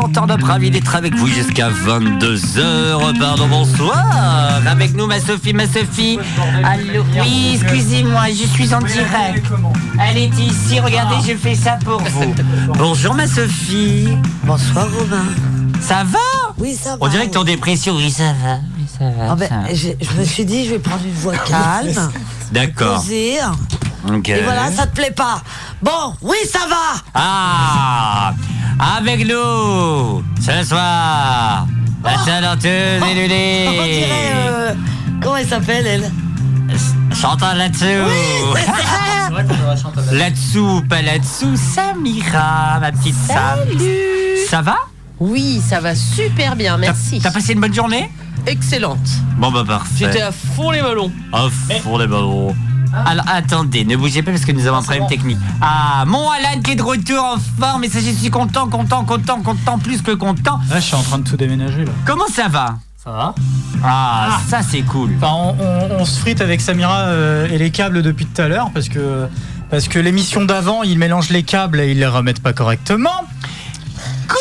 content d'être ravi d'être avec vous jusqu'à 22h. Pardon, bonsoir. Avec nous, ma Sophie, ma Sophie. Allô, oui, excusez-moi, je suis en direct. Elle est ici, regardez, je fais ça pour vous. Bonjour, ma Sophie. Bonsoir Robin. Ça va Oui, ça va. On dirait que ton dépression, oui, ça va. oui, ça va, Ah ça ben, va. j'ai- je me suis dit, je vais prendre une voix calme, D'accord. posée. Ok. Et voilà, ça te plaît pas. Bon, oui, ça va. Ah Avec nous ce soir la talenteuse et Oh On dirait. euh, comment elle s'appelle, elle Chantal là-dessous Là-dessous, pas là-dessous, Samira, ma petite Sam. Ça va Oui, ça va super bien, T'as- merci. T'as passé une bonne journée Excellente. Bon bah J'étais parfait. à fond les ballons. Off pour les barreaux. Alors attendez, ne bougez pas parce que nous avons un problème technique. Ah, mon Alan qui est de retour en forme et ça je suis content, content, content, content, plus que content. Là, je suis en train de tout déménager là. Comment ça va Ça va Ah, ça c'est cool. on, on- on se frite avec Samira euh, et les câbles depuis tout à l'heure parce que parce que l'émission d'avant, ils mélangent les câbles et ils les remettent pas correctement.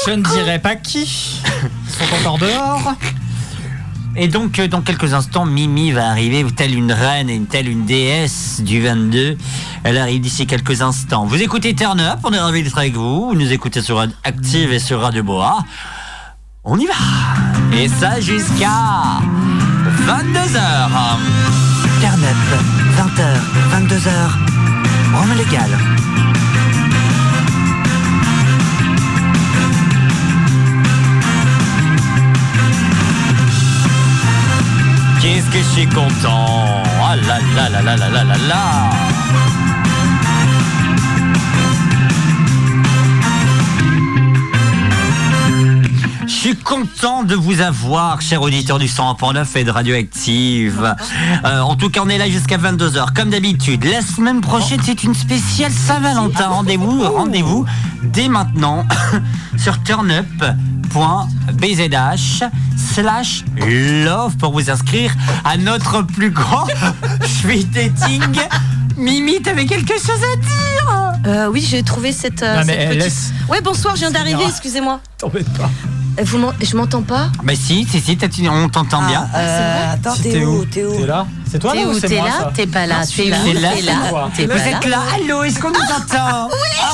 je ne dirai pas qui. Ils sont encore dehors. Et donc, euh, dans quelques instants, Mimi va arriver, telle une reine et telle une déesse du 22. Elle arrive d'ici quelques instants. Vous écoutez Turn Up, on est ravis d'être avec vous. Vous nous écoutez sur Radio Active et sur Radio Boa. On y va Et ça jusqu'à 22h. Turn Up, 20h, 22h, Rome légal. Qu'est-ce que je suis content Ah là là là là là là là là Je suis content de vous avoir, chers auditeurs du 101.9 et de Radioactive. Euh, en tout cas, on est là jusqu'à 22h, comme d'habitude. La semaine prochaine, c'est une spéciale Saint-Valentin. Rendez-vous, rendez-vous dès maintenant sur turnup.bzh slash love pour vous inscrire à notre plus grand suite dating. Mimi, t'avais quelque chose à dire Euh, oui, j'ai trouvé cette, euh, Non, mais, cette eh, petite- laisse. Ouais, bonsoir, je viens d'arriver, Samira. excusez-moi. T'embête pas. Euh, Vous m'en- Je m'entends pas Bah si, si, si, t'as- tu- on t'entend bien. Ah, euh, attends, Si t'es où T'es où là C'est toi T'es là ou où c'est T'es moi ça là T'es pas là Non, T'es là c'est là, T'es c'est là moi. T'es Vous pas là êtes là Allô, est-ce qu'on nous entend Elle- Ah.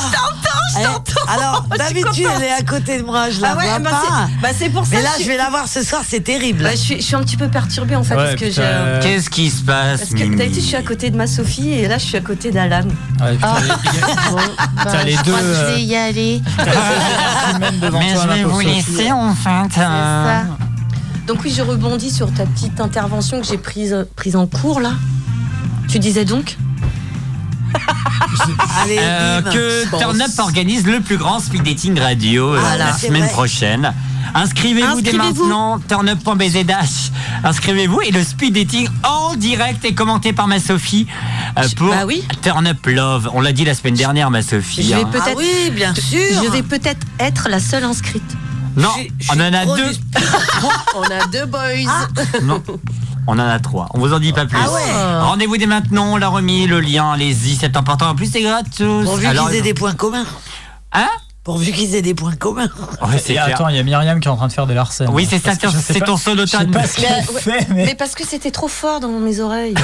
Eh, Alors, d'habitude, elle est à côté de moi, je la vois bah, pas. c'est- bah, c'est pour ça Mais que là, je je suis... vais la voir ce soir, c'est terrible. bah, je, suis, je suis un petit peu perturbée en fait Ouais, parce que j'ai. putain, euh, euh, Qu'est-ce qui se passe Parce que d'habitude, je suis à côté de ma Sophie et là, je suis à côté d'Alan. Ah. ouais, Ah, putain, il y a- T'as les je deux, crois que je euh, vais y il y aller. a même devant Mais toi, je la vais pauvre vous Sophie. laisser en fait. Ah. ça. Donc, oui, je rebondis sur ta petite intervention que j'ai prise, euh, prise en cours là. Tu disais donc Allez, Euh, bim. que Turn Up organise le plus grand speed dating radio euh, Voilà. la C'est semaine vrai. prochaine. Inscrivez-vous dès Inscrivez-vous. maintenant, turnup.bz dash. Inscrivez-vous et le speed dating en direct est commenté par ma Sophie euh, pour bah oui. Turn Up Love. On l'a dit la semaine dernière, ma Sophie. Je vais hein. peut-être. Ah oui, bien sûr. Je vais peut-être être la seule inscrite. Non, Je- je on suis en a pro deux. du- On a deux boys. Ah, Non. On en a trois. On vous en dit pas plus. Ah ouais. Rendez-vous dès maintenant. On l'a remis. Le lien, allez-y. C'est important. En plus, c'est gratos. Pourvu Alors, qu'ils aient des points communs. Hein Pourvu qu'ils aient des points communs. Ouais, c'est Et clair. attends, il y a Myriam qui est en train de faire des larcènes. Oui, c'est ça. Parce que je sais C'est pas- ton solo Je sais turn. pas ce qu'elle Mais- fait, mais. Mais parce que c'était trop fort dans mes oreilles.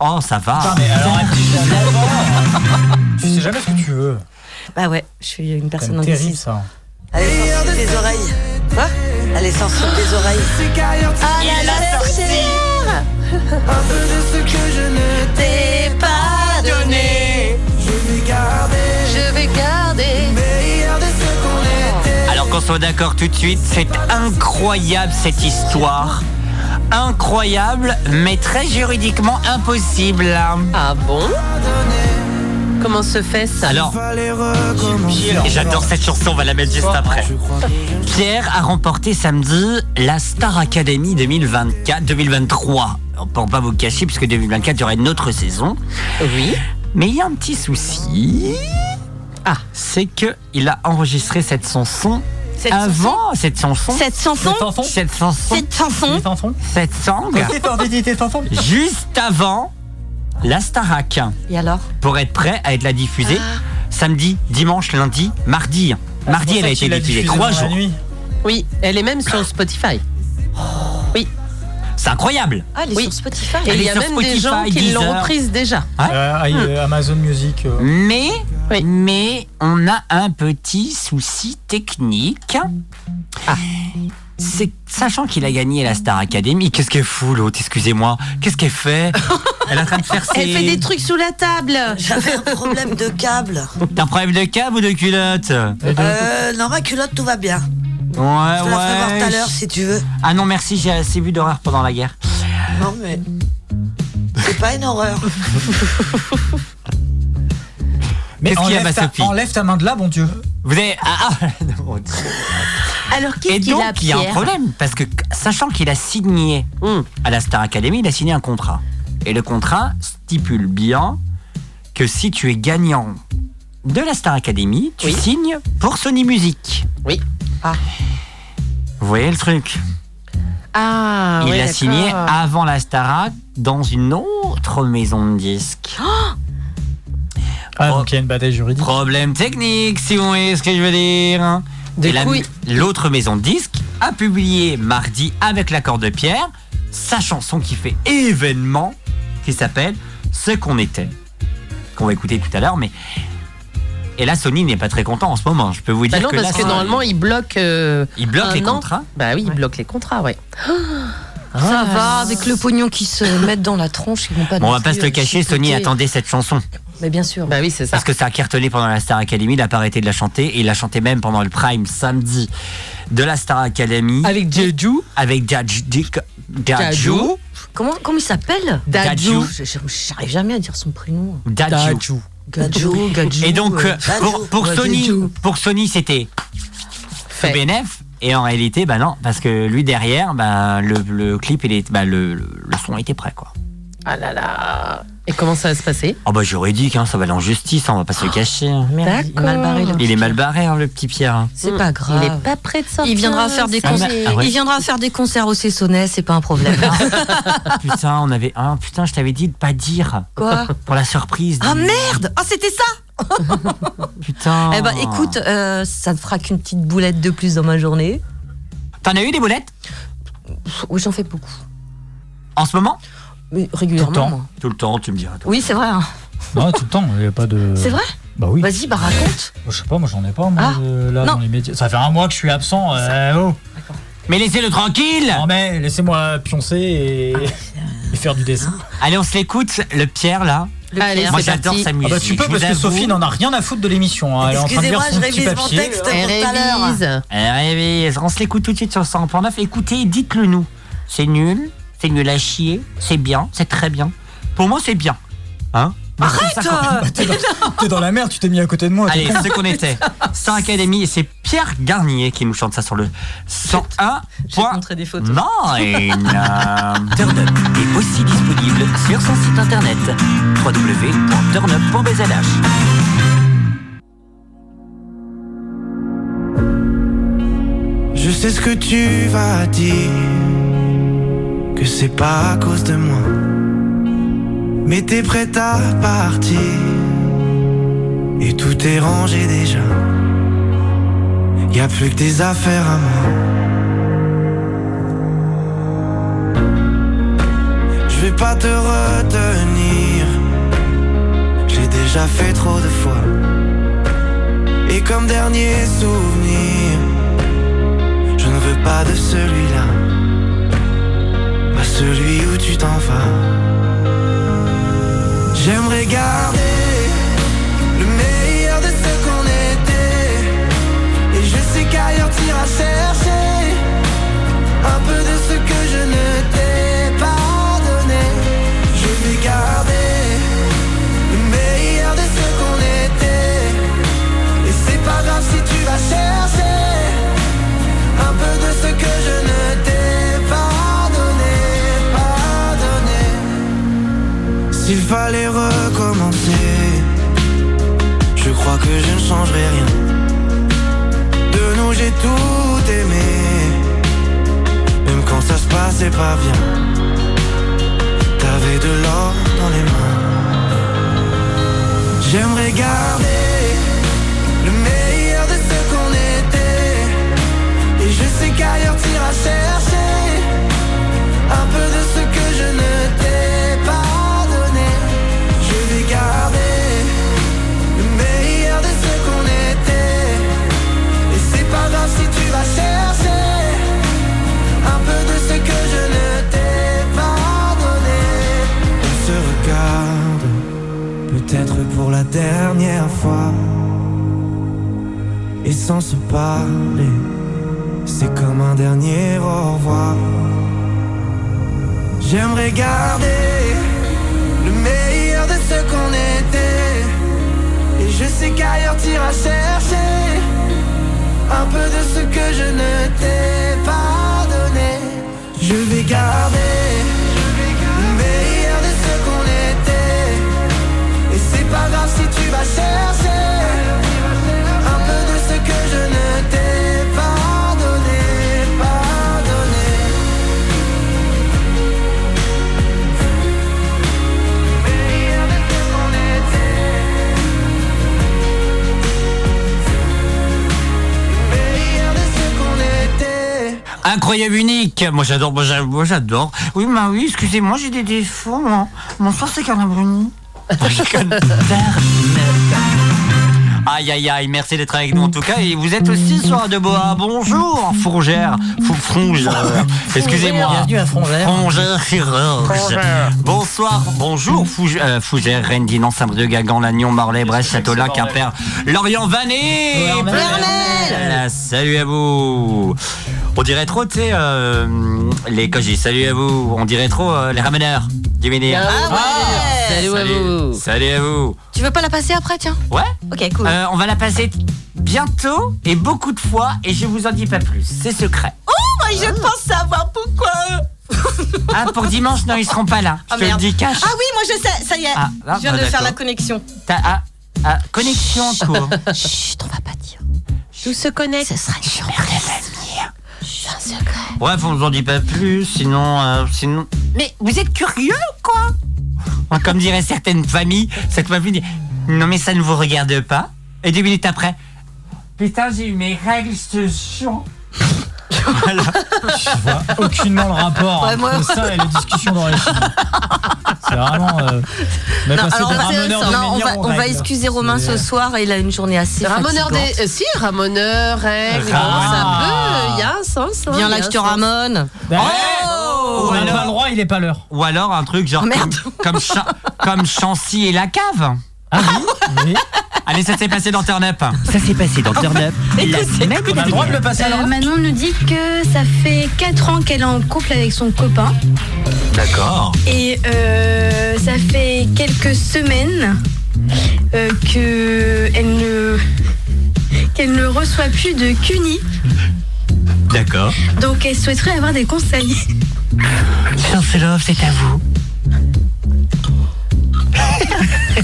Oh, ça va. Putain, Ah, mais alors, elle dit jamais avant. tu sais jamais ce que tu veux. bah ouais, je suis une C'est personne terrible indécise. ça. Allez, sors sur tes oreilles. Quoi Allez, sors sur tes oreilles. Ah là là, t'ai pas donné. Je vais garder. Alors qu'on soit d'accord tout de suite, c'est incroyable cette histoire. Incroyable, mais très juridiquement impossible. Ah bon Comment se fait ça Alors, j'adore cette chanson, on va la mettre juste après. Pierre a remporté samedi la Star Academy 2024, 2023. Pour pas vous cacher, puisque 2024, il y aura une autre saison. Oui. Mais il y a un petit souci. Ah, c'est que il a enregistré cette chanson Cette avant cette chanson. Cette T'es chanson, fanfon Cette chanson. cette chanson, T'es fanfon Cette chanson. T'es fanfon T'es fanfon juste avant la Starac Et alors pour être prêt à être la Ah. Ah, diffusée samedi, dimanche, lundi, mardi. Mardi, elle a été diffusée trois jours. Oui, elle est même sur Spotify. Oui. C'est incroyable. Ah, elle est Oui. sur Spotify. Et Elle il est y a sur même des Spotify, gens qui l'ont Deezer. reprise déjà. Ouais. Euh, I- Amazon Music. euh. Mais, Oui. mais on a un petit souci technique. Ah. C'est sachant qu'il a gagné la Star Academy, qu'est-ce qu'elle fout l'autre Excusez-moi, qu'est-ce qu'elle fait Elle est en train de faire ses. Elle fait des trucs sous la table. J'avais un problème de câble. T'as un problème de câble ou de culotte Ouais, Euh, non, ma culotte, tout va bien. Je te la ferai voir tout à ouais. l'heure si tu veux. Ah non, merci, j'ai assez vu d'horreur pendant la guerre. Non, mais. C'est pas une horreur. Mais Qu'est-ce qu'il y a, enlève ma ta- Sophie Enlève ta main de là, bon Dieu. Vous avez. Ah, ah, non, Alors, Et qu'est-ce qu'il donc, a, il y a un Pierre problème, parce que sachant qu'il a signé Hmm. à la Star Academy, il a signé un contrat. Et le contrat stipule bien que si tu es gagnant de la Star Academy, tu Oui. signes pour Sony Music. Oui. Ah. Vous voyez le truc Ah, Il ouais, a d'accord. signé avant la Starac dans une autre maison de disques. Ah, Oh. donc il y a une bataille juridique. Problème technique, si vous voyez ce que je veux dire. Du Et la- coup, il- l'autre maison de disques a publié mardi avec l'accord de Pierre sa chanson qui fait événement, qui s'appelle Ce qu'on était, qu'on va écouter tout à l'heure. Mais et là, Sony n'est pas très content en ce moment. Je peux vous Bah dire non, que parce là, que c'est- normalement, il bloque. euh, il bloque un les an. contrats. Bah oui, il bloque les contrats, ouais. Ah. Ça va, avec le pognon qui se mettent dans la tronche, ils vont pas. Bon, on non va pas plus, se le euh, cacher, Sony chipoter. attendait cette chanson Mais bien sûr. Bah oui, c'est ça. parce que ça a cartonné pendant la Star Academy. Il a pas arrêté de la chanter et il l'a chanté même pendant le prime samedi de la Star Academy Avec Jeju, avec Jaj- Dick- Daju. Daju. Comment, comment il s'appelle Dadju. Je- je- J'arrive jamais à dire son prénom. Daju. Gadjou, Gadjou. Et donc, euh, Daju. pour, pour Ouais, Sony, Daju. pour Sony, c'était fait. BNF. Et en réalité, bah non, parce que lui derrière, bah, le, le clip, il est, bah, le, le- le son était prêt, quoi. Ah là là. Et comment ça va se passer Oh, Oh bah juridique, hein, ça va aller en justice, hein, on va pas se le cacher. hein. Merde, il est mal barré, là. Il est mal barré, hein, le petit Pierre. hein. C'est pas grave. Il est pas prêt de sortir. Il viendra faire des Ah, concerts. mais- ah ouais. Il viendra faire des concerts au Cessonnet, c'est pas un problème. Ah, Putain, on avait un. Putain, je t'avais dit de pas dire Quoi pour la surprise. Ah dis- merde Ah c'était ça Putain. Eh ben écoute, euh, ça ne fera qu'une petite boulette de plus dans ma journée. t'en as eu des boulettes Pff, Oui, j'en fais beaucoup. en ce moment Mais Tout le régulièrement. temps. moi. Tout le temps, tu me diras. Oui, c'est vrai. hein. Non, Ah, tout le temps, il n'y a pas Euh. de. C'est vrai Bah oui. Oh, Vas-y, bah raconte. Je sais pas, moi j'en ai pas, moi, Ah, euh, là, non. dans les médias. Ça fait un mois que je suis absent. euh, oh. Mais laissez-le tranquille. Non, mais laissez-moi pioncer Ah, et, euh, et faire du dessin. Ah. Allez, on se l'écoute, le Pierre là. Allez, Moi, c'est j'adore parti. sa Ah musique. bah tu peux je vous parce que avoue. Sophie n'en a rien à foutre de l'émission. hein. Elle est en train de lire Excusez-moi, son je petit révise mon papier. texte pour tout Elle à l'heure. révise. Eh oui, on se l'écoute tout de suite sur 100.9. Écoutez, dites-le nous. C'est nul, c'est nul à chier, c'est bien, c'est très bien. Pour moi, c'est bien. Hein Arrête T'es dans, t'es dans la merde, tu t'es mis à côté de moi. Allez, ce qu'on était. Star Academy, et c'est Pierre Garnier qui nous chante ça sur le 101. Je vais te montrer des photos. Turn Up est aussi disponible sur son site internet www.turnup.bzh. Je sais ce que tu vas dire, que c'est pas à cause de moi. Mais t'es prête à partir, et tout est rangé déjà. Y a plus que des affaires à moi. Je vais pas te retenir, j'ai déjà fait trop de fois. Et comme dernier souvenir, je ne veux pas de celui-là, pas celui où tu t'en vas. J'aimerais garder le meilleur de ce qu'on était, et je sais qu'ailleurs t'iras chercher un peu de ce que je ne t'ai pas donné. Je vais garder le meilleur de ce qu'on était, et c'est pas grave si tu vas chercher un peu de ce que je ne t'ai pas donné, pas donné. S'il fallait recommencer, je crois que je ne changerai rien. De nous j'ai tout aimé, même quand ça se passait pas bien. T'avais de l'or dans les mains. J'aimerais garder le meilleur de ce qu'on était. Et je sais et sans se parler, c'est comme un dernier au revoir. J'aimerais garder le meilleur de ce qu'on était, et je sais qu'ailleurs t'iras chercher un peu de ce que je ne t'ai pas donné. Je vais garder le meilleur de ce qu'on était, et c'est pas grave si tu vas chercher. Un peu de ce que je ne t'ai pas donné, pas donné Meilleur de ce qu'on était Meilleur de ce qu'on était Incroyable unique Moi j'adore, moi j'a- moi, j'adore. Oui, bah oui, excusez-moi, j'ai des défauts. Mon, mon soir c'est Carla Bruni. Aïe aïe aïe, merci d'être avec nous en tout cas. Et vous êtes aussi sur Radio Boa. Bonjour, Fourgère. Fou- Frongère. Excusez-moi. Bienvenue à Frongère. Frongère chirurge. Frongère. Bonsoir, bonjour Fouge- euh, Fougère, Rennes, Dinan, Saint-Brieuc, Guingamp, Lannion, Marlay, Brest, Châtelain, Quimper, Lorient, Vanet. Voilà, Euh, Salut à vous. On dirait trop, tu sais, euh, les cogis. Salut à vous. On dirait trop euh, les rameneurs. Du Ménil. Ah ouais. Salut à vous. Salut à vous. Tu veux pas la passer après, tiens Ouais. Ok, cool. Euh, on va la passer bientôt et beaucoup de fois et je vous en dis pas plus. C'est secret. Oh, moi, je pense savoir pourquoi. Ah, pour dimanche, non, ils seront pas là. Je Ah, te le merde. dis cash. Ah oui, moi je sais, ça y est. Ah, ah, je viens bah, de faire d'accord. la connexion. T'as- ah, ah, connexion en cours. Chut, on va pas dire. Tout se connecte. Ce sera une surprise. C'est un secret. Bref, on vous en dit pas plus, sinon, euh, sinon. Mais vous êtes curieux ou quoi Hein, Comme diraient certaines familles, cette famille dit Non, mais ça ne vous regarde pas. Et deux minutes après, putain, j'ai eu mes règles, je te jure. Voilà. Je vois aucunement le rapport Ouais, moi- entre ça et les discussions dans les films. C'est vraiment. euh, on a Non, passé alors on des va, ramoneurs de non, on menhirs va- aux on va règles. excuser Romain ce soir. Il a une journée assez Ramoneur fatigante. des. euh, si, ramoneur, règle, Ah. ça peut. Il y a un sens. hein, Viens il y a là, je un te sens. ramone. Ben, Oh, ou, on n'a pas le alors, droit, il est pas l'heure. ou alors un truc genre Oh, merde. comme, comme, Cha- comme Chancy et la cave. Ah oui, oui. Allez, ça s'est passé dans Turn Up. Ça s'est passé dans Turn Up. On a le droit de le passer à l'heure. Euh, Manon nous dit que ça fait 4 ans qu'elle est en couple avec son copain D'accord. et euh, ça fait quelques semaines euh, que elle ne qu'elle ne reçoit plus de CUNY, D'accord. donc elle souhaiterait avoir des conseils. Chancelov, c'est à vous.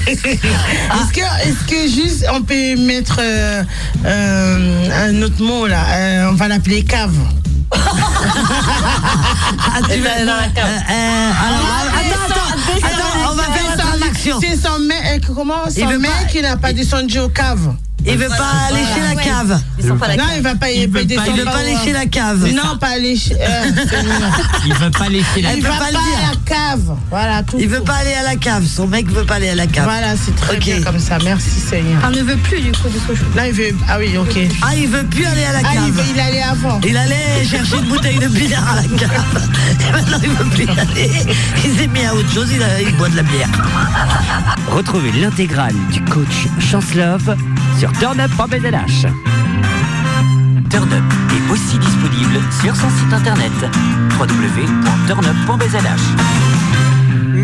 Est-ce que, est-ce que juste on peut mettre euh, euh, un autre mot là Euh, On va l'appeler cave. Ah, tu vas. dans la Euh, cave. euh, alors, attends, attends, attends, on va faire la traduction. C'est son mec, euh, comment Il Son veut mec, pas- il n'a pas descendu au cave. Il veut pas aller chez la cave. Ils sont pas là. non, il va pas, il Il peut veut pas- descendre Il veut pas aller au- chez la cave. Non, pas aller chez. euh, c'est mignon. Il veut pas laisser la il Elle va peut pas, pas le à dire. la cave. Voilà, tout. Il veut court. pas aller à la cave. Son mec veut pas aller à la cave. Voilà, c'est très Ok. bien comme ça. Merci Seigneur. Elle ne veut plus du coup de ce Là, il veut. Ah oui, ok. Ah, il veut plus aller à la Ah, il, cave. veut- il allait avant. Il allait chercher une bouteille de bière à la cave. Et maintenant, il veut plus y aller. Il s'est mis à autre chose. Il, a- il boit de la bière. Retrouvez l'intégrale du coach Chancelov sur turnup.bdlh. Turn Up est aussi disponible sur son site internet www.turnup.bzh.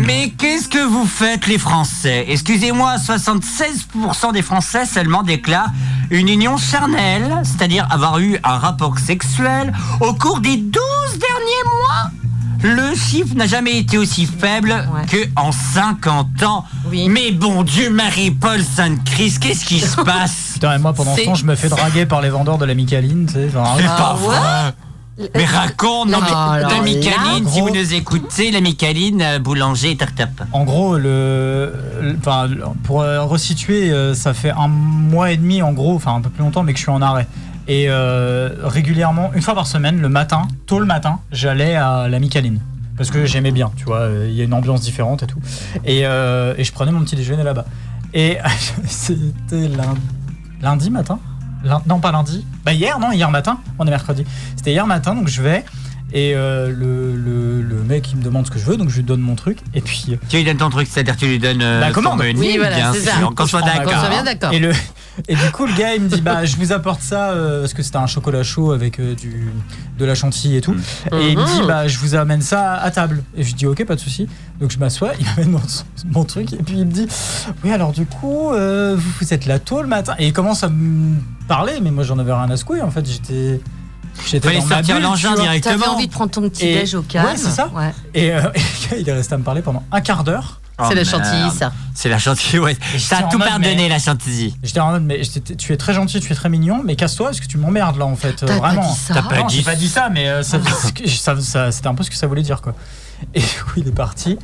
Mais qu'est-ce que vous faites les Français Excusez-moi, 76% des Français seulement déclarent une union charnelle, c'est-à-dire avoir eu un rapport sexuel au cours des 12 derniers mois. Le chiffre n'a jamais été aussi faible que en 50 ans. Oui. Mais bon Dieu, Marie-Paul Sainte-Christ, qu'est-ce qui se passe Putain, et moi pendant ce C'est- temps, je me fais draguer par les vendeurs de la Micaline, tu sais. enfin, C'est ah, pas ouais vrai mais raconte, non, mais Ah, là, la Micaline, là. si vous nous écoutez, la Micaline, euh, boulanger, tartap. En gros, le, le- enfin, le- pour euh, resituer, euh, ça fait un mois et demi, en gros, enfin un peu plus longtemps, mais que je suis en arrêt. Et euh, régulièrement, une fois par semaine, le matin, tôt le matin, j'allais à la Micaline. Parce que j'aimais bien, tu vois, euh, il y a une ambiance différente et tout. Et, euh, et je prenais mon petit déjeuner là-bas. Et c'était lundi, lundi matin Lin- Non, pas lundi. Bah hier, non, hier matin. On est mercredi. C'était hier matin, donc je vais. Et euh, le, le- le mec, il me demande ce que je veux, donc je lui donne mon truc. Et puis, euh, Tu lui donnes ton truc, c'est-à-dire tu lui donnes euh, La commande. son menu, Oui, voilà, bien c'est ça. sûr, qu'on soit prends ma d'accord. soit bien d'accord. Et le, Et du coup, le gars, il me dit Bah, je vous apporte ça euh, parce que c'était un chocolat chaud avec euh, du, de la chantilly et tout. Et il me dit Mhm. Bah, je vous amène ça à table. Et je dis Ok, pas de souci. Donc, je m'assois, il m'amène mon, mon truc. Et puis, il me dit Oui, alors, du coup, euh, vous, vous êtes là tôt le matin. Et il commence à me parler, mais moi, j'en avais rien à secouer. En fait, j'étais. J'étais Fallait dans ma sortir bulle, l'engin tu vois. directement. T'avais envie de prendre ton petit Et- déj au calme. Ouais, c'est ça. Ouais. Et, euh, il est resté à me parler pendant un quart d'heure. Oh, merde. C'est la chantilly, ouais. Ça a en tout mode, pardonné, mais- la chantilly. J'étais en mode, mais j'étais- tu es très gentil, tu es très mignon, mais casse-toi parce que tu m'emmerdes là en fait. euh, T'as pas vraiment. dit ça Ah. T'as pas Non, dit j'ai pas dit ça, mais euh, ça- c'est ce que- ça- ça- c'était un peu ce que ça voulait dire quoi. Et du coup, il est parti.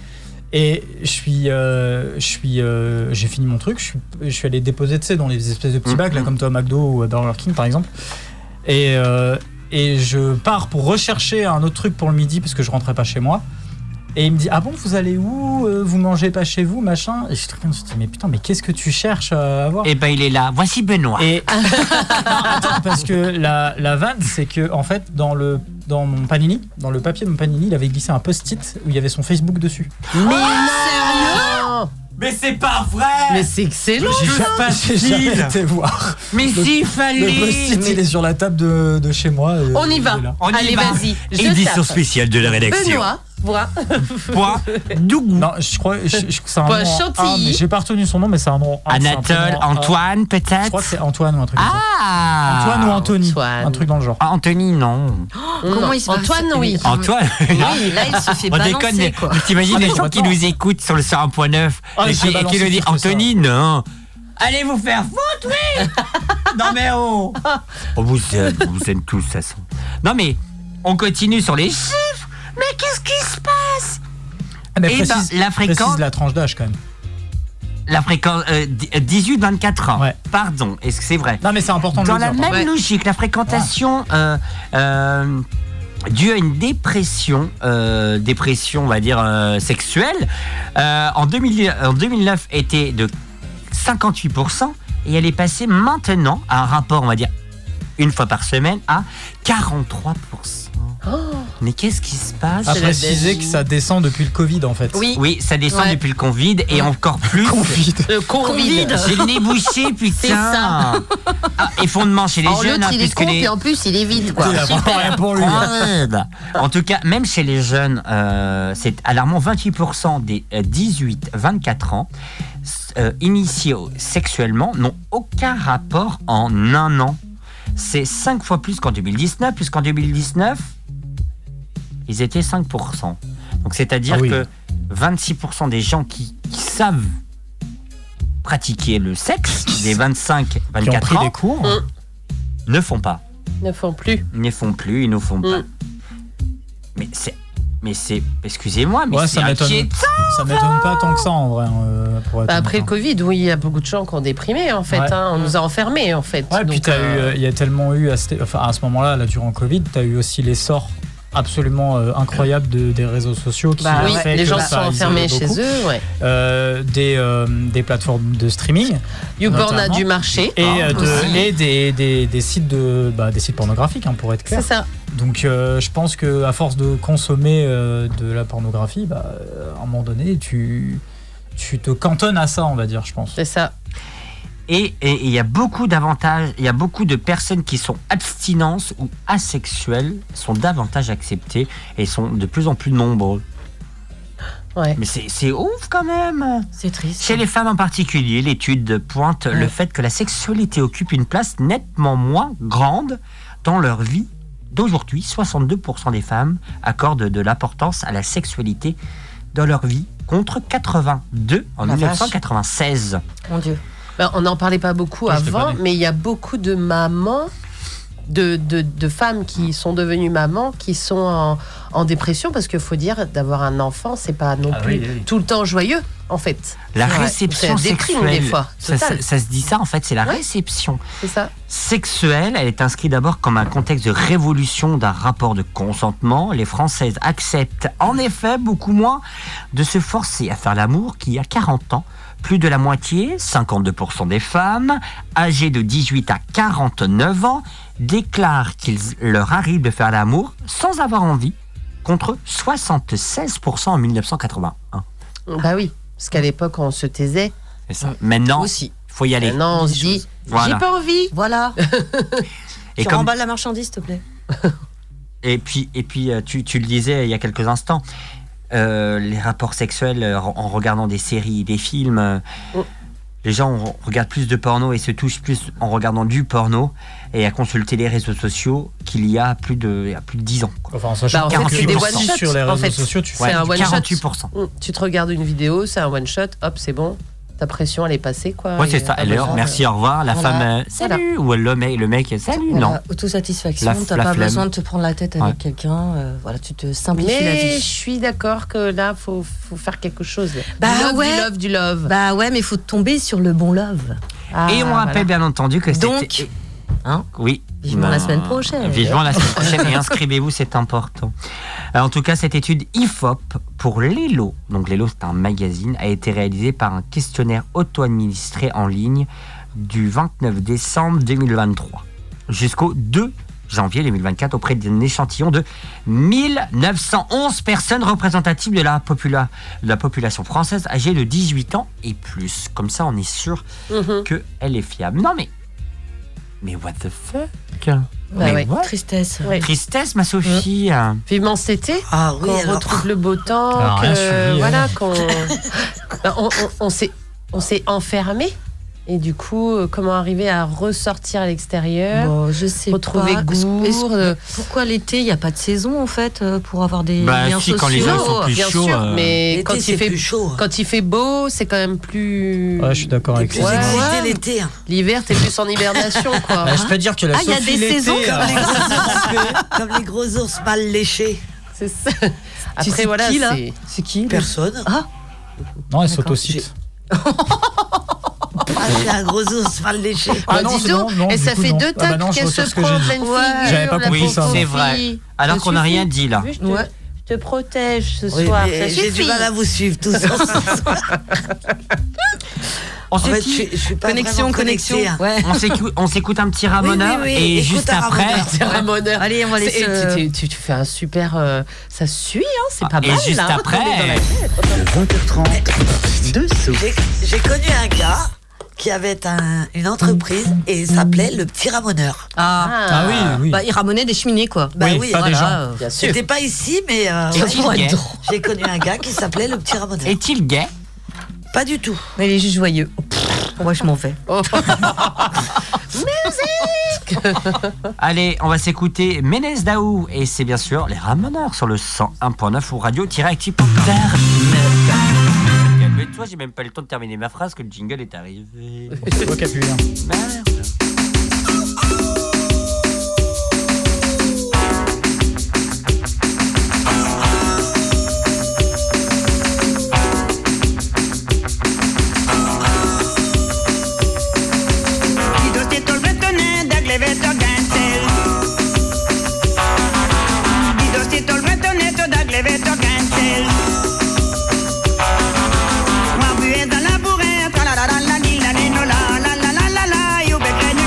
Et je suis, euh, je suis, euh, j'ai fini mon truc. Je suis, je suis allé déposer, tu sais, dans les espèces de Mm, petits bacs là, comme toi à McDo ou à Burger King par exemple. Et euh, et je pars pour rechercher un autre truc pour le midi parce que je rentrais pas chez moi. Et il me dit ah bon vous allez où euh, vous mangez pas chez vous machin et je suis très bien je me dis mais putain mais qu'est-ce que tu cherches euh, à voir Et ben, il est là. Voici Benoît. et Non, attends, parce que la, la vanne, c'est que en fait, dans le dans mon panini, dans le papier de mon panini, il avait glissé un post-it où il y avait son Facebook dessus. Mais Ah, sérieux Mais c'est pas vrai Oh. Mais c'est excellent J'ai jamais, j'ai jamais été voir. Mais Le- s'il fallait. Le post-it, Mais- il est sur la table de, de chez moi. euh, On y va. il est là. On y Allez, va. vas-y. Je Édition tape. spéciale de la rédaction. Benoît, voilà. Point. Non, je crois je, je- c'est un Pas nom en Chantilly. un, mais J'ai pas retenu son nom, mais c'est un nom. en un, c'est un Anatole, prénom en un. Antoine, peut-être Je crois que c'est Antoine ou un truc comme ça. Ah Antoine ou Anthony, un truc dans le genre. Ah, Anthony, non. Comment il se Antoine, oui. Antoine Ah, Oui, là, il se fait On balancer, déconne, mais- quoi. mais t'imagines Ah, les non, gens qui attends. nous écoutent sur le 101.9 Ah, et je qui, vais et qui balancer nous hein. disent plus que ça. Anthony, non Allez vous faire foutre, oui Non mais oh On vous aime, on vous aime tous, de toute façon. Non mais, on continue sur les chiffres Mais qu'est-ce qui se passe Ah, mais Eh ben, précise, la précise fréquence- la tranche d'âge quand même. La fréquence euh, 18-24 ans. Ouais. Pardon, est-ce que c'est vrai Non, mais c'est important de Dans le la dire, même par contre. logique, la fréquentation euh, euh, due à une dépression, euh, dépression, on va dire euh, sexuelle, euh, en, 2000 en 2009 était de 58% et elle est passée maintenant à un rapport, on va dire une fois par semaine, à 43%. Oh. Mais qu'est-ce qui se passe À préciser que ça descend depuis le Covid en fait. Oui. Oui, ça descend Ouais. depuis le Covid et encore plus. Euh, Covid. Le Covid. J'ai le nez bouché, putain. ça. Ah, et fondement chez les Alors, jeunes, l'autre, hein, il est puisque con, les, et en plus, il est vide, quoi. Il a vraiment rien pour lui. hein. Arrête. En tout cas, même chez les jeunes, euh, c'est alarmant. 28% des 18-24 ans s- euh, initiés au- sexuellement n'ont aucun rapport en un an. C'est 5 fois plus qu'en 2019, puisqu'en 2019, ils étaient 5%. Donc c'est-à-dire Ah oui. que 26% des gens qui, qui savent pratiquer le sexe, des 25-24 Qui ont pris ans, des cours. Mm. ne font pas Ne font plus. ne font plus, ils ne font pas. Mm. Mais c'est. Mais c'est. Excusez-moi, Ah, mais Ouais, c'est ça m'étonne. inquiétant. Ça m'étonne pas tant que ça en vrai. euh, pour être Bah, après le honnête. Covid, oui, il y a beaucoup de gens qui ont déprimé, en fait. Ouais. hein. On nous a enfermés, en fait. Ouais, puis Donc, t'as eu, euh, euh, il y a tellement eu à, cette- enfin, à ce moment-là, là, durant le Covid, t'as eu aussi l'essor absolument euh, incroyable de- des réseaux sociaux qui bah, a oui, fait les que gens ça sont a isolé enfermés chez beaucoup. eux. Ouais. Euh, des, euh, des plateformes de streaming YouPorn a Notamment. dû marcher. Ah, et, euh, de- aussi. et des, des- des sites de bah, des sites pornographiques hein, pour être clair. C'est ça. Donc euh, je pense que à force de consommer euh, de la pornographie, bah, euh, à un moment donné, tu tu te cantonnes à ça, on va dire, je pense. C'est ça. Et et- et il y a beaucoup d'avantages. Il y a beaucoup de personnes qui sont abstinences ou asexuelles sont davantage acceptées et sont de plus en plus nombreux. Ouais. Mais c'est c'est ouf quand même. C'est triste. Chez les femmes en particulier, l'étude pointe le fait que la sexualité occupe une place nettement moins grande dans leur vie. D'aujourd'hui, 62% des femmes accordent de l'importance à la sexualité dans leur vie, contre 82 en La vache. 1996. Mon Dieu. Ben, on n'en parlait pas beaucoup Ah, je t'ai pas avant, dit. mais il y a beaucoup de mamans, de, de, de femmes qui sont devenues mamans, qui sont en, en dépression, parce qu'il faut dire, d'avoir un enfant, c'est pas non Ah plus oui, oui. tout le temps joyeux, en fait. La Ouais. réception C'est la déprime, sexuelle, des fois, ça, ça- totale. ça se dit ça en fait, c'est la Ouais. réception C'est ça sexuelle. Elle est inscrite d'abord comme un contexte de révolution d'un rapport de consentement. Les Françaises acceptent en effet beaucoup moins de se forcer à faire l'amour qu'il y a 40 ans. Plus de la moitié, 52% des femmes, âgées de 18 à 49 ans, déclarent qu'il leur arrive de faire l'amour sans avoir envie, contre 76% en 1981. Bah oui, parce qu'à l'époque, on se taisait C'est ça. Maintenant, aussi. il faut y aller. non, on se dit, Voilà. j'ai pas envie. Voilà. Et tu comme- remballes la marchandise, s'il te plaît. Et puis, et puis euh, tu, tu le disais il y a quelques instants, euh, les rapports sexuels euh, en regardant des séries, des films, euh, Oh. les gens on regardent plus de porno et se touchent plus en regardant du porno et à consulter les réseaux sociaux qu'il y a plus de, il y a plus de 10 ans. quoi. Enfin, en sachant Bah, en fait, c'est des 48% one-shots, sur les en réseaux fait. sociaux, tu C'est Ouais, un one shot. 48%. Mm, Tu te regardes une vidéo, c'est un one shot, hop, c'est bon. Ta pression, elle est passée, quoi. Ouais, et- c'est ça. Ah, Elle est bah, hors, merci, au revoir. La Voilà. femme, euh, salut. Ou le mec, le mec, salut. Voilà, Non. Autosatisfaction, La f- t'as la pas flemme. besoin de te prendre la tête avec Ouais. quelqu'un. euh, voilà, tu te simplifies la Mais je vie. suis d'accord que là, faut, faut faire quelque chose. Bah du love, ouais. du love, du love. Bah ouais, mais faut tomber sur le bon love. et on Ah, rappelle bien entendu que c'était- Donc, hein, oui. vivement la semaine prochaine. Ben, Vivement la semaine prochaine et inscrivez-vous, c'est important. Euh, En tout cas, cette étude IFOP pour l'ELO, donc l'ELO c'est un magazine, a été réalisée par un questionnaire auto-administré en ligne du 29 décembre 2023 jusqu'au 2 janvier 2024 auprès d'un échantillon de 1911 personnes représentatives de la, popula- de la population française âgée de 18 ans et plus. Comme ça, on est sûr Mm-hmm. Mhm. qu'elle est fiable. Non mais... Mais what the fuck Bah Mais ouais. what Tristesse. Ouais. Tristesse, ma Sophie. Mmh. Vivement cet été, Ah oui, qu'on alors. retrouve le beau temps, Ah, Alors, rien que, hein. suivi, voilà, qu'on Ben, on, on- on s'est on s'est enfermé et du coup, euh, comment arriver à ressortir à l'extérieur Bon, je sais Retrouver euh, pas. gourde. Est-ce- est-ce- Pourquoi l'été, il n'y a pas de saison en fait euh, pour avoir des Bah, liens si, sociaux quand les gens sont plus bien chauds, sûr, euh, mais quand il fait plus chaud. hein. quand il fait beau, c'est quand même plus Ouais, je suis d'accord avec Plus ça. Ouais. excité l'été. hein. l'hiver, t'es plus en hibernation quoi. Bah, je peux dire que la Ah, il y a Sophie des l'été, saisons, euh, comme les Comme les gros ours mal léchés. C'est ça. Tu Après sais voilà, qui, là c'est C'est qui là Personne. Ah. Non, elle D'accord. s'autocite. Ah, c'est un gros ours mal léché. Ah Bah, non, dis c'est- donc, non, non, et du ça coup, fait non. deux Ah bah tocs non, je qu'elle se reçois ce que prend en j'ai pleine dit. figure. Ouais. J'avais pas la compris pauvre ça. C'est fille. vrai. Alors Je qu'on suis n'a rien dit là. fille. Je te- Ouais. Je te protège ce Oui, soir. mais Ça J'ai du suffit. mal à vous suivre tous ensemble. On En fait, je, s'écoute- suis- je suis pas Connexion, vraiment connexion. connectée, hein. Ouais. on s'écoute- on s'écoute un petit Ramoneur oui, oui, et écoute juste un après. Ramoneur. C'est un bonheur. Allez, on va laisser. C'est- euh, tu, tu- tu fais un super. euh, ça suit, hein, c'est pas et mal. juste là, hein, après- on est dans la tête. J'ai- J'ai connu un gars qui avait un- une entreprise et il s'appelait le petit ramoneur. Ah, Ah oui, oui. bah, il ramenait des cheminées quoi. Bah Oui, oui, pas des voilà. gens. Bien sûr. C'était pas ici, mais euh, Ah Est-il ouais, gay j'ai connu un gars qui s'appelait le petit ramoneur. Est-il gay Pas du tout. Mais il est juste joyeux. Oh, pff, Moi, je m'en vais. Oh. Allez, on va s'écouter Ménez Daou et c'est bien sûr les Ramoneurs sur le 101.9 ou radio-active.com. Calme-toi, j'ai même pas le temps de terminer ma phrase que le jingle est arrivé. C'est toi qui appuie, hein. Merde. Mabué dans la bourrée, tra la la la la ni la ni no la la la la la la, yo be que no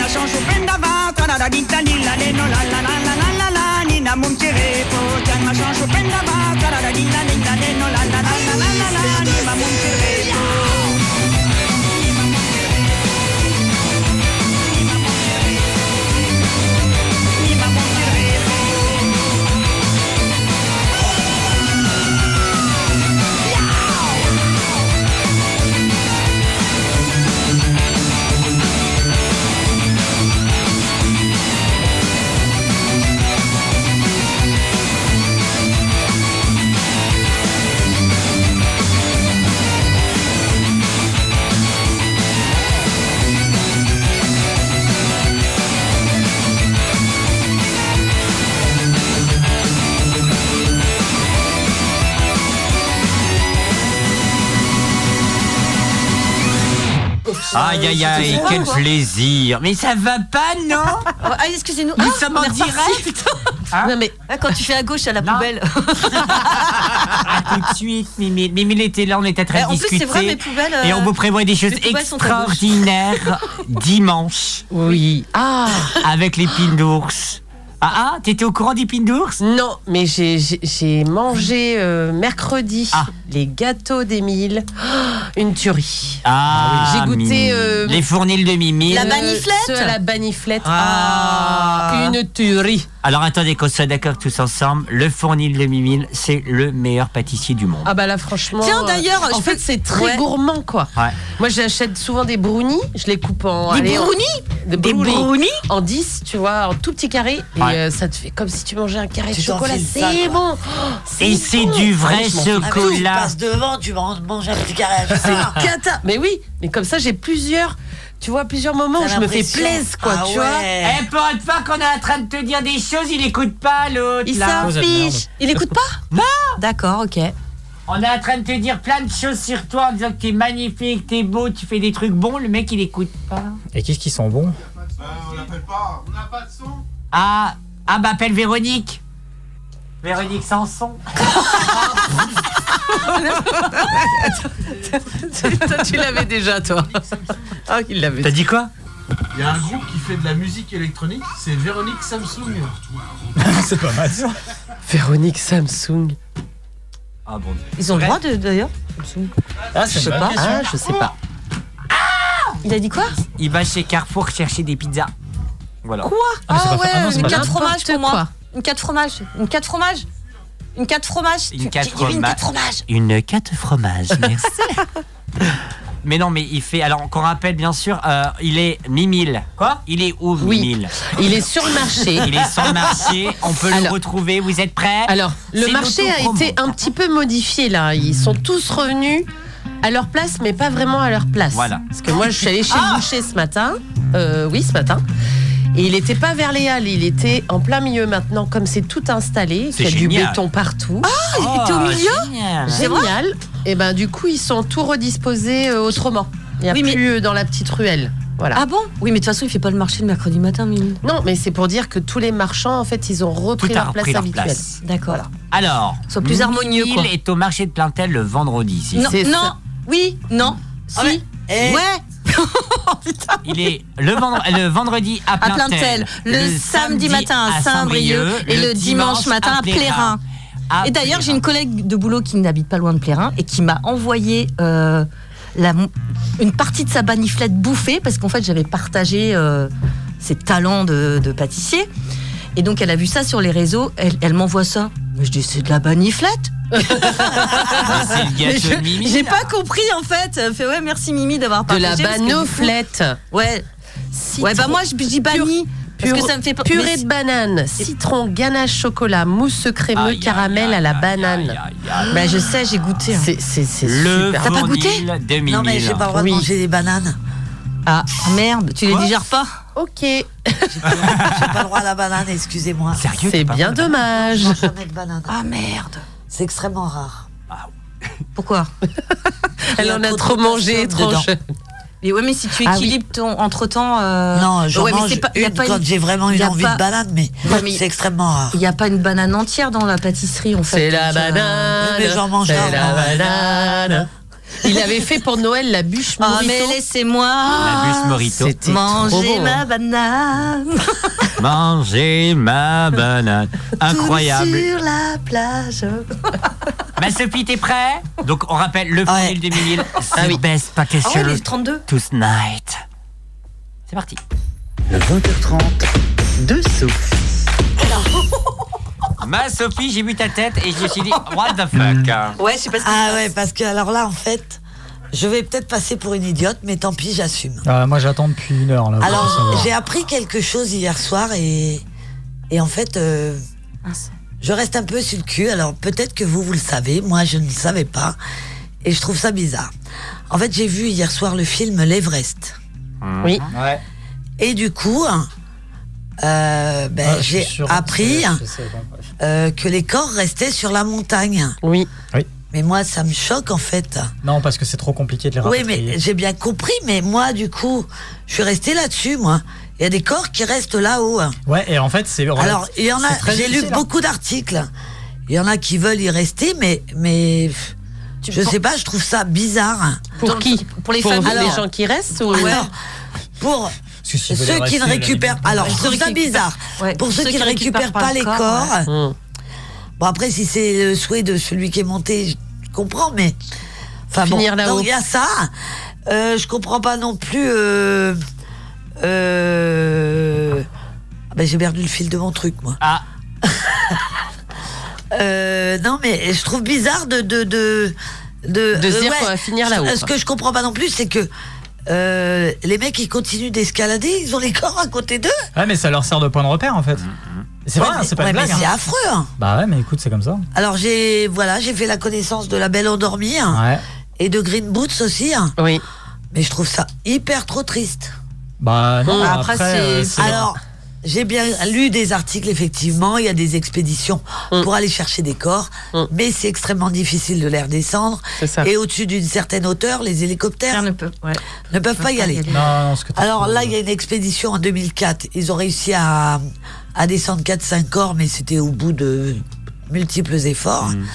la la di ta ni la le no la la la la la la la ni na mum che re po tan ma chan chopenda ba ta la la di la ni la le no la la la la la la la ni ma mum che re po Ah, Aïe, aïe, aïe, quel plaisir. Mais ça va pas, non Ah, excusez-nous. Nous Ah, sommes on en est reparti. direct. Non, mais ah, quand tu fais à gauche à la poubelle. À tout de suite, Mimi. Mimi, il était là, on était très Eh, en plus, discutés. c'est vrai, mes poubelles, euh, Et on vous prévoit des choses mes poubelles sont à gauche. extraordinaires dimanche. Oui. Ah Avec l'épine d'ours. Ah ah, t'étais au courant d'épines d'ours Non, mais j'ai- j'ai j'ai mangé euh, mercredi les gâteaux d'Émile. Ah, Une tuerie. Ah, J'ai goûté, Mimi. euh, les fournils de Mimi. Euh, ceux à La baniflette. Ah. Ah, Une tuerie. Alors attendez qu'on soit d'accord tous ensemble, le fournil de Mimile, c'est le meilleur pâtissier du monde. Ah bah là franchement. Tiens, d'ailleurs, euh, en je fait peux- c'est très Ouais. gourmand quoi. Ouais. Moi j'achète souvent des brownies, je les coupe en Des allez, en- brownies des Des brownies, brownies en 10, tu vois, en tout petit carré et Ouais. euh, ça te fait comme si tu mangeais un carré de Tu chocolat, t'enfiles ça, c'est quoi. bon. Oh, Et c'est du vrai Ah, Tu chocolat. passes devant, tu vas en manger un petit carré. je sais pas. Cata. Mais oui, mais comme ça j'ai plusieurs tu vois plusieurs moments où T'as je me fais l'impression. plaisir quoi, Ah tu ouais. Eh, pour une fois qu'on est en train de te dire des choses, il écoute pas l'autre. Il là. s'en Vous êtes fiche. Il écoute pas Non. D'accord, ok. On est en train de te dire plein de choses sur toi en disant que t'es magnifique, t'es beau, tu fais des trucs bons. Le mec, il écoute pas. Et qu'est-ce qu'ils sont bons Ah, ah bah appelle Véronique. Véronique Sanson. vois. tu l'avais déjà toi. Ah, il l'avait. dit quoi Il y a un groupe qui fait de la musique électronique, c'est Véronique Samsung. C'est pas mal ça. Véronique Samsung. Ah bon. Ils ont le droit de- d'ailleurs Ah, c'est Je sais pas. Ah, je sais pas. Il a dit quoi Il va chez Carrefour chercher des pizzas. Voilà. Quoi Ah, mais c'est Ah pas- ouais, ah non, c'est une pas carte grave. fromage pour moi. N'importe Une carte fromage. Une carte fromage. Une carte fromage. Une Tu- carte tu- il y avait Une fromage. carte fromage. Une carte fromage, merci. mais non, mais il fait. Alors, qu'on rappelle, bien sûr, euh, il est Mimile. Quoi Il est où, Oui. Mimile Il est sur le marché. Il est sur le marché, on peut le Alors- retrouver. Vous êtes prêts Alors, le C'est marché a l'autopromo. été un petit peu modifié là. Ils sont tous revenus à leur place, mais pas vraiment à leur place. Voilà. Ah Parce que moi, je suis allée chez le boucher ce matin. Euh, oui, ce matin. Et il n'était pas vers les halles, il était en plein milieu maintenant, comme c'est tout installé, C'est qu'il y a du génial. Ah, béton partout. Ah, il était au milieu Génial. Et ben du coup, ils sont tout redisposés euh, autrement. Il n'y a Oui, mais- plus euh, dans la petite ruelle. Voilà. Ah bon Oui, mais de toute façon, il fait pas le marché le mercredi matin, Mimi. Non, mais c'est pour dire que tous les marchands, en fait, ils ont Tout repris a leur place repris leur habituelle. place. D'accord. Alors, Sois plus harmonieux, Mimile quoi. est au marché de Plaintel le vendredi. si. Non, c'est non, ça. oui, non, si. mais- Eh, Ouais, Il est le, vendre- le vendredi à à plein de Plaintel, Le, samedi matin à Saint-Brieuc et le dimanche matin à Plérin. Et d'ailleurs, j'ai une collègue de boulot qui n'habite pas loin de Plérin et qui m'a envoyé euh, la mo- une partie de sa baniflette bouffée parce qu'en fait, j'avais partagé euh, ses talents de, de pâtissier. Et donc, elle a vu ça sur les réseaux. Elle, elle m'envoie ça. Mais je dis, c'est de la baniflette Ah, Mais c'est le Mais gâteau je- de Mimi, J'ai là. pas compris, en fait. Elle fait, ouais, merci Mimi d'avoir De partagé. la parce que du coup- banoflette. Ouais, ouais bah moi, je je dis banni. Parce que pure- ça me fait pas- Purée mais- de banane, citron, ganache, chocolat, mousse crémeux, Aïe, aïe, caramel aïe, à la aïe, banane. Ben, aïe, aïe, aïe. Bah, je sais, j'ai goûté. hein. C'est c'est- c'est Le super. T'as pas goûté fournil de Mimi, Non, mais j'ai là. pas le droit Oui. de manger des bananes. Ah merde, tu les Quoi digères pas Ok, J'ai pas le droit à la banane, excusez-moi. Sérieux, t'as c'est pas bien mangé dommage. Je mange jamais de banane. Ah merde. C'est extrêmement rare. Pourquoi Elle en a trop mangé, potassium trop. dedans. ch- Mais ouais, mais si tu Ah équilibres ton entre temps. Non, j'en ouais, mais mange c'est pas- y a une pas quand une- j'ai vraiment y une a envie pas- de banane, mais, Ouais, mais- c'est extrêmement rare. Il n'y a pas une banane entière dans la pâtisserie en fait. C'est la Donc, euh, banane. mais j'en mange C'est Ah, rarement. la banane. Il avait fait pour Noël la bûche Ah, morito. mais laissez-moi La bûche morito. C'était trop manger hein. beau. hein. ma banane Manger ma banane. Incroyable. sur la plage. Ma Sophie, t'es prêt Donc on rappelle le Ouais. film 2000. Ah oui. The best package Ah ouais, show le 32. Tous night. C'est parti. Le 20h30 de Sophie. Ma Sophie, j'ai vu ta tête et je me suis dit, what the fuck Ouais, je sais pas Ah ouais, parce que alors là, en fait, je vais peut-être passer pour une idiote, mais tant pis, j'assume. Ah, moi j'attends depuis une heure là. pour Alors, savoir. j'ai appris quelque chose hier soir et, et en fait, euh, je reste un peu sur le cul. Alors, peut-être que vous, vous le savez. Moi, je ne le savais pas. Et je trouve ça bizarre. En fait, j'ai vu hier soir le film L'Everest. Mmh. Oui. Ah, Et du coup, euh, ben, Ah, je suis j'ai sûr que appris c'est- c'est- bon, bref. euh, que les corps restaient sur la montagne. Oui. Oui. Mais moi, ça me choque en fait. Non, parce que c'est trop compliqué de les Oui, rapatrier. mais j'ai bien compris, mais moi, du coup, je suis restée là-dessus, moi. Il y a des corps qui restent là-haut. hein. Ouais, et en fait, c'est. Alors, il y en c'est a, très j'ai lu difficile, hein. beaucoup d'articles. Il y en a qui veulent y rester, mais, mais pff, je pour- sais pas, je trouve ça bizarre. Pour qui Pour les familles des gens qui restent ou- alors, pour Parce que s'ils veulent ceux rester, qui à ne la limite, récupèrent, on alors peut je trouve rester. ça bizarre. Ouais, Pour ceux, qui ne récupèrent pas, les corps. Hmm. Bon après, si c'est le souhait de celui qui est monté, je comprends, mais enfin bon. Finir là-haut. Donc il y a ça. Euh, je comprends pas non plus. euh, euh, ah ben, j'ai perdu le fil de mon truc, moi. Ah. Euh, non, mais je trouve bizarre de de de de, euh, De se dire ouais, qu'on va finir je- là-haut, Ce quoi. que je comprends pas non plus, c'est que euh, les mecs ils continuent d'escalader, ils ont les corps à côté d'eux. Ouais, mais ça leur sert de point de repère en fait. C'est Ouais, vrai, hein, mais- c'est pas ouais, une mais blague. c'est hein. affreux. hein. Bah ouais, mais écoute, c'est comme ça. Alors j'ai voilà, j'ai fait la connaissance de la Belle Endormie hein, Ouais. et de Green Boots aussi. hein. Oui. Mais je trouve ça hyper trop triste. Bah non, après, euh, c'est. alors j'ai bien lu des articles effectivement, il y a des expéditions pour aller chercher des corps, mais c'est extrêmement difficile de les redescendre. ça. Et au-dessus d'une certaine hauteur, les hélicoptères ne, peuvent pas y aller. Non, non, ce que euh, tu Alors trouves. là, il y a une expédition en 2004. Ils ont réussi à, à descendre 4-5 corps, mais c'était au bout de multiples efforts. Mm.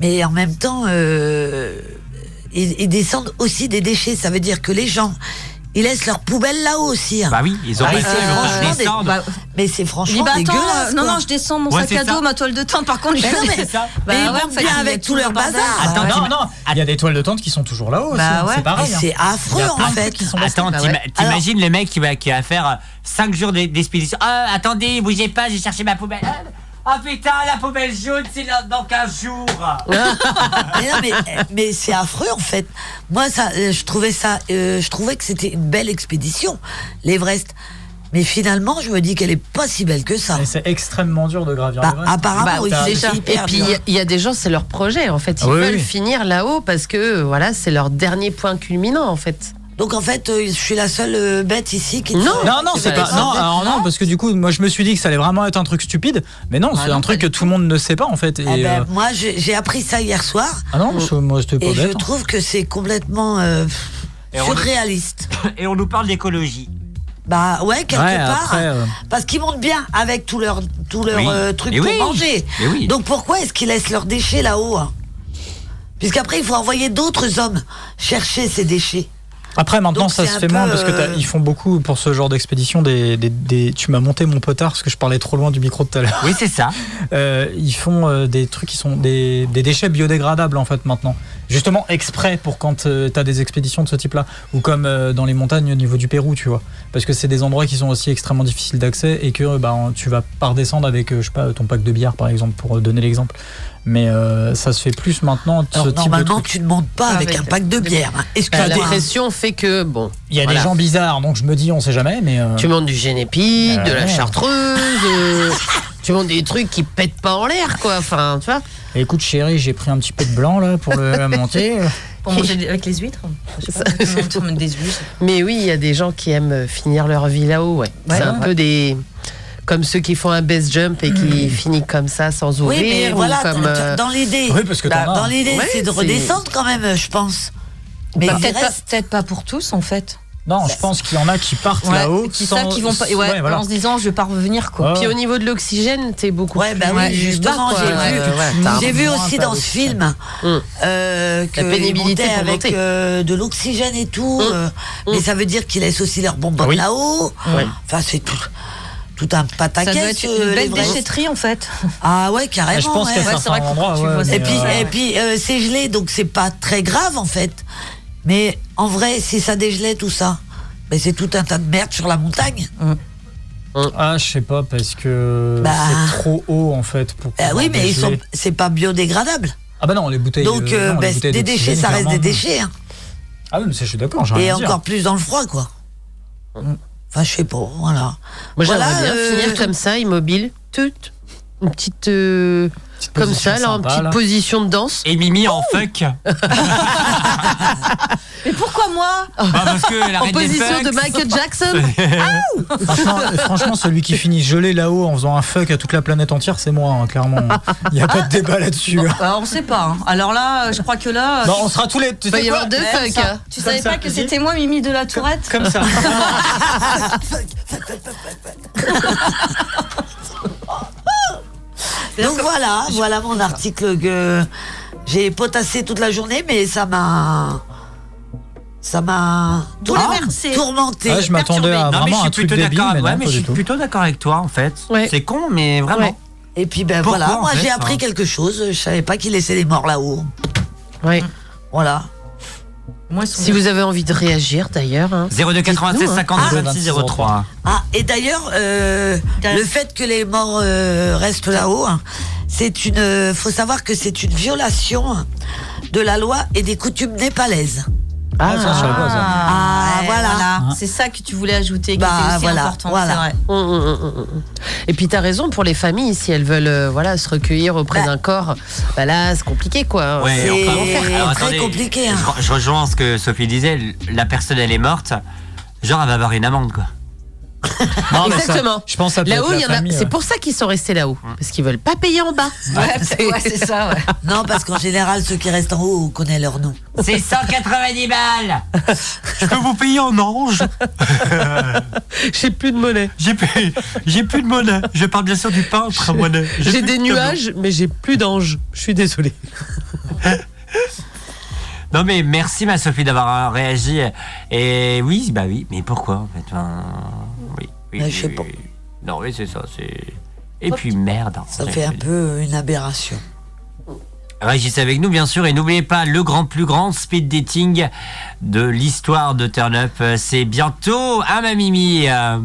Mais en même temps, euh, ils, ils descendent aussi des déchets. Ça veut dire que les gens, ils laissent leurs poubelles là-haut aussi. hein. Ah, Bah oui, ils ont Mais passé c'est le temps à franchement des- descendre. bah, Mais c'est Je dis, franchement bah attends, dégueulasse. euh, non, quoi. non, je descends mon sac à dos, ma toile de teint, par contre, je Mais non, mais- laisse. mais ils ouais, vont ça bien finit avec tout leur le bazar. Attends, Bah non, non, il y a des toiles de tente qui sont toujours là-haut. Bah aussi, ouais. Oh, c'est pareil. hein. Et c'est Il affreux, y a plein en de trucs fait. qui sont restés. Attends, Bah t'ima- ouais. t'imagines le mec qui va, qui va faire 5 jours d'e- d'expédition. Ah, attendez, bougez pas, j'ai cherché ma poubelle. Ah, Ah putain, la poubelle jaune, c'est là- dans 15 jours. Ah, Ah, mais non, mais, mais c'est affreux en fait. Moi, ça, euh, je trouvais ça, euh, je trouvais que c'était une belle expédition, l'Everest. Mais finalement, je me dis qu'elle est pas si belle que ça. C'est extrêmement dur de gravir. Bah, l'Everest. apparemment, T'as- oui, t'as- déjà. Et puis il y a- il y, a des gens, c'est leur projet en fait. Ils Ah oui, veulent oui. finir là-haut parce que euh, voilà, c'est leur dernier point culminant en fait. Donc en fait, euh, je suis la seule bête ici qui. Non, Non, non, c'est pas. Non, alors non, parce que du coup, moi je me suis dit que ça allait vraiment être un truc stupide, mais non, c'est un truc que tout le monde ne sait pas en fait. Et, Ah ben, euh, moi, j'ai j'ai appris ça hier soir. Ah non, je- moi j'étais pas Et je bête. trouve que c'est complètement euh, Et on- surréaliste. Et on nous parle d'écologie. Bah ouais, quelque Ouais, part. après, euh. Parce qu'ils montent bien avec tout leur, tout leur Oui. euh, truc Mais pour oui. manger. Mais oui. Donc pourquoi est-ce qu'ils laissent leurs déchets là-haut hein Puisqu'après, il faut envoyer d'autres hommes chercher ces déchets. Après, maintenant, Donc, ça c'est se un fait peu, moins parce que t'as- euh, ils font beaucoup pour ce genre d'expédition. Des, des- des- tu m'as monté mon potard parce que je parlais trop loin du micro tout à l'heure. Oui, c'est ça. ils font euh, des trucs qui sont des, des déchets biodégradables en fait maintenant. Justement exprès pour quand tu t'as des expéditions de ce type-là ou comme euh, dans les montagnes au niveau du Pérou, tu vois. Parce que c'est des endroits qui sont aussi extrêmement difficiles d'accès et que euh, bah, tu vas pas redescendre avec, euh, je sais pas, ton pack de bière par exemple pour euh, donner l'exemple. Mais euh, ça se fait plus maintenant. Alors, ce type de normalement, truc. tu ne montes Ah, pas avec, un pack de bière. hein. Excuse-moi. La dépression fait que bon. Il y a voilà. des gens bizarres, donc je me dis, on sait jamais, mais. euh, Tu montes du génépi, de la Ah Ouais. chartreuse, euh, tu montes des trucs qui pètent pas en l'air quoi. Enfin, tu vois. Écoute, chérie, j'ai pris un petit peu de blanc là pour le la euh. monter. Pour manger des- avec les huîtres hein. Je sais pas, on tourne des huîtres. Mais oui, il y a des gens qui aiment finir leur vie là-haut. Ouais. Ouais. C'est un peu des. Comme ceux qui font un base jump et qui Hmm. finissent comme ça sans Oui, ouvrir. mais ou voilà, comme, dans- euh, dans l'idée. Ah Bah, Oui, parce que t'en Dans as. l'idée, Bah, Ouais, c'est de c'est- redescendre quand même, je pense. Mais Bah, il peut-être pas, reste- peut-être pas pour tous en fait. Non, je pense qu'il y en a qui partent Ouais, là-haut. qui sans- savent qu'ils vont pas- ouais, ouais, voilà. en se disant je vais pas revenir quoi. Ouais. Puis au niveau de l'oxygène, t'es beaucoup Ouais, bah oui, justement, j'ai vu, j'ai vu aussi dans ce film Hum. euh, que La pénibilité ils montaient pour avec monter. euh, de l'oxygène et tout, Hum. euh, mais ça veut dire qu'ils laissent aussi leurs Ah bonbons Oui. là-haut. Ouais. Enfin, c'est tout, tout un pataquès. Ça doit être une euh, belle les vrais. déchetterie en fait. Ah ouais, carrément. Ouais, je pense ouais. qu'à Ouais, c'est vrai certains que endroits, tu ouais, vois mais, ça. et puis, euh, et puis euh, c'est gelé, donc c'est pas très grave en fait. Mais en vrai, si ça dégelait tout ça, mais c'est tout un tas de merde sur la montagne. Hum. Hum. Ah, je sais pas, parce que Bah. c'est trop haut en fait. Pour Bah pouvoir oui, mais ils dégeler. sont, c'est pas biodégradable. Ah bah non, les bouteilles. Donc, euh, euh, non, les bah, bouteilles des déchets, d'oxygène, ça reste des clairement. déchets. hein. Ah oui, mais ça, je suis d'accord, j'ai Et rien à dire. encore plus dans le froid, quoi. Enfin, je sais pas, voilà. Moi, j'aimerais Voilà, bien euh, finir comme ça, immobile, tout, une petite, euh, comme position ça, là, en sympa, petite là. position de danse. Et Mimi en fuck. Mais pourquoi moi Ah, parce que la En reine des position de fucks. Michael Jackson. Franchement, euh, franchement, celui qui finit gelé là-haut en faisant un fuck à toute la planète entière, c'est moi, hein, clairement. Il n'y a Ah. pas de débat là-dessus. hein. Bah, on sait pas. hein. Alors là, euh, je crois que là. euh, Non, on sera tous les- tu Bah, sais il y quoi aura deux hein. Comme fuck. ça. Tu Comme savais ça. pas que c'était moi, Mimi de la Tourette Comme ça. Donc voilà, voilà mon article que j'ai potassé toute la journée, mais ça m'a. Ça m'a. ah, Tourmenté. tourmenté. Ah, je m'attendais à Non, mais vraiment je suis un truc plutôt débile, d'accord. mais non, ouais, mais je pas suis du tout. plutôt d'accord avec toi en fait. C'est con, mais vraiment. Ouais. Et puis ben Pourquoi, voilà, en moi fait, hein j'ai ça appris quelque chose. Je savais pas qu'ils laissaient les morts là-haut. Oui. Voilà. si vous avez envie de réagir, d'ailleurs. hein. 02 96 Dites-nous, hein. 52 26 03. Ah, et d'ailleurs, euh, le fait que les morts euh, restent là-haut, hein, c'est une. euh, faut savoir que c'est une violation hein, de la loi et des coutumes népalaises. Ah, ça, je savais pas, ça. Ah, Ouais, voilà. C'est ça que tu voulais ajouter, qui Bah, était aussi voilà, important, voilà. c'est vrai. Mmh, Et puis t'as raison pour les familles si elles veulent euh, voilà se recueillir auprès d'un corps, bah là c'est compliqué quoi. Ouais, enfin, alors, très attendez, compliqué, hein. Je, je rejoins ce que Sophie disait. La personne, elle est morte. Genre, elle va avoir une amende, quoi. Non, mais ça, Exactement. je pense que ça peut là-haut, être la il y en a. famille, C'est ouais. pour ça qu'ils sont restés là-haut, parce qu'ils veulent pas payer en bas. Non, parce qu'en général, ceux qui restent en haut, on connaît leur nom. C'est 190 balles Je peux vous payer en orange J'ai plus de monnaie. J'ai plus, j'ai plus de monnaie. Je parle bien sûr du peintre, monnaie. J'ai des nuages, mais j'ai plus d'anges. Je suis désolé. Non mais merci ma Sophie d'avoir euh, réagi. Et oui, bah oui, mais pourquoi en fait Enfin, oui, oui, Ouais, Bah, je sais oui, pas. oui. Non mais c'est ça, c'est... Et puis merde. hein. Ça fait un peu une aberration. Réagissez avec nous, bien sûr, et n'oubliez pas le grand plus grand speed dating de l'histoire de Turn Up. Euh, C'est bientôt, à ma Mimi euh,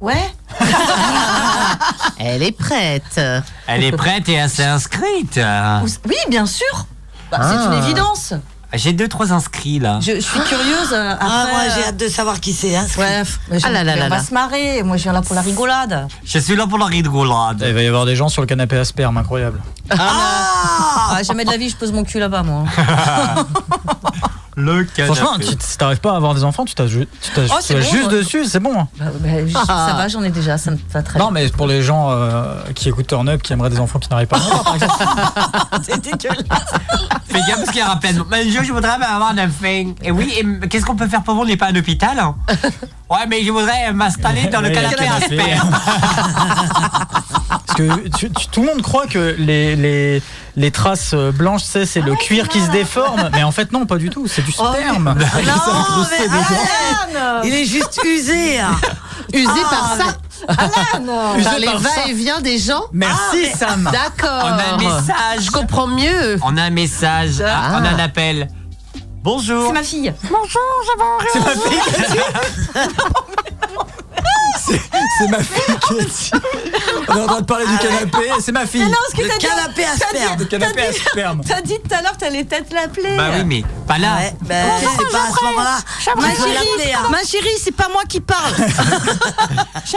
Ouais. Elle est prête. Elle est prête et elle s'est inscrite Ah. euh. Oui, bien sûr. Bah, C'est Ah. une évidence. J'ai deux, trois inscrits, là. Je, je suis curieuse. euh, Après, Ah, moi, j'ai euh, hâte de savoir qui c'est. Hein, Bref, mais je- Ah là là mais là on va là. Ah. se marrer. Moi, je viens là pour la rigolade. Je suis là pour la rigolade. Il va y avoir des gens sur le canapé à sperme, incroyable. Ah, jamais de la vie, je pose mon cul là-bas, moi. Le Franchement, tu- si t'arrives pas à avoir des enfants, tu t'as ju- tu t'as- Oh, tu c'est vas bon, juste moi. dessus, c'est bon. hein. Bah, bah, je- Ah. Ça va, j'en ai déjà, ça me va très Non, mais pour les gens euh, qui écoutent Turn Up, qui aimeraient des enfants qui n'arrivent pas à en avoir, par exemple. Fais gaffe parce qu'il y a un rappel. Monsieur, ben, je voudrais avoir un thing. Et oui, et m- qu'est-ce qu'on peut faire pour vous On n'est pas à l'hôpital hein Ouais, mais je voudrais m'installer dans le Oui, canapé à canapé. sperme. Parce que tu- tu- tout le monde croit que les, les, les traces euh, blanches, c'est, c'est Oh, le cuir qui se déforme. Mais en fait, non, pas du tout. C'est du sperme. Non, Je sais mais déjà. Alan Il est juste usé. hein. Usé Ah, par ça. Alan par les va-et-vient des gens. Ah, Merci, Sam. D'accord. Ah, On a un message. Je comprends mieux. On a un message, Ah. Ah, on a un appel. Bonjour. C'est ma fille. Bonjour, j'avais C'est ma fille. C'est, c'est ma fille qui est ici. On est en train de parler du canapé. C'est ma fille. Mais Ah non, ce que Le t'as dit- canapé à t'as sperme. dit- Le canapé t'as à dit- sperme. T'as dit tout à l'heure que t'allais peut-être l'appeler. Bah oui, mais pas là. Ouais, ben, c'est pas à ce moment-là. Ma qu'il faut l'appeler, chérie, hein. ma chérie, c'est pas moi qui parle. Je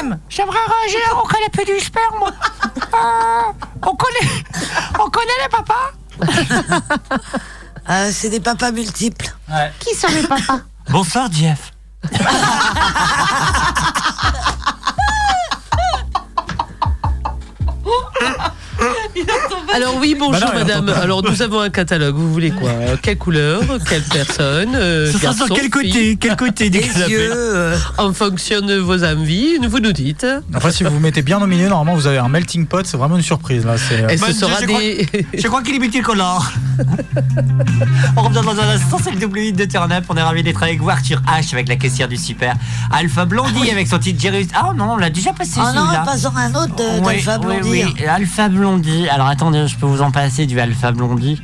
t'aime. J'aimerais réagir au canapé du sperme. on connaît, on connaît les papas. Euh, c'est des papas multiples. Qui sont les papas Bonsoir, Jeff. Il a tombé Alors oui, bonjour Bah non, elle madame. entend pas. Alors nous avons un catalogue, vous voulez quoi Euh, Quelle couleur Quelle personne euh, Ce sera sur garçon, quel côté fille Quel côté du Les canapé yeux, euh. En fonction de vos envies, vous nous dites. Après, si vous vous mettez bien au milieu, normalement, vous avez un melting pot. C'est vraiment une surprise. Là, c'est. euh, Et ce sera des... Je crois qu'il est multicolore. Ah On revient dans un instant, c'est le double hit de Turn Up. On est ravis d'être avec vous, Arthur H avec la caissière du Super. Alpha Blondie avec son titre Jerry. Ah non, on l'a déjà passé Oh non, celui-là. passons à un autre euh, de- Oui, d'Alpha oui, Blondie. oui. Alpha Blondie. Alors attendez, je peux vous en passer du Alpha Blondie.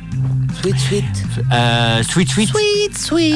Sweet Sweet. Euh, sweet Sweet. Ah, Sweet Sweet.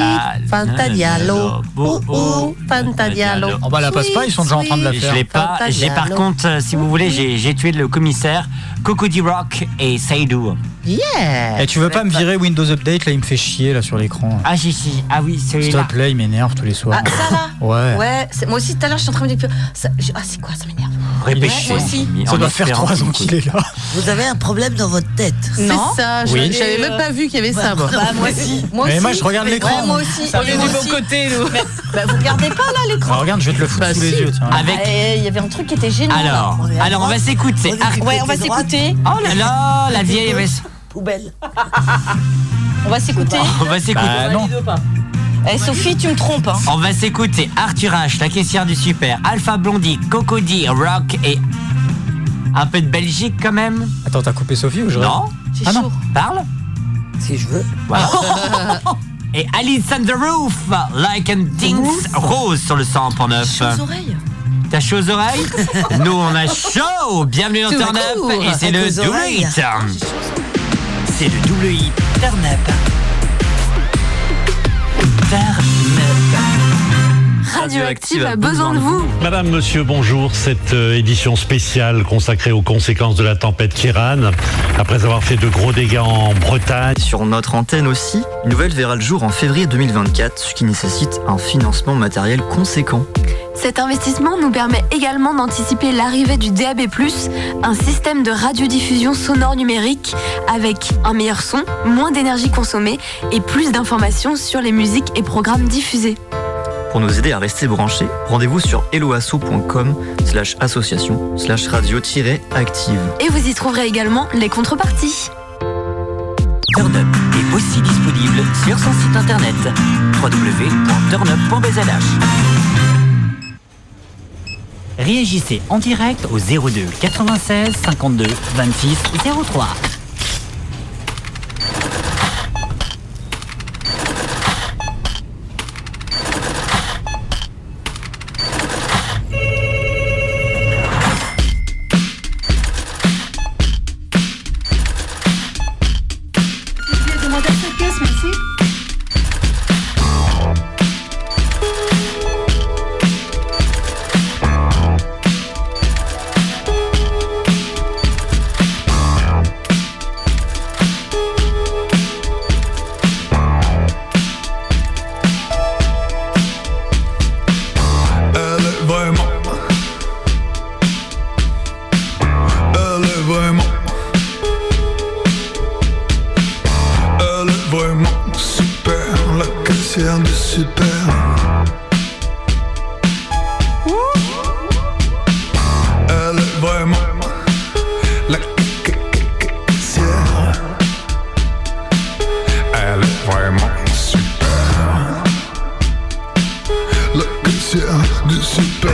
Fantadialo. Oh, oh. Fantadialo. On va la passe bah, pas, ils sont déjà en train de la faire. Je l'ai pas. J'ai par contre, euh, si vous voulez, j'ai j'ai tué le commissaire Cocody Rock et Seydou. Yeah. Et tu veux pas me virer Windows Update Là, il me fait chier là sur l'écran. Ah si si. Ah oui, S'il celui-là. te plaît, il m'énerve tous les soirs. Ah, ça là Ouais. c'est- moi aussi, tout à l'heure, je suis en train de me dire. ça- je- Ah, c'est quoi Ça m'énerve. Répéchez. Ouais, moi aussi. Ça doit faire trois ans qu'il est là. Vous avez un problème dans votre tête. C'est Non. ça, je- Oui. j'avais même pas vu qu'il y avait ça, moi. Bah, moi aussi. Moi Mais moi, je regarde l'écran. Ouais, moi aussi. Ça vient moi du bon aussi. côté, nous. Mais- bah, vous regardez pas là l'écran. Ah, regarde, je vais te le foutre sous les yeux. tiens. Avec- Ah, eh, Il y avait un truc qui était génial. Alors, là. alors on va s'écouter. On est du Ar- Ouais, on va s'écouter. Oh là là, la vieille. MS. Poubelle. On va s'écouter. On va s'écouter. Bah, non. Bah, Eh, Sophie, tu me trompes. hein. On va s'écouter Arthur H, la caissière du super, Alpha Blondie, Cocody, Rock et un peu de Belgique quand même. Attends, t'as coupé Sophie ou je Non. Ah non. Parle. Si je veux. Voilà. et Alice and the Roof, Like and Things, Rose sur le 100.9. Aux oreilles. T'as chaud aux oreilles Nous on a chaud Bienvenue dans Tout Turn court. Up et c'est le Avec aux double oreilles. hit C'est le double hit Turn Up Radioactive bah, a besoin de vous. Madame, monsieur, bonjour. Cette euh, édition spéciale consacrée aux conséquences de la tempête Kiran, après avoir fait de gros dégâts en Bretagne. Sur notre antenne aussi, une nouvelle verra le jour en février 2024, ce qui nécessite un financement matériel conséquent. Cet investissement nous permet également d'anticiper l'arrivée du DAB+, un système de radiodiffusion sonore numérique avec un meilleur son, moins d'énergie consommée et plus d'informations sur les musiques et programmes diffusés. Pour nous aider à rester branchés, rendez-vous sur eloasso.com slash association slash radio-active. Et vous y trouverez également les contreparties. Turn Up est aussi disponible sur son site internet www.turnup.bzh Réagissez en direct au 02 96 52 26 03. Demandez cette pièce, merci. Elle est vraiment. Elle est vraiment. Elle est vraiment super, la caissière du super. Elle est vraiment la ca- ca- ca- caissière. Elle est vraiment super. La caissière du super.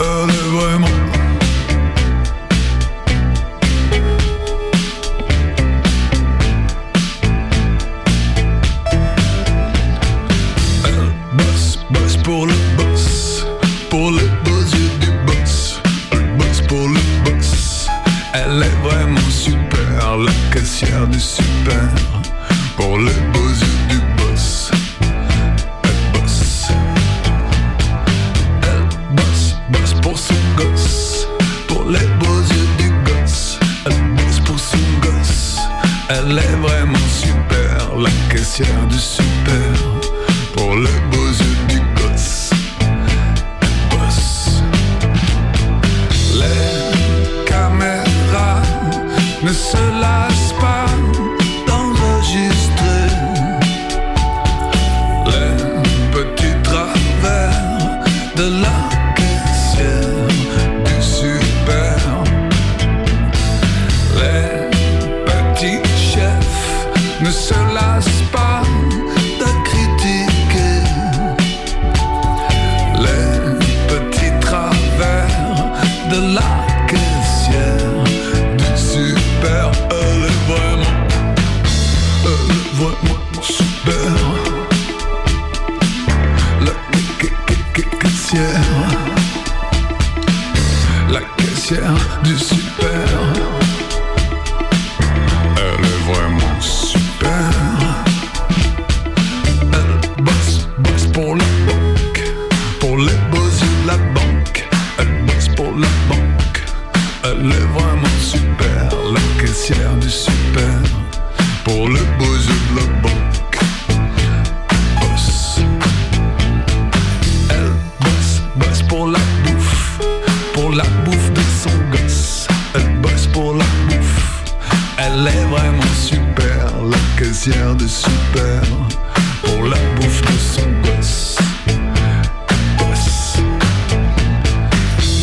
Elle est vraiment. Elle bosse, bosse pour le boss, pour les beaux yeux du boss. Elle bosse pour le boss. Elle est vraiment super, la caissière du super. Pour les beaux yeux du boss. Elle bosse. Elle bosse, bosse pour son gosse, pour les beaux yeux du gosse. Elle bosse pour son gosse. Elle est vraiment super, la caissière du super. Pour les beaux yeux du gosse, elle bosse. Les caméras ne se lassent pas d'enregistrer caissière de super pour la bouffe de son gosse. Gosse.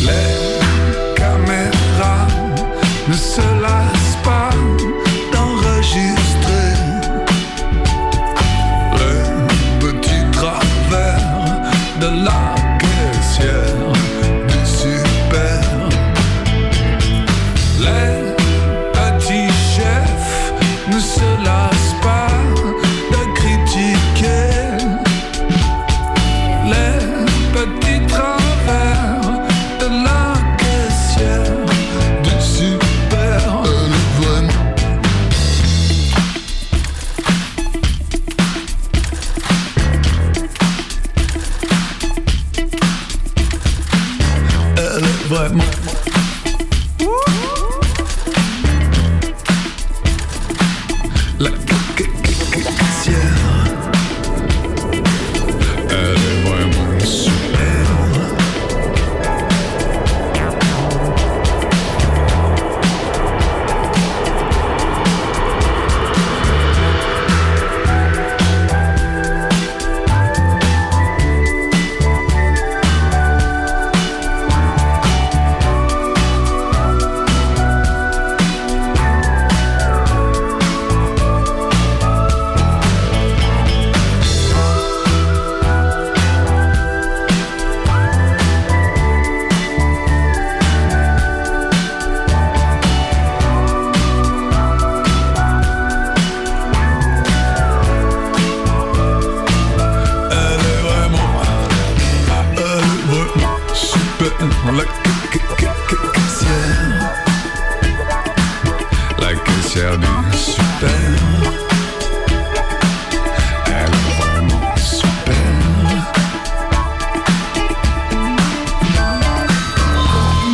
Les caméras ne se lassent pas d'enregistrer le petit travers de la caissière du super. Les petits chefs ne se lassent pas de critiquer les petits travers de la caissière du super Eleven. Elle est vraiment la caissière. Elle est vraiment superbe. Elle est vraiment, elle est vraiment super. La ca- ca- ca- ca- caissière, la caissière du super. Elle est vraiment super.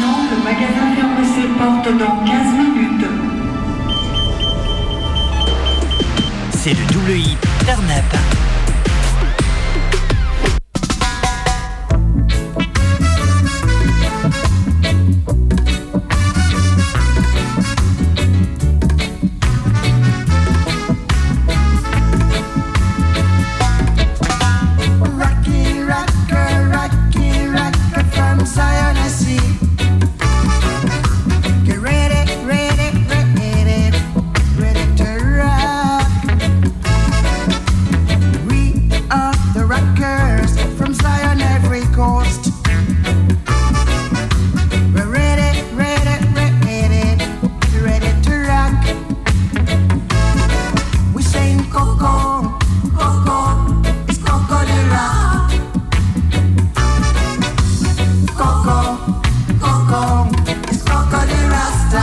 Non, le magasin ferme ses portes dans 15 minutes. C'est le double hit turn up. Rocky, rocker, rocky, rocker from Zionist. Get ready, ready, ready, ready to rock. We are the rockers from Zion every coast. We're ready, ready, ready, ready to rock. We sing Coco, Coco. It's Coco de Rock. Coco, Coco, it's Coco de Rasta.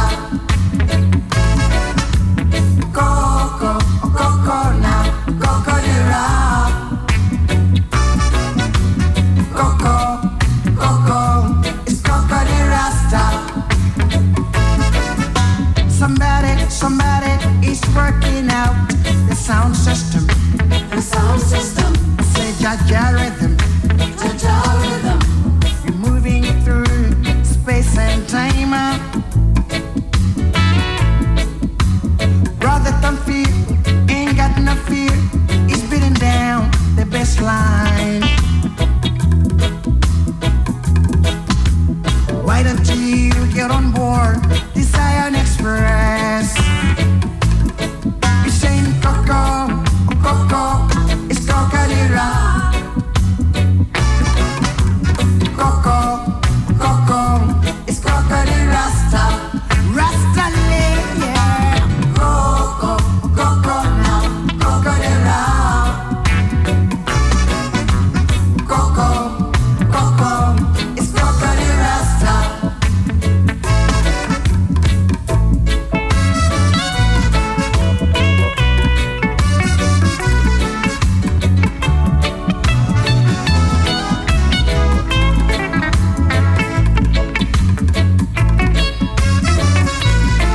Coco, oh, Coco now, Coco de Rock. Coco, Coco, it's Coco de Rasta. Somebody, somebody is working out the sound system. The sound system. Say Jaja rhythm. Jaja rhythm. You're moving through space and time. Brother, don't fear. Ain't got no fear. It's beating down the best line. Why don't you get on board the Zion Express? You're saying Coco, Coco, it's Coca-Cola. Coco, Coco, it's Coca-Cola Rasta. Rasta lady, yeah. Coco, Coco now, Coca-Cola. Coco, Coco, it's Coca-Cola Rasta. Coco, Oh,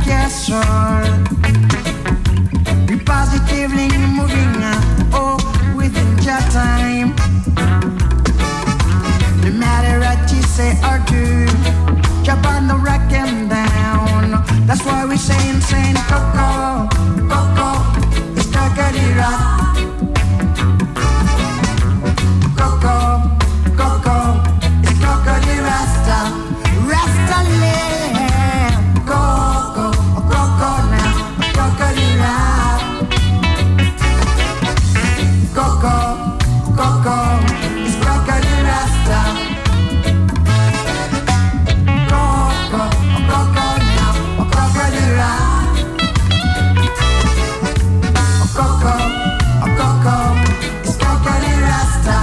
control. You positively moving uh, oh within your time. No matter what you say or do, jump on the rock and down. That's why we say insane Coco, Coco, it's Cockatoo Rock. Coco, Coco, it's Cockatoo Rasta, Rasta Land. Coco, oh, Coco now, Cockatoo Rock. Coco, Coco, it's Cockatoo Rasta. Coco, oh, Coco now, oh, Cockatoo Rock. Oh, Coco, oh, Coco, it's Cockatoo Rasta.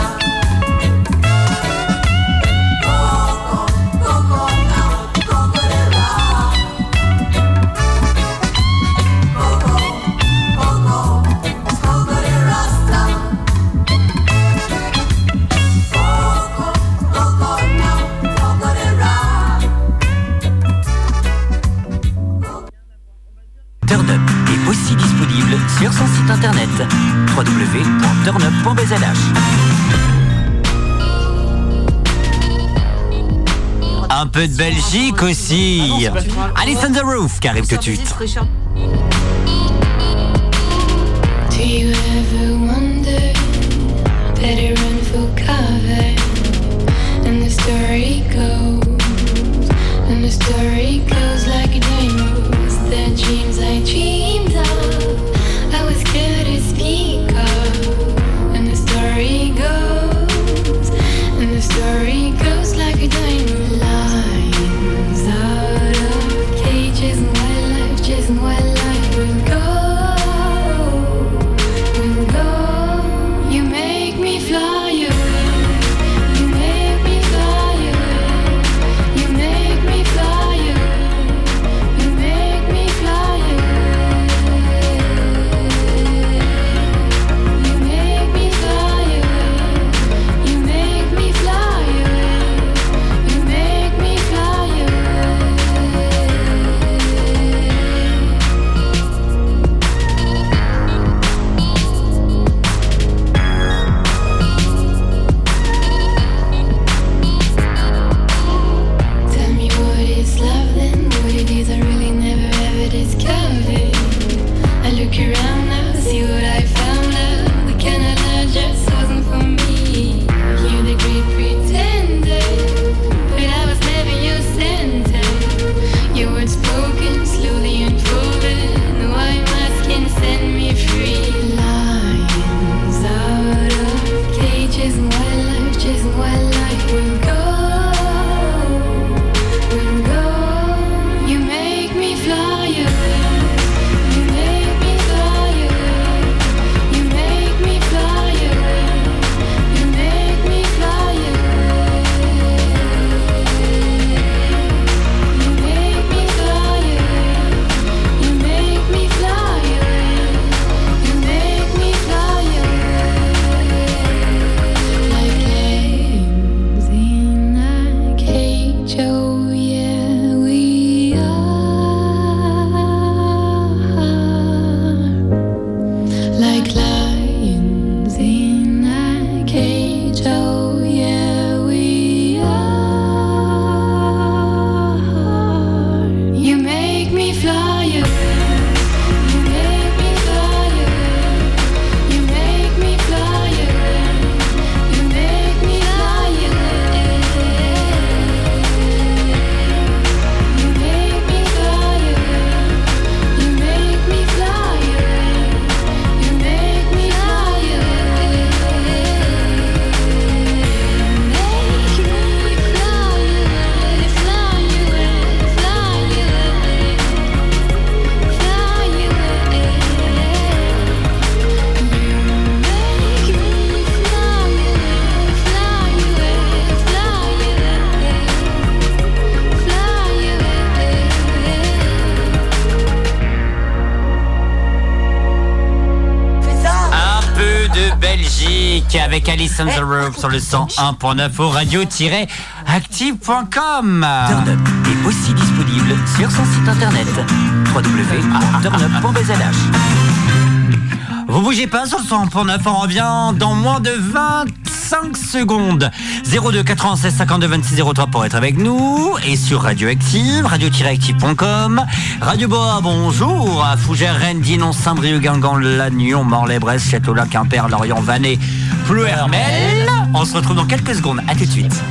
Coco, Coco now, Cockatoo Rock. Coco, Coco, it's Cockatoo Rasta. Coco, Coco now, Cockatoo Rock. Turnup est aussi disponible sur son site internet www.turnup.bzh. Un peu de Belgique aussi. Alice on the Roof qui arrive tout de suite. Do you ever wonder? Better run for cover. And the story goes, and the story goes like a dreams. The dreams I dreamed of, I was scared to speak of. And the story goes, and the story goes like a diamond. Lions out of cages and wildlife, chasing wildlife. oh, Belgique avec Alice on the Roof sur le 101.9 au radio-active.com. Turn Up est aussi disponible sur son site internet www.turnup.bzh. Vous bougez pas sur le 100.9, on revient dans moins de 25 secondes. 02 96 52 26 03 pour être avec nous et sur Radioactive, radio-active.com, Radio Boa, bonjour, à Fougères, Rennes, Dinon, Saint-Brieuc, Guingamp, Lannion, Morlaix, Brest, Châteaulac, Quimper, Lorient, Vannes, Pleuhermel. On se retrouve dans quelques secondes, à tout de suite.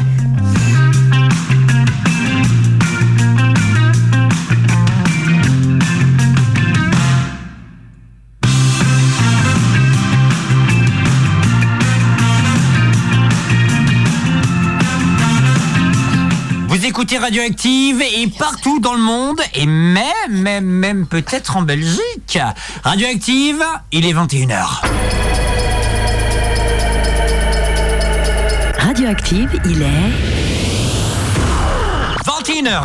Vous écoutez Radioactive et partout dans le monde et même, même, même peut-être en Belgique. Radioactive, il est 21h. Radioactive, il est 21h.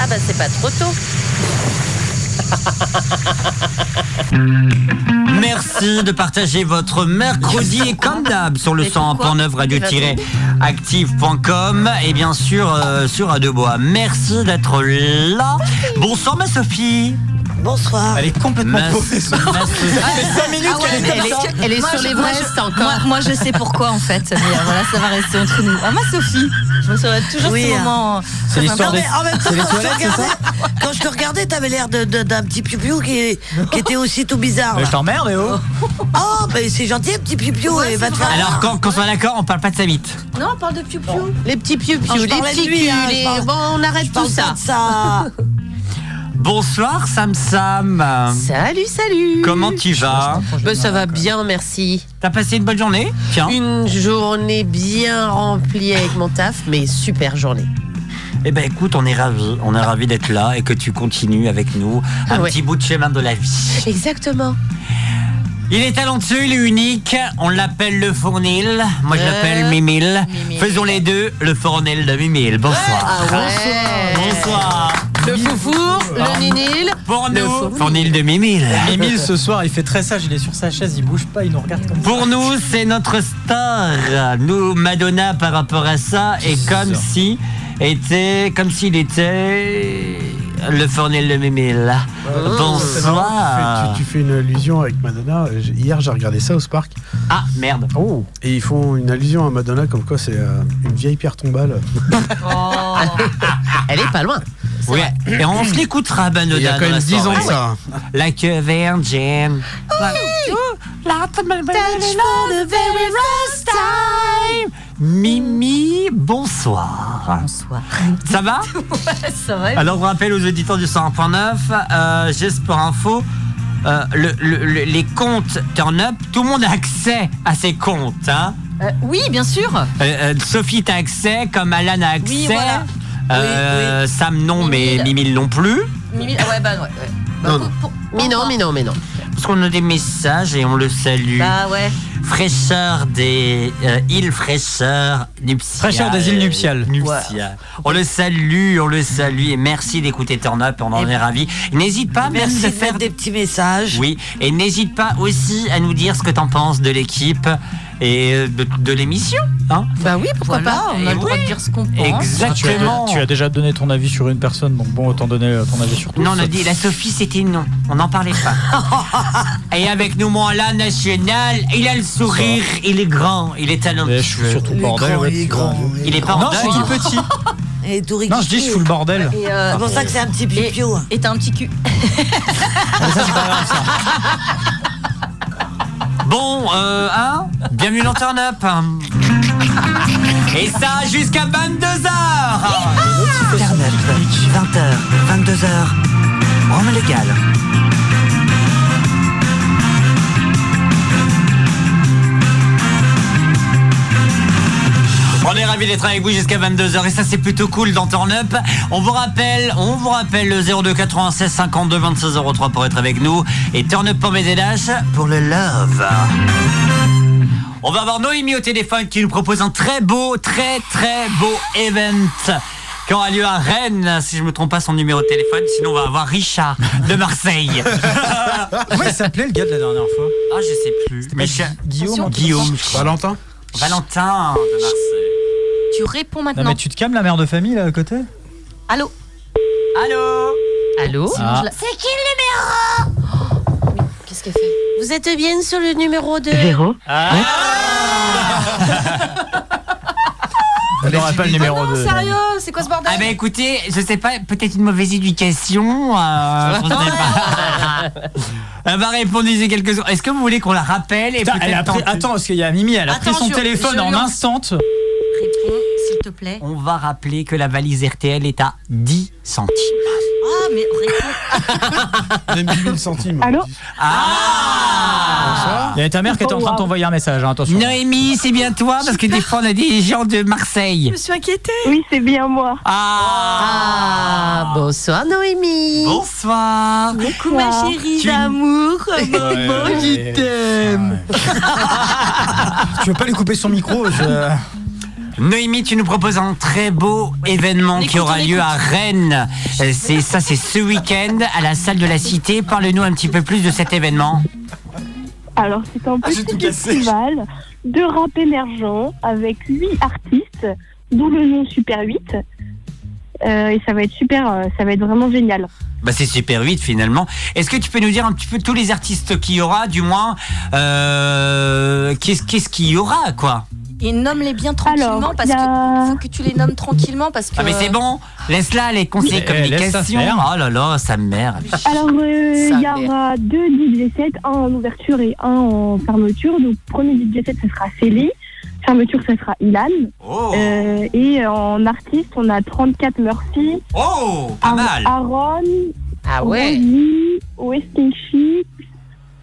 Ah bah c'est pas trop tôt. Merci de partager votre mercredi et comme d'hab sur le 101.9 radio-active.com et bien sûr euh, sur Radio Bois. Merci d'être là. Bonsoir ma Sophie. Bonsoir. Elle est complètement paumée, Sophie. Ah, elle, est elle est Moi, sur je- les moi, vestes je- encore. moi- moi, je sais pourquoi en fait. Mais euh, voilà, ça va rester entre nous. Ah, ma Sophie, je me souviens toujours Oui, ce hein. moment. euh, Non, mais en même temps, quand je te regardais, quand je te regardais, t'avais l'air de- de- d'un petit piou qui, qui était aussi tout bizarre. Mais là. je t'emmerde, Léo. Oh, mais c'est gentil, un petit piou et va te faire. Alors quand, quand on soit d'accord, on parle pas de sa bite. Non, on parle de piou piou. Les petits piou Oh, je piou, les parlais de petits lui, culs, hein, je les- parle- Bon, on arrête parle tout ça. pas de ça. Bonsoir Sam Sam. Salut, salut. Comment tu vas Ben, ça va bien, merci. T'as passé une bonne journée Tiens. Une journée bien remplie avec mon taf, mais super journée. Eh ben écoute, on est ravis, on est ravis d'être là et que tu continues avec nous Ah un Ouais. petit bout de chemin de la vie. Exactement. Il est talentueux, il est unique. On l'appelle le fournil. Moi, je Euh, l'appelle Mimil. Faisons les deux, le fournil de Mimil. Bonsoir. Ah Bonsoir. Le foufour, Pardon. le ninil. Pour Le nous, fournil. fournil de Mimil. Émile, ce soir, il fait très sage, il est sur sa chaise, il bouge pas, il nous regarde comme Pour nous, c'est notre star. Nous, Madonna, par rapport à ça, est comme si était, comme s'il était le fournil de Mimil. Bonsoir. Oh, Tu, fais- tu fais une allusion avec Madonna. J- Hier, j'ai regardé ça au Spark. Ah, merde. Oh. Et ils font une allusion à Madonna comme quoi c'est euh, une vieille pierre tombale. Elle est pas loin. Oui, et on se l'écoutera, Madonna. Il y a quand dans même la 10 ans de soirée. ça. La queue virgin. Mimi, bonsoir. Bonsoir. Ça va ça va. Alors, on rappelle aux auditeurs du 101.9, euh, juste pour info, euh, le- le- le- les comptes Turn Up, tout le monde a accès à ces comptes. hein. Euh, oui, bien sûr. Euh, euh, Sophie, t'as accès, comme Alan a accès. Oui, voilà. Euh, Sam, non, mais Mimi non plus. Mimi- ah ouais, bah ouais. ouais. Non, non. Mais non, mais non, mais non. Parce qu'on a des messages et on le salue. Bah ouais. Fraîcheur des euh, îles, fraîcheur nuptiale. Fraîcheur des îles nuptiales. Nuptiale. On le salue, on le salue et merci d'écouter Turn Up, on en est ravis. N'hésite pas, même Merci de de faire mettre des petits messages. Oui, et n'hésite pas aussi à nous dire ce que t'en penses de l'équipe et euh, de, de l'émission. Hein bah oui, pourquoi pas, on a le droit de dire ce qu'on pense. Exactement. Tu as, déjà donné ton avis sur une personne, donc bon, autant donner euh, ton avis sur tout. Non, on a dit la Sophie, c'était non. On n'en parlait pas. et avec nous, mon Alain National, il a le sourire, il est grand, il est talentueux. Eh, surtout pas en deuil, ouais, tu vois. Il est pas Non, en deuil. je dis petit. Et tout Non, je dis, je fous le bordel. Et, euh, C'est pour ça que c'est un petit pipiou. Et t'as un petit cul. Bon, euh, hein Bienvenue dans Turn Up. Et ça jusqu'à 22h. 20h, 22h, Rome légale. On est ravis d'être avec vous jusqu'à 22h et ça c'est plutôt cool dans Turn Up. On vous rappelle, on vous rappelle le 02 96 52 26 03 pour être avec nous et Turn Up pour mes pour le love. On va avoir Noémie au téléphone qui nous propose un très beau, très très beau event qui aura lieu à Rennes, si je me trompe pas son numéro de téléphone, sinon on va avoir Richard de Marseille. Comment il s'appelait le gars de la dernière fois Ah, je sais plus. Mais je- Guillaume. Guillaume. Valentin. Valentin de Marseille. Tu réponds Non maintenant. mais tu te calmes la mère de famille là à côté. Allô Allô Allô Ah. C'est qui le numéro Qu'est-ce qu'elle fait Vous êtes bien sur le numéro de. Véro Ah. Elle n'aurait pas le numéro de. c'est quoi ce bordel Euh, Ah bah écoutez, je sais pas, peut-être une mauvaise éducation, euh, je sais pas. Elle va répondre d'ici quelques secondes. Est-ce que vous voulez qu'on la rappelle et Putain, elle a peut-être pris- tenter- Attends, parce qu'il y a Mimi, elle a pris Attends, son je- téléphone je en lance. instant. Réponds, s'il te plaît. On va rappeler que la valise RTL est à 10 centimes. Ah, mais Même 10 000 centimes. Allô Ah Il y a ta mère qui était en train de t'envoyer un message, hein, attention. Noémie, c'est bien toi parce que des fois on a des gens de Marseille. suis inquiétée. Oui, c'est bien moi. Ah, bonsoir Noémie. Bonsoir. Coucou ma chérie d'amour. Maman, je t'aime. Ah Tu veux pas lui couper son micro je- Noémie, tu nous proposes un très beau événement qui aura lieu à Rennes. Euh, C'est ça, c'est ce week-end à la salle de la Cité. Parle-nous un petit peu plus de cet événement. Alors, c'est Ah, un petit festival de rap émergent avec 8 artistes, d'où le nom Super 8. Euh, et ça va être super, euh, ça va être vraiment génial. Bah, c'est super vite finalement. Est-ce que tu peux nous dire un petit peu tous les artistes qu'il y aura, du moins euh, qu'est-ce qu'est-ce qu'il y aura quoi Et nomme-les bien tranquillement Alors, parce il y que faut que tu les nommes tranquillement parce que. Ah euh, mais c'est bon, laisse-la les conseillers Eh, laisse-la communication. faire. Oh là là, sa mère. Alors, euh, Sa il y aura deux DJ sets, un en ouverture et un en fermeture. Donc, premier DJ set, ça sera Célie. Fermeture, ça sera Ilan. Oh. Euh, et en artiste, on a 34 Murphy. Oh, pas Ar- mal. Aaron. Ah ouais. Rosie, Westing Chic,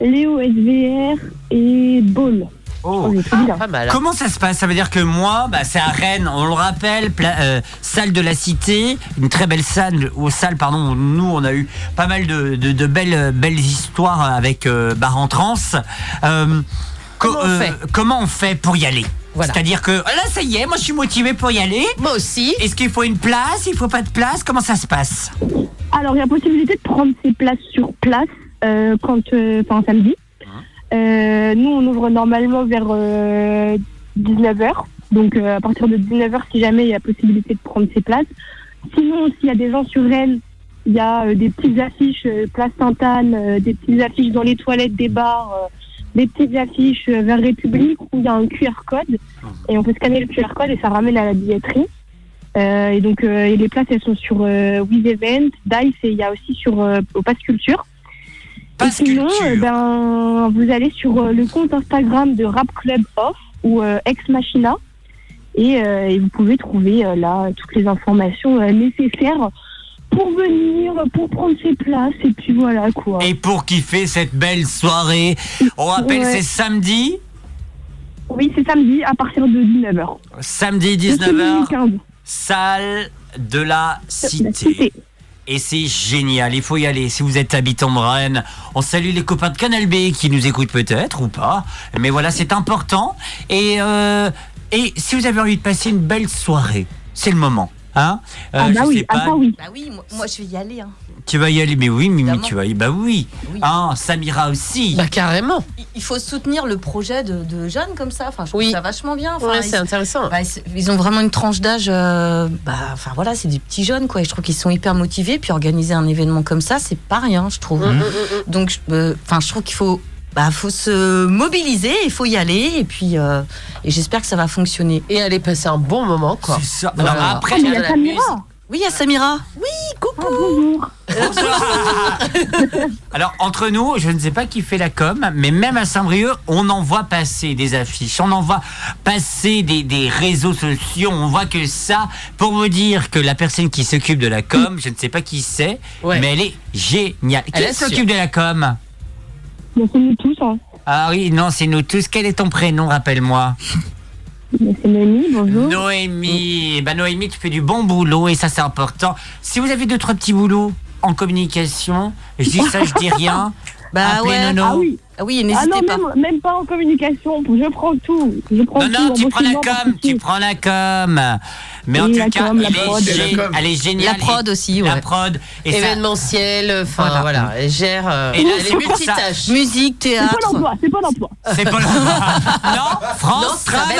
Léo SVR et Ball. Oh, Ah, pas mal. hein. Comment ça se passe Ça veut dire que moi, bah, c'est à Rennes, on le rappelle, pla- euh, salle de la Cité, une très belle salle, ou salle, pardon, où nous on a eu pas mal de, de- de belles, euh, belles histoires avec euh, Bar en Trans. Euh, co- Comment on euh, fait comment on fait pour y aller Voilà. C'est-à-dire que ah, là, ça y est, moi je suis motivé pour y aller. Moi aussi. Est-ce qu'il faut une place Il faut pas de place Comment ça se passe Alors, il y a possibilité de prendre ses places sur place euh, quand, euh, enfin, samedi. Euh, nous, on ouvre normalement vers 19h. Donc, euh, à partir de 19h, si jamais il y a possibilité de prendre ses places. Sinon, s'il y a des gens sur Rennes, il y a euh, des petites affiches euh, Place Sainte-Anne, euh, des petites affiches dans les toilettes des bars, euh, des petites affiches euh, vers République où il y a un QR code. Et on peut scanner le QR code et ça ramène à la billetterie. Euh, et donc euh, et les places elles sont sur euh, With Event, Dice et il y a aussi sur euh, au Pass Culture. et sinon, euh, ben, vous allez sur euh, le compte Instagram de Rap Club Off ou euh, Ex Machina et, euh, et vous pouvez trouver euh, là toutes les informations euh, nécessaires pour venir, pour prendre ses places et puis voilà quoi. Et pour kiffer cette belle soirée, on rappelle, Ouais. c'est samedi, Oui, c'est samedi à partir de 19h. samedi Le 19h. week-end. Salle de la Cité. Et c'est génial, il faut y aller. Si vous êtes habitant de Rennes, on salue les copains de Canal B qui nous écoutent peut-être ou pas. Mais voilà, c'est important. Et, euh, et si vous avez envie de passer une belle soirée, c'est le moment. Hein Euh, ah bah je oui, sais pas, ah bah oui. Bah oui, moi, moi, je vais y aller. hein. Tu vas y aller, mais oui, Mimi, Évidemment. tu vas y Bah oui. Oui. Hein, Samira aussi. Bah carrément. Il- Il faut soutenir le projet de, de jeunes comme ça. Enfin, je trouve Oui. ça vachement bien. Enfin, Ouais, ils- c'est intéressant. bah, c'est- ils ont vraiment une tranche d'âge. euh, bah, enfin voilà, c'est des petits jeunes quoi. Et je trouve qu'ils sont hyper motivés. Puis organiser un événement comme ça, c'est pas rien, je trouve. Mm, mm, Donc, je- euh, enfin, je trouve qu'il faut, bah, faut se mobiliser, il faut y aller. Et puis, euh, et j'espère que ça va fonctionner. Et aller passer un bon moment quoi. C'est ça. Voilà. Alors Ah, après, mais il y a il y a la Samira. musique. Oui, à Samira. Ah, Oui, coucou. Alors entre nous, je ne sais pas qui fait la com, mais même à Saint-Brieuc, on en voit passer des affiches, on en voit passer des, des réseaux sociaux, on voit que ça, pour vous dire que la personne qui s'occupe de la com, je ne sais pas qui c'est, Ouais. mais elle est géniale. Elle Qui est sûre. s'occupe de la com Bon, c'est nous tous. Hein. Ah oui, non, c'est nous tous. Quel est ton prénom, rappelle-moi Mais C'est Noémie, bonjour. Noémie. Eh Ben Noémie, tu fais du bon boulot et ça c'est important. Si vous avez deux trois petits boulots en communication, je dis ça, je dis rien. Bah Appelez ouais. Nono. Ah oui. Ah oui, Ah n'hésitez non, pas. Même, même pas en communication. Je prends tout. Je prends Non, tout. non, tu en prends la bossant, parce que com, tu prends la com. Mais en Oui, tout la cas, com, la elle, prod. est gé- La com. elle est géniale. La prod aussi, La prod. Et ça- événementiel, enfin Voilà. voilà. elle gère euh, Et là, elle c'est est pour ça- multitâche. Musique, C'est pas l'emploi, c'est pas l'emploi. C'est pas non, France Travail.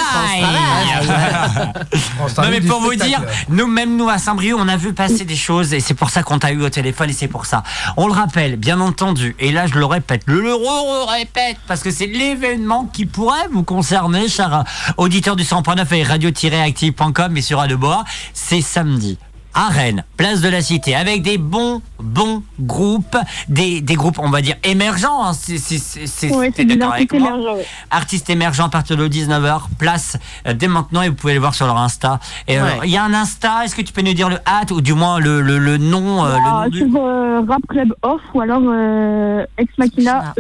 Non, mais pour vous dire, nous, même nous à Saint-Brieuc, on a vu passer des choses et c'est pour ça qu'on t'a eu au téléphone et c'est pour ça. On le rappelle, bien entendu, et là je le répète, le le re- re- répète, parce que c'est l'événement qui pourrait vous concerner, chers auditeurs du 100.9 et radio-active.com et sur Adebois, c'est samedi. À Rennes, place de la Cité, avec des bons, bons groupes, des, des groupes, on va dire, émergents. hein. C'est- c'est- c'est- c'est- Ouais, t'es c'est des d'accord avec artistes moi émergents, ouais. Artistes émergents à partir de 19h, place euh, dès maintenant et vous pouvez le voir sur leur Insta. Et Ouais. alors, il y a un Insta, est-ce que tu peux nous dire le hâte ou du moins le, le, le nom, euh, le Ah, nom du- sur euh, Rap Club Off ou alors euh, Ex Machina,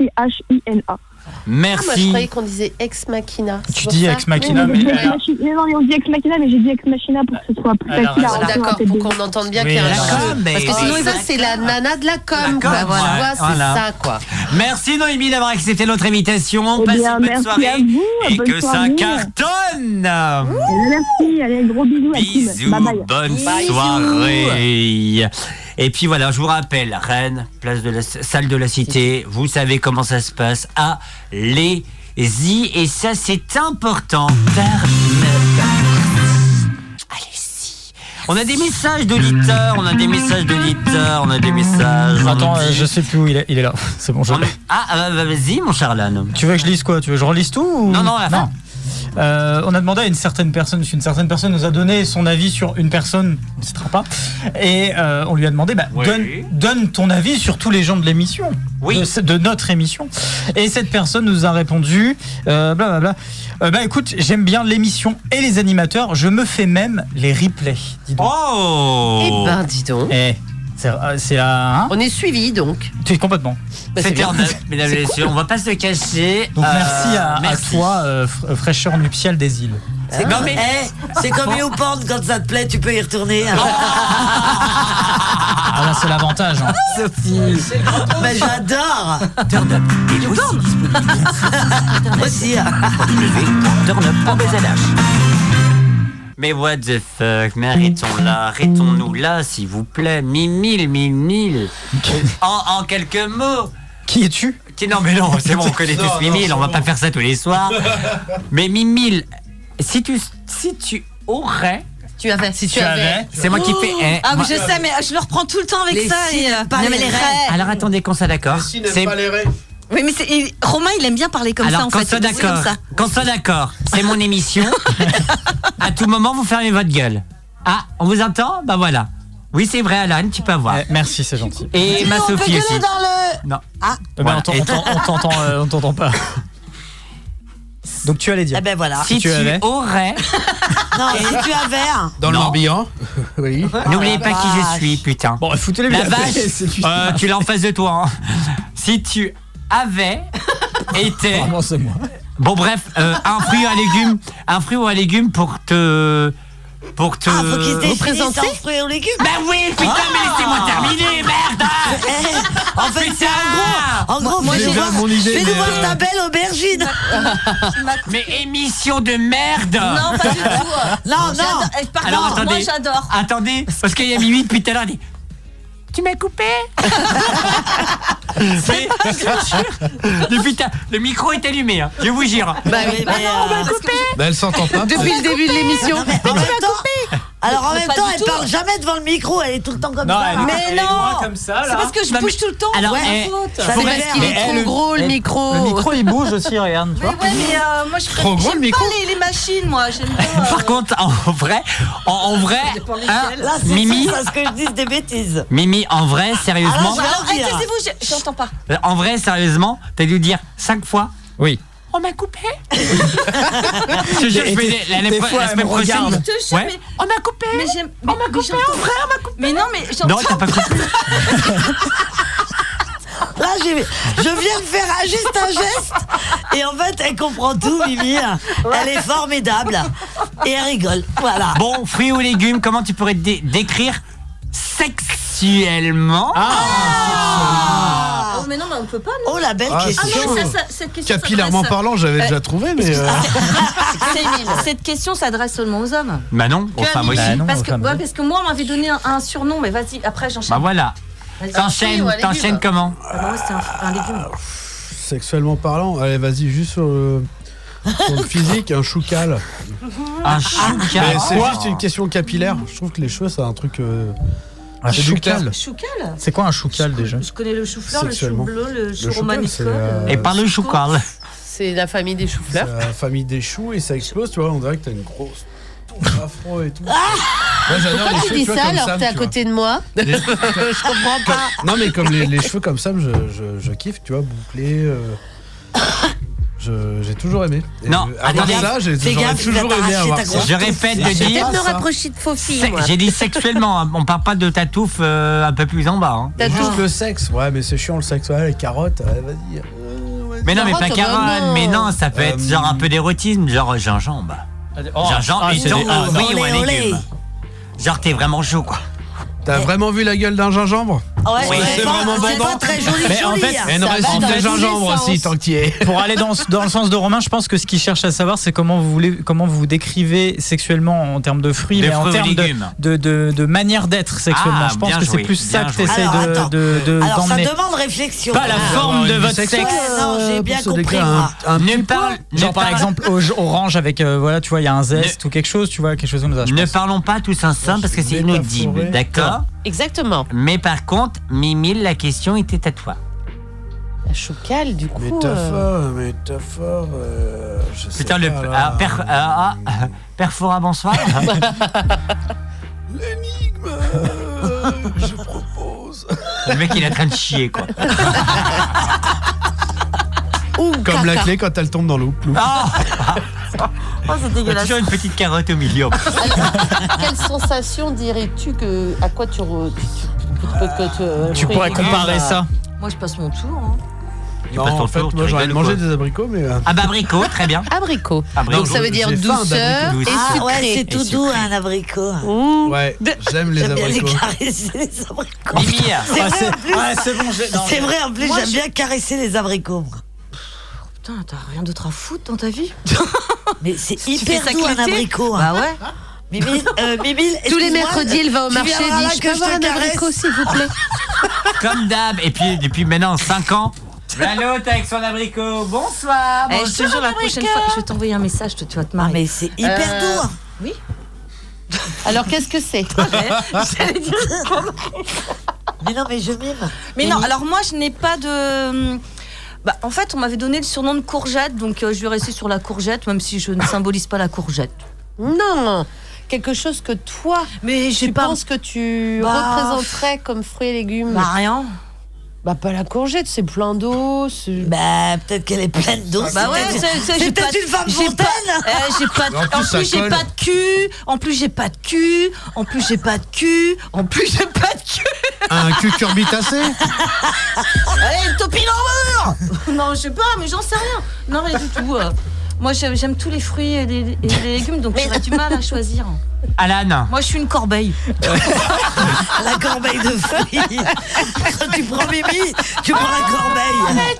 E-X-M-A-C-H-I-N-A. Ah, Moi, je Merci. croyais qu'on disait ex machina. c'est Tu pour dis ça. ex Ah, machina, Mais Ex Machi- mais non, mais on dit Ex Machina, mais j'ai dit Ex Machina pour que ce soit plus Ah, Alors, facile à voilà, rentrer dans la d'accord, tête pour des gens. qu'on entende bien Oui, qu'il y a un la jeu. com, mais- Parce que sinon, mais- ça, c'est la nana de la com. quoi, com, Bah, voilà, ouais, tu vois, c'est voilà. ça, quoi. Merci Noémie d'avoir accepté notre invitation. Eh Passez bien, une bonne merci soirée à vous, et bonne que soirée. ça cartonne. Merci, allez, gros bisous à Bisous, tous. Bye bye. bonne soirée. Et puis voilà, je vous rappelle, Rennes, place de la salle de la cité, vous savez comment ça se passe. Allez-y, et ça c'est important. Allez-y. On a des messages d'auditeurs, on a des messages d'auditeurs, on a des messages. Attends, On euh, dit- je sais plus où il est. Il est là. C'est bon, je l'ai. Ah, ah, bah, vas-y, mon Charlan. Tu veux que je lise quoi Tu veux que je relise tout ou- Non, non, à la fin. Euh, on a demandé à une certaine personne, parce qu'une certaine personne nous a donné son avis sur une personne, on ne citera pas, et euh, on lui a demandé, bah, Oui. donne, donne ton avis sur tous les gens de l'émission, oui. de, de notre émission. Et cette personne nous a répondu, euh, blablabla, Euh, bah écoute, j'aime bien l'émission et les animateurs, je me fais même les replays. Dis donc. Oh Eh ben, dis donc. Eh, c'est euh, c'est la... hein On est suivi, donc. Tu es complètement. Bah, C'est c'est bien. terminé, mesdames et C'est messieurs, cool. on va pas se le cacher. Donc Euh, merci, à, à toi, euh, fra- fraîcheur nuptiale des îles. C'est Non, comme, mais- eh, c'est comme YouPorn, quand ça te plaît, tu peux y retourner. Ah là, c'est l'avantage. hein. Bah, Mais j'adore Il est aussi disponible. Aussi. hein. Eh ben, Mais what the fuck, mais arrêtons là, arrêtons-nous là, s'il vous plaît. Mimille, mille En, en quelques mots. Qui es-tu Non, mais non, c'est bon, on connaît Non, tous non, Mimille, c'est on va bon. pas faire ça tous les soirs. mais Mimille, si tu, si tu aurais. Tu avais. Si tu avais. C'est moi qui fais, eh, ah, mais moi- je sais, mais je le reprends tout le temps avec Les ça. signes, et, pas les raies. Alors attendez, qu'on soit d'accord. C'est- Oui, mais c'est- et Romain, il aime bien parler comme Alors, ça en quand fait. soit il dit comme d'accord, ça. quand soit d'accord, c'est mon émission. à tout moment, vous fermez votre gueule. Ah, on vous entend Bah voilà. Oui, c'est vrai, Alan, tu peux avoir. Eh, merci, c'est gentil. Et ma Sophie aussi. le. Non. Ah. Eh ben, Voilà. on t'en- Et- on t'en- on t'entend, euh, on t'entend pas. Donc tu allais dire. Eh ben voilà. Si tu avais. aurais. Non, si tu avais. un. Dans le Morbihan Oui. N'oubliez pas qui je suis, putain. Bon, foutez-les La bien. vache, C'est juste- euh, tu l'as en face de toi. hein. Si tu avais été. Vraiment, c'est moi. Bon, bref, euh, un fruit ou un légume. Un fruit ou un légume pour te. Pour te. Ah, faut Euh, qu'il se définisse représenter en fruits et légumes. Ah. Bah Ben oui, putain, mais laissez-moi terminer, merde Eh, En fait, c'est en gros, en gros, Moi, fais-nous j'ai Oh, voir, pas mon idée, fais-nous mais, voir euh, ta belle aubergine. Mais émission de merde Non, pas du tout. Non, non. J'adore- eh, Par Alors contre, moi attendez, j'adore. attendez, parce qu'il y a Mimi depuis tout à l'heure, elle dit Tu m'as coupé Mais- Depuis ta- Le micro est allumé, hein, je vous jure. Bah oui, mais, euh, Ben, Bah, elle s'entend pas. Depuis le début de l'émission. en même temps, alors en Mais même pas temps, du elle tout. parle jamais devant le micro, elle est tout le temps comme Non, ça. elle est- Mais elle est non. loin comme ça, là. C'est parce que je Non, bouge mais- tout le temps, Alors, eh, faute. faut rester- mais eh, le- eh, Le micro il bouge aussi, regarde. tu Mais ouais, vois. mais euh, moi je préfère- Trop gros, le j'aime micro. pas les, les machines, moi. J'aime pas. euh, Par contre, en vrai, en, en vrai, Ça dépend hein, lesquels. Là, c'est Mimi, ça, parce que je dise des bêtises. Mimi, en Ah, vrai, sérieusement, Alors, alors, eh, taisez-vous, je- j'entends pas. en vrai, sérieusement, t'as dû dire cinq fois Oui. On m'a coupé. hein. Je te jure, je vais Des- la, la- des la fois, elle semaine me prochaine. regarde. Je te jure, Ouais. mais on m'a coupé. Mais j'aime. On m'a coupé, on frère, on m'a coupé. Mais non, mais Non, j'entends. t'as pas coupé. Là, j'ai- je viens de faire un- juste un geste. Et en fait, elle comprend tout, Mimi. Elle est formidable. Et elle rigole. Voilà. Bon, fruits ou légumes, comment tu pourrais te dé- décrire sexuellement Ah, Ah, mais non, mais on peut pas. Oh la belle ah, question. non, ça, ça- cette question Capillairement s'adresse- parlant, j'avais Euh, déjà trouvé, mais. euh, c'est- Cette question s'adresse seulement aux hommes. Bah non, Que aux à femmes midi. aussi. parce, que, ouais, parce que moi, on m'avait donné un, un surnom, mais vas-y, après j'enchaîne. Bah voilà. Vas-y. T'enchaînes, Ou un légume. t'enchaînes comment Ah bah ouais, c'est un, un légume. Sexuellement parlant, allez, vas-y, juste sur le, sur le physique, un choucal. Un choucal. Ah, Mais C'est Quoi juste une question capillaire. Je trouve que les cheveux, c'est un truc. euh, Un séducteur. choucal. Choucal C'est quoi un choucal déjà Je connais le chou-fleur, le chou Sexuellement. bleu, le chou Le choucal, romanesco. c'est, euh, Et par le choucal. C'est la famille des C'est choux-fleurs. la famille des choux et ça explose, tu vois. On dirait que t'as une grosse touffe afro et tout. Moi, j'adore les Pourquoi tu cheveux, dis tu vois, ça comme alors Sam, que t'es à tu vois. côté de moi Les- Je comprends pas. Non, mais comme les, les cheveux comme ça, je, je, je kiffe, tu vois, bouclés. euh, je- J'ai toujours aimé. Et Non, euh, avoir attendez. ça, j'ai Fais j'aurais gaffe, tu vas toujours aimé t'arracher avoir ta ça. grosse Je touffe. répète de C'est dire- pas Peut-être me ça. rapprocher de Fofi. C'est- J'ai dit sexuellement, hein. on parle pas de ta touffe euh, un peu plus en bas. hein. Juste le sexe, ouais, mais c'est chiant le sexe, ouais, les carottes, ouais, vas-y. euh, ouais, Mais non, mais carottes, pas oh, bah Carole, non. mais non, ça peut être Euh, genre un peu d'érotisme, genre euh, gingembre. oh, gingembre ah, et c'est des- ah, gingembre, oui, olé, ou un olé. légume. Genre t'es vraiment chaud quoi. T'as vraiment vu la gueule d'un gingembre Ouais, Oui. ouais. c'est Pas- vraiment c'est bandant. pas très joli, Mais en joli, fait, hein. il y a une Ça va résine dans de tous les gingembre sens. aussi, tant qu'il y est. Pour aller dans, dans le sens de Romain, je pense que ce qu'il cherche à savoir, c'est comment vous voulez, comment vous vous décrivez sexuellement en termes de fruits, Des mais en fruits et termes de, légumes. de, de- de manière d'être sexuellement. Ah, je pense bien que c'est joué, plus ça bien que tu essaies Alors, de, attends. de, de- Alors ça d'emmener. demande réflexion. Euh, Ah. Pas la forme de votre Ouais, Ah, sexe. Ah, Non, j'ai bien compris. moi. ne parle, Genre par exemple au- orange avec euh, voilà tu vois il y a un zeste ou quelque chose tu vois quelque chose comme ça. ne parlons pas tous ensemble parce que c'est inaudible, Hein d'accord Exactement. Mais par contre, Mimile, la question était à toi. La choucale, du coup. euh, Métaphore, métaphore, euh, je sais Putain, le. pas, là. Ah, per- ah, ah, Perfora, bonsoir. Euh, je propose. le mec, il est en train de chier, quoi. Comme la clé quand elle tombe dans l'eau. Ah Oh, c'est Il y a dégueulasse. toujours une petite carotte au milieu. en Ah, plus. Quelle sensation dirais-tu que à quoi tu re- tu- tu- tu- tu- euh, Tu pourrais comparer ça. Moi, je passe mon tour. hein. Il Non, passe ton en fait, tour, tu moi j'aurais rigoles, mangé quoi. des abricots, mais. euh, Ah bah abricot, très bien. Abricot. Abricot. Donc, ça veut dire J'ai faim douceur d'abricot. et Ah sucré. ouais, c'est tout Et doux un abricot. Ouais, j'aime les J'aime bien les abricots. caresser les abricots. Mimir. C'est Ah, vrai, c'est- en plus- ah, c'est bon, j'ai- non, C'est mais- vrai, en plus, Moi, j'aime je- bien caresser les abricots. moi. Putain, t'as rien d'autre à foutre dans ta vie Mais c'est Tu hyper fais ça doux un cliqueter abricot. hein. Bah ouais. Mimi, euh, Mimi, Tous les excuse-moi, mercredis, elle va au tu marché viendras et là dit Je que peux avoir te un caresse abricot, s'il vous plaît Comme d'hab. Et puis, depuis maintenant 5 ans, la l'autre avec son abricot. Bonsoir. Eh, je bonjour, te jure, la abricot. prochaine fois, je vais t'envoyer un message, tu tu vas te Ah, marrer. mais c'est hyper Euh, doux. Oui. Alors, qu'est-ce que c'est J'allais dire comment. Mais non, mais je mime. Mais non, alors moi, je n'ai pas de. Bah, en fait, on m'avait donné le surnom de courgette, donc euh, je vais rester sur la courgette, même si je ne symbolise pas la courgette. Non Quelque chose que toi, Mais tu j'ai pas. penses que tu Bah, représenterais comme fruits et légumes Bah, rien. Bah, pas la courgette, c'est plein d'eau. c'est- Bah, peut-être qu'elle est pleine d'eau. Bah ouais, peut-être- c'est- c'est- j'ai c'est pas peut-être de- une femme j'ai fontaine. pas- euh, j'ai pas de- En plus, En ça plus, j'ai colle. pas de cul. En plus, j'ai pas de cul. En plus, j'ai pas de cul. En plus, j'ai pas de cul. Un cucurbitacé Allez, topine en mur Non, je sais pas, mais j'en sais rien. Non, rien du tout. euh. Moi, j'aime j'aime tous les fruits et les, et les légumes, donc j'aurais du mal à choisir. Alan. Moi, je suis une corbeille. La corbeille de fruits. Quand tu prends Mimi, tu prends Ah, la corbeille. Mais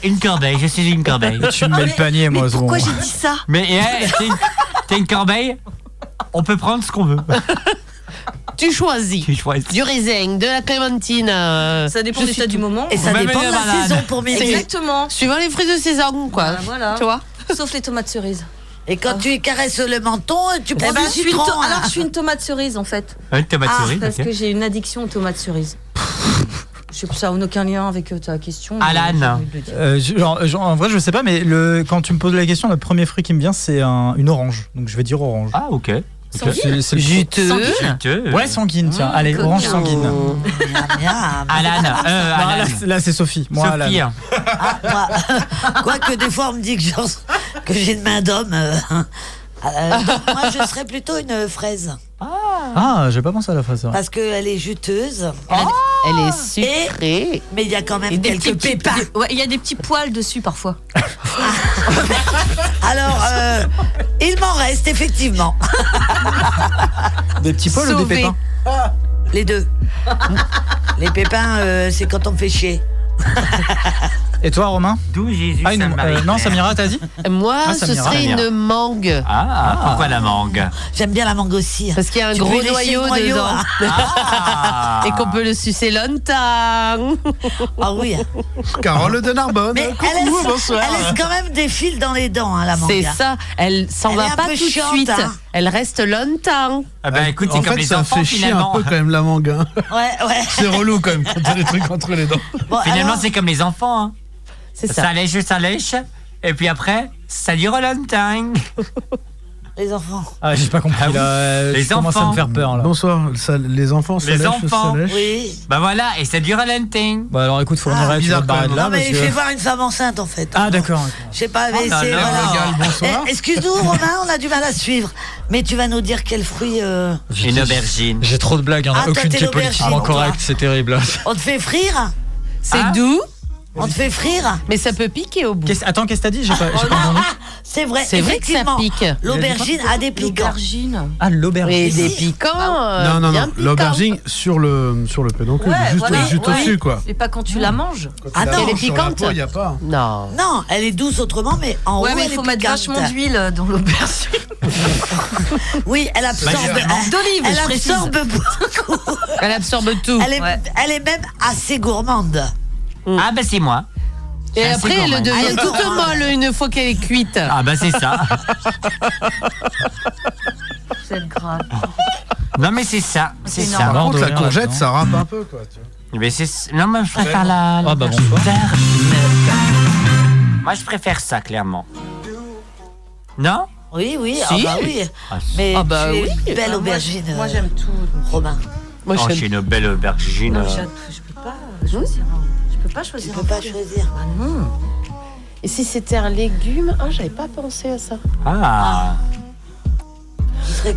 tu es Une corbeille, je suis une corbeille. Tu me mets le panier moi. c'est bon. Oh, Pourquoi j'ai dit ça Mais eh, t'es une- t'es une corbeille On peut prendre ce qu'on veut. Tu choisis Tu choisis. du raisin, de la clémentine. euh, Ça dépend je de suis l'état du tout. moment. Et ça Même dépend de les la malades. saison pour Mimi. Exactement. Suivant les fruits de saison, quoi. Voilà, voilà. Tu vois Sauf les tomates cerises. Et quand tu caresses le menton, tu prends Eh ben, du je suis une citron. to- hein. Alors, je suis une tomate cerise, en fait. Une tomate Ah, cerise, parce ok. que j'ai une addiction aux tomates cerises. Je sais que ça n'a aucun lien avec euh, ta question. mais Alan. j'ai envie de le dire. Euh, je- genre, genre, en vrai, je sais pas, mais le, quand tu me poses la question, le premier fruit qui me vient, c'est un- une orange. Donc je vais dire orange. Ah, ok. Sanguine. C'est- c'est le- Juteux. Juteux. Ouais, sanguine, tiens. Allez, coquin. orange sanguine. Non, Miam, Alan. euh, Alan. là, c'est- là, c'est Sophie. Moi, Alan. Sophie. hein. Moi, Quoique des fois on me dit que j'en- que j'ai une main d'homme. euh, euh, moi je serais plutôt une euh, fraise. Ah, j'ai pas pensé à la phrase. c'est vrai. Parce qu'elle est juteuse. Elle est sucrée. Mais il y a quand même quelques petits- pépins. Ah. des- ouais, il y a des petits poils dessus parfois. Alors, euh, il m'en reste effectivement. Des petits poils ou des Sauvé. Ah. pépins Les deux. Les pépins, euh, c'est quand on me fait chier. Et toi, Romain D'où Jésus ah, une- euh, Non, Samira, t'as dit Moi, Ah, ce Samira. serait Samira. une mangue. Ah, pourquoi la mangue J'aime bien la mangue aussi. Parce qu'il y a un Tu peux gros laisser noyau, le noyau, hein. dedans. Et qu'on peut le sucer longtemps. Ah oui. Carole de Narbonne. Mais coucou, elle laisse, bonsoir. elle laisse quand même des fils dans les dents, hein, la manga. C'est ça, elle s'en Elle est va un pas peu tout de chiante, suite. hein. Elle reste longtemps. Ah ben, bah écoute, c'est en comme fait, les ça enfants fait chier un finalement. peu quand même la mangue. hein. Ouais, ouais. C'est relou quand même quand t'as des trucs entre les dents. Finalement, c'est comme les enfants. Hein. C'est ça. Ça lèche, ça lèche. Et puis après, ça dure longtemps. Les enfants. Ah, j'ai pas compris. là, euh, bah Les je commence à enfants. me faire peur. Là. Bonsoir, ça- les enfants, ça Les lèche, enfants. ça lèche. Oui. Bah voilà, et ça dure longtemps. Bah alors écoute, faut Ah, venir Euh, arrêter bizarre de barrer de quand là. Non, mais parce il que- fait voir une femme enceinte en fait. Ah d'accord. Je sais pas, mais Oh là c'est- là. voilà. Régal, bonsoir. Eh, Excuse-nous, Romain, on a du mal à suivre. Mais tu vas nous dire quel fruit. euh, Une aubergine. J'ai trop de blagues, il y en a Ah, toi, aucune t'es qui est l'aubergine, politiquement toi. correcte, c'est terrible. On te fait frire C'est doux. On te fait frire Mais ça peut piquer au bout. Ah. Qu'est-ce- Attends, qu'est-ce que t'as dit J'ai pas, j'ai pas entendu. C'est vrai, C'est vrai que ça effectivement, pique. L'aubergine a des piquants. L'aubergine. Ah, l'aubergine. Et des piquants. Non, Bah, euh, non, bien non, piquants. l'aubergine sur le, sur le pédoncule, Ouais, juste, voilà, juste ouais. au-dessus, quoi. C'est pas quand tu la manges. Ah Elle non, est Sur la piquante peau, y a pas. Non. Non, elle est douce autrement, mais en Ouais, haut, mais elle il faut est mettre piquante. vachement d'huile dans l'aubergine. Oui, elle absorbe. Bah, d'olive, elle je précise. absorbe beaucoup. Elle absorbe tout. Elle est, elle est même assez gourmande. Ah bah c'est moi. Et Ah, c'est après, elle gourmand. devient toute molle une fois qu'elle est cuite. Ah bah c'est ça. C'est grave. Non mais c'est ça, c'est C'est ça. énorme. Par contre, la courgette, ça râpe un peu, quoi. tu vois. Mais Eh ben, c'est non mais je préfère la. Ah bah bonsoir. Moi je préfère ça clairement. Non Oui, oui, ah Si. bah oui. Ah, Mais ah bah tu es oui. une belle aubergine. moi, euh, j'aime tout. Romain. Moi, oh, j'aime- j'ai une belle aubergine. Non, euh. je, je peux pas Ah, choisir. un- Je peux pas Hein Tu choisir. peux un pas fruit. choisir. Ah non. Et si c'était un légume Ah, j'avais pas pensé à ça. Ah,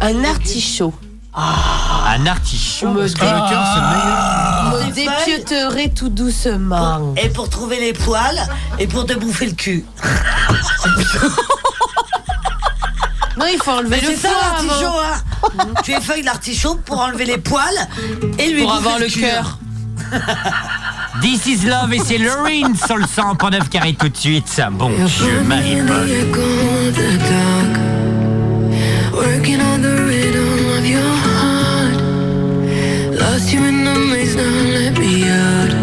Un artichaut. Ah. un artichaut. me, Parce que le cœur, c'est meilleur. Ah. me dépioterait tout doucement. Et Ah, pour trouver les poils et pour te bouffer le cul. Non, il faut enlever Mais c'est le ça foie avant. l'artichaut, hein Tu effeuilles l'artichaut pour enlever les poils et lui Pour bouffer avoir le cul. cœur. This is love et c'est Lorraine sur le 100.9 carré tout de suite. Bon Dieu, Marie-Paul. You're gone in the dark, working on the rhythm of your heart. Lost you in the maze, now let me out.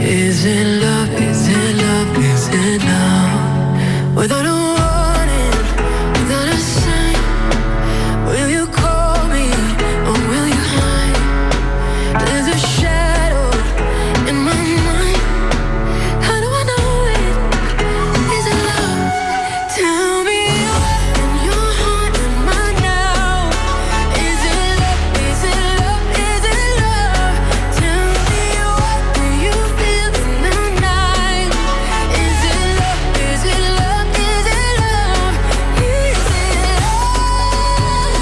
Is it love? Is it love? Is it love? Without a warning, without a sign, will you call me or will you hide? There's a shadow in my mind. How do I know it? Is it love? Tell me in your heart and mine now. Is it love? Is it love? Is it love? Tell me what do you feel in the night? Is it love? Is it love? Is it love? Is it love? Is it love?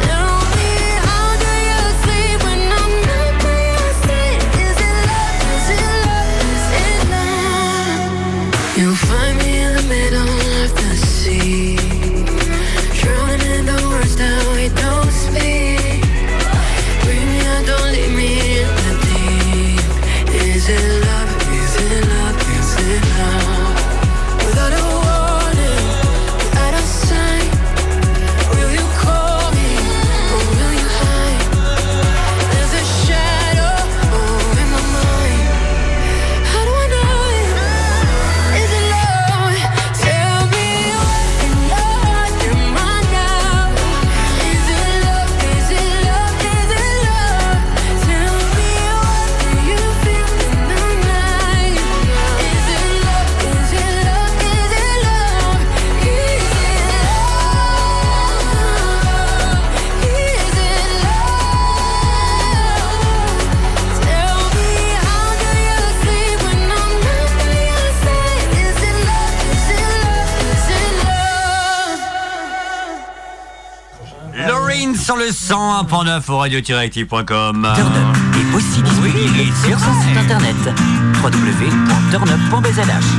Tell me how do you sleep when I'm not by your side? Is it love? Is it love? Is it love? You find me in the middle of the sea, drowning in the words that we don't speak. Bring me out, don't leave me in the deep. Is it love? Is it love? Is it love? Without a warning, without a sign. Will you call me or will you hide? There's a shadow in my mind. How do I know it? Is it love? Tell me in your heart, in my now. Is it love? Is it love? Is it love? Tell me what do you feel in the night? Is it love? Is it love? Is it love? Is it love? Is it love? Tell me how do you sleep when I'm not by your side? Is it love? Is it love? Is it love? Lorraine sur le 101.9 au radio-active.com. est aussi disponible sur son site internet www.turnup.bzh. Merci.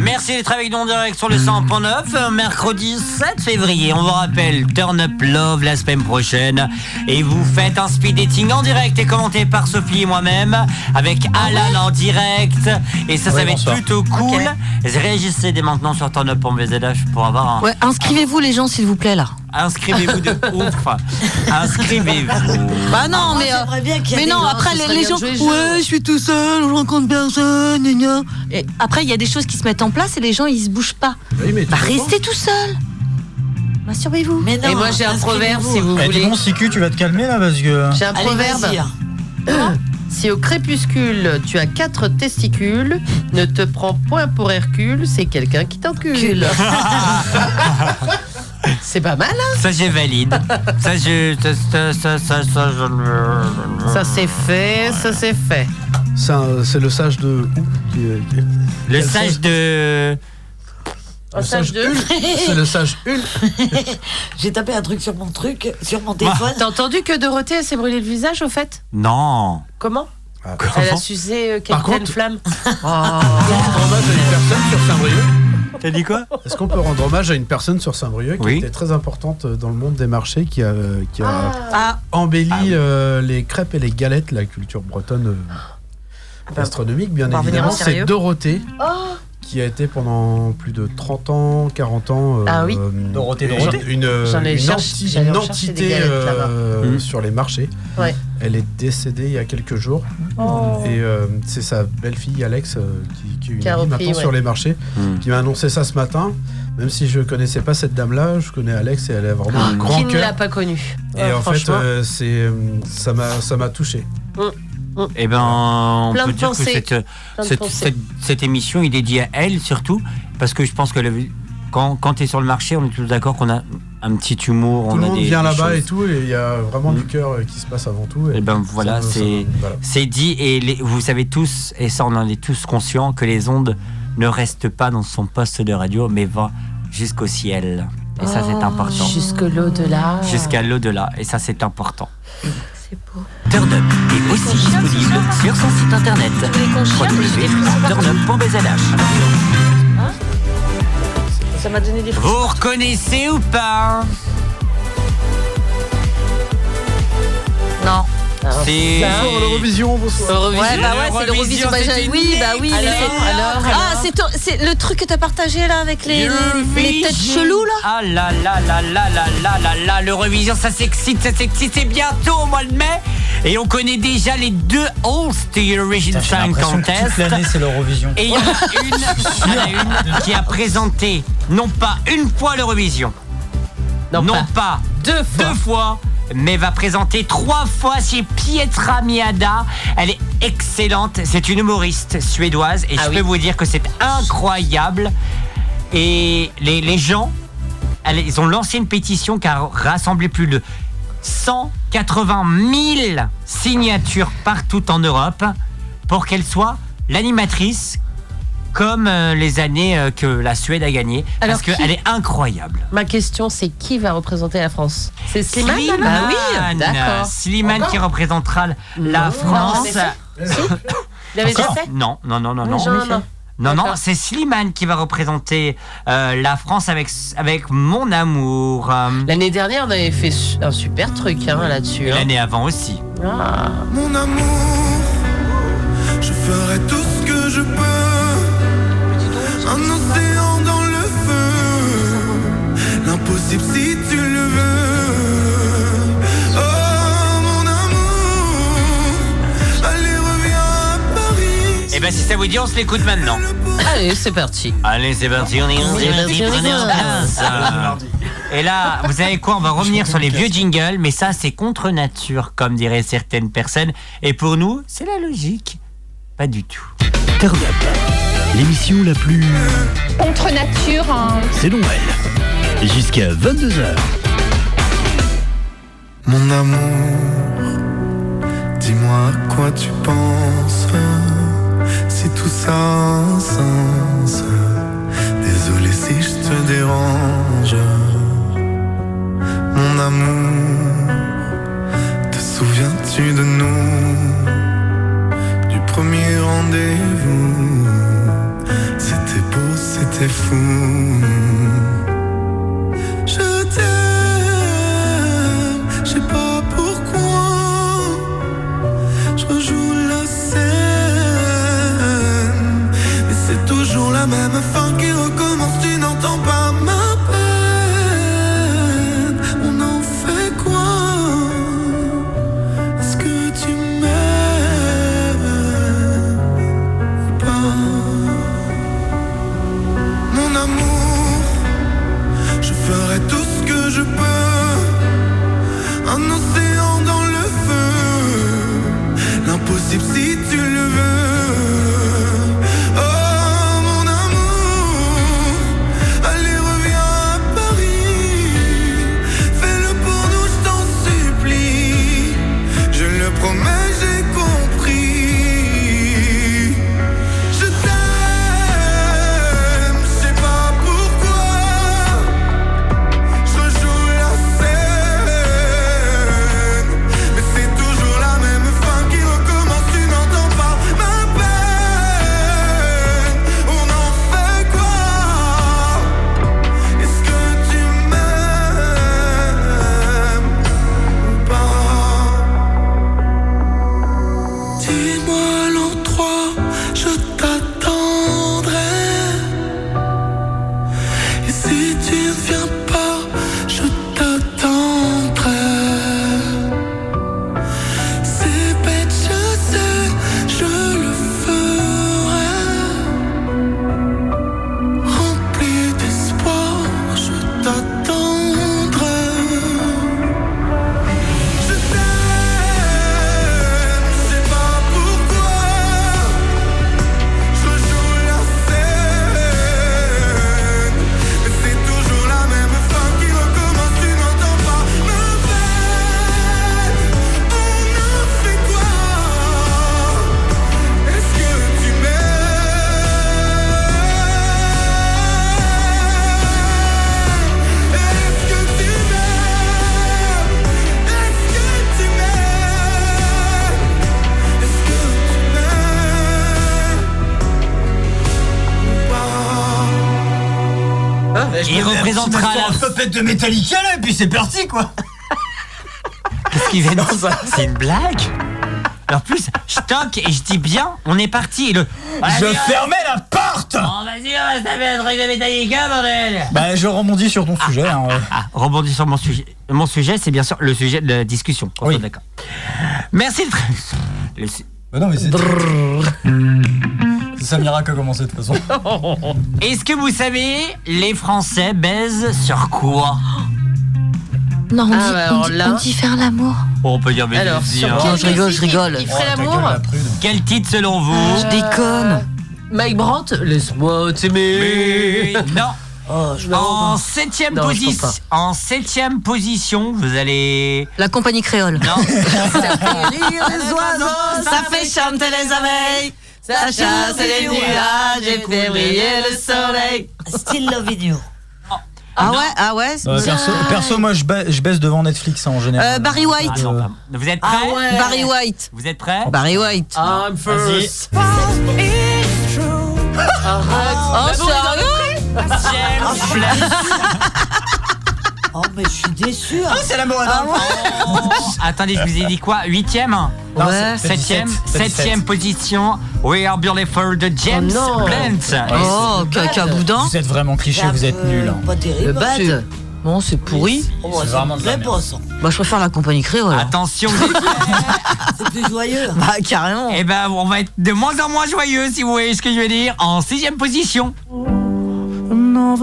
Merci d'être avec nous en direct sur le 100.9, euh, mercredi 7 février. On vous rappelle, Turn Up Love la semaine prochaine. Et vous faites un speed dating en direct et commenté par Sophie et moi-même, avec Alan en direct. Et ça, ça Ouais, va être Ah bonsoir. plutôt cool. Réagissez dès maintenant sur Turn Up en BZH pour avoir un, Ouais, inscrivez-vous les gens s'il vous plaît là. Inscrivez-vous de ouf. Inscrivez-vous. Bah non, mais euh, mais non, après les, les gens, ouais, je suis tout seul, je rencontre personne, gna gna. Et après il y a des choses qui se mettent en place et les gens ils se bougent pas. bah restez tout seul. Masturbez-vous. Mais non, Et moi, j'ai un proverbe, si vous Eh, voulez. dis donc, Sicu, tu vas te calmer là parce que. J'ai un proverbe. hein. Hein Si au crépuscule tu as quatre testicules, ne te prends point pour Hercule, c'est quelqu'un qui t'encule. c'est pas mal, hein Ça, j'ai valide. Ça, je. Ça, ça, ça, ça, ça, je- Ça c'est fait, ça c'est fait. C'est un- c'est le sage de. où qui est- qui est- Le quel sage de. Le sage de. C'est le sage J'ai tapé un truc sur mon truc, sur mon téléphone. T'as entendu que Dorothée elle s'est brûlé le visage au fait Ah. Non. Comment comment Elle a sucé euh, Par Capitaine contre- Flamme. rendre hommage à une personne sur Saint-Brieuc. Ah. T'as dit quoi Est-ce qu'on peut rendre hommage à une personne sur Saint-Brieuc qui était très importante euh, dans le monde des marchés, qui a, euh, qui a Ah. embelli euh, les crêpes et les galettes, la culture bretonne euh, gastronomique, bien Ah. on va revenir évidemment. au sérieux. C'est Dorothée Oh qui a été pendant plus de 30 ans, 40 ans. euh, Ah oui. Dorothée, une- Dorothée. Une, euh, J'en ai une cherché- enti- j'allais une rechercher des entité galettes là-bas. euh, Mmh. Mm. sur les marchés. Ouais. Elle est décédée il y a quelques jours. Oh. Et euh, c'est sa belle-fille, Alex, euh, qui, qui est une Qui a amie repris, maintenant ouais. sur les marchés, Mmh. qui m'a annoncé ça ce matin. Même si je connaissais pas cette dame-là, je connais Alex et elle a vraiment un Ah, grand Ah, Qui ne l'a cœur. pas connue Et Ouais, en fait, franchement. euh, c'est euh, ça m'a ça m'a touché. euh, Mm. Eh ben, on Plein peut de dire pensées. que cette, Plein de cette, pensées. cette- cette émission, il est dédiée à elle surtout, parce que je pense que la- quand, quand tu es sur le marché, on est tous d'accord qu'on a un petit humour. on Tout le a monde des- vient des là-bas choses. et tout, et il y a vraiment du cœur euh, qui se passe avant tout. Et ben voilà, ça c'est me- ça me- voilà. c'est dit et les- vous savez tous et ça on en est tous conscients que les ondes ne restent pas dans son poste de radio mais vont jusqu'au ciel et ça Oh. c'est important. Jusque l'au-delà. Jusqu'à l'au-delà et ça c'est important. C'est beau. Turn Up est aussi disponible sur son site internet www.turnup.bzh. Ça m'a donné des Vous reconnaissez ou pas Non. Ah, C'est- Bonsoir, l'Eurovision, bonsoir. Ouais, bah ouais, c'est l'Eurovision. Bah, j'ai- oui, bah oui. mais c'est- ah, c'est ton- c'est le truc que t'as partagé là avec les, les, les têtes cheloues là Ah là là là là là là là là, l'Eurovision, ça s'excite, ça s'excite, c'est bientôt au mois de mai. Et on connaît déjà les deux hosts de Eurovision J'ai Song l'impression que toute Contest. l'année c'est l'Eurovision. Et il y en a une, il y en a une qui a présenté non pas une fois l'Eurovision, non, pas, deux, fois. mais va présenter trois fois. C'est Pietra Miada. Elle est excellente. C'est une humoriste suédoise et je peux vous dire que c'est incroyable. Et les, les gens, elle- ils ont lancé une pétition qui a rassemblé plus de 180 000 signatures partout en Europe pour qu'elle soit l'animatrice comme euh, les années euh, que la Suède a gagné Alors parce qui- qu'elle est incroyable. Ma question, c'est qui va représenter la France C'est Slimane Slimane, Bah oui, d'accord. euh, Slimane qui représentera l- la Non, France. mais Il avait déjà fait Non, non, non, non, Oui, non. j'ai un an. Non, non, c'est Slimane qui va représenter euh, la France avec, avec Mon Amour. L'année dernière, on avait fait su- un super truc hein, là-dessus. hein. L'année avant aussi. Ah. Mon amour, je ferai tout ce que je peux. Un océan dans le feu, l'impossible si tu le veux. Oh mon amour, allez reviens à Paris. Et ben si ça vous dit, on se l'écoute maintenant. Allez, c'est parti. Allez, c'est parti, on est on est parti, prenez en place. Ah, Et là, vous savez quoi On va revenir sur les vieux jingles, mais ça, c'est contre nature, comme diraient certaines personnes. Et pour nous, c'est la logique. Pas du tout. Turn Up, l'émission la plus Contre nature. C'est elle jusqu'à 22h. Mon amour, dis-moi à quoi tu penses. Si tout ça a un sens, désolé si je te dérange. Mon amour, te souviens-tu de nous, du premier rendez-vous? C'était beau, c'était est fou. Je t'aime, je sais pas pourquoi. Je rejoue la scène, mais c'est toujours la même fin qui recommence. Tu n'entends pas ma peine. On en fait quoi Est-ce que tu m'aimes ou pas mon amour, je ferai tout ce que je peux. Un océan dans le feu, l'impossible si tu le veux. Oh mon amour, allez reviens à Paris, fais-le pour nous, je t'en supplie. Je le promets, j'ai compris. Je t'aime, je sais pas pourquoi. Je joue la scène, mais c'est toujours la même fin qui recommence. Tu n'entends pas ma peine. On en fait quoi Est-ce que tu m'aimes ou pas Dis-moi l'endroit, je t'attendrai. Et si tu ne viens pas, je t'attendrai. C'est bête, je sais, je le ferai. Rempli d'espoir, je t'attendrai. Je sais pas pourquoi je joue la scène, mais c'est toujours la même fin qui recommence. Tu n'entends pas ma peine. On a fait quoi Est-ce que tu m'aimes Est-ce que tu m'aimes Est-ce que tu m'aimes est-ce que tu m'aimes Ah, ou pas Il représentera la- la pupette de Metallica là, et puis c'est parti quoi. Qu'est-ce qu'il vient de dire C'est une blague En plus, je toque et je dis bien, on est parti. et le- Je Allez, fermais la porte Bon, vas-y, on va se taper un truc de Metallica, bordel Bah je rebondis sur ton sujet. hein, ouais. Ah, rebondis sur mon sujet. Mon sujet, c'est bien sûr le sujet de la discussion. qu'on soit d'accord. Merci le tr- le su- Bah non mais c'est... C'est Samira qui a commencé de toute façon. Est-ce que vous savez, les Français baisent sur quoi Non, on, Ah, dit, bah, on alors dit- là- on dit faire l'amour. Oh, on peut dire bêtises. Alors, dis, sur hein. quel Non, je rigole, je rigole. il ferait Oh, ta gueule, l'amour la prude. Quel titre selon vous Je déconne. Mike Brandt, laisse-moi t'aimer. Non. Oh, en septième Non, je position, pense en septième position, vous allez. La compagnie créole. Euh, Non. les oiseaux, ça fait chanter les abeilles. Ça chasse les nuages et fait briller le soleil. Still loving you. Ah ouais, ah ouais. Euh, perso, perso, moi je, ba- je baisse devant Netflix hein, en général. Euh, Barry White. Ah, non, pardon. vous êtes prêts Ah ouais. Barry White. Vous êtes prêts Barry White. I'm first. Oh, sérieux Ah, James Ah. Oh, mais je suis déçue. Ah, hein. Ah, Attendez, je vous ai dit quoi Huitième Non, c'est- c'est Septième 17, c'est Septième 17. position. We are beautiful de James Oh non. Blunt. Oh, caca boudin. Vous êtes vraiment cliché, vous êtes nul. euh, hein. Pas terrible. Le bad. C'est- Bon, c'est pourri. Oh, c'est vraiment de la merde. Bah, je préfère la compagnie créole. Attention, C'est plus joyeux. Bah, carrément. Eh ben, on va être de moins en moins joyeux, si vous voyez ce que je veux dire. En sixième position. Oh, merde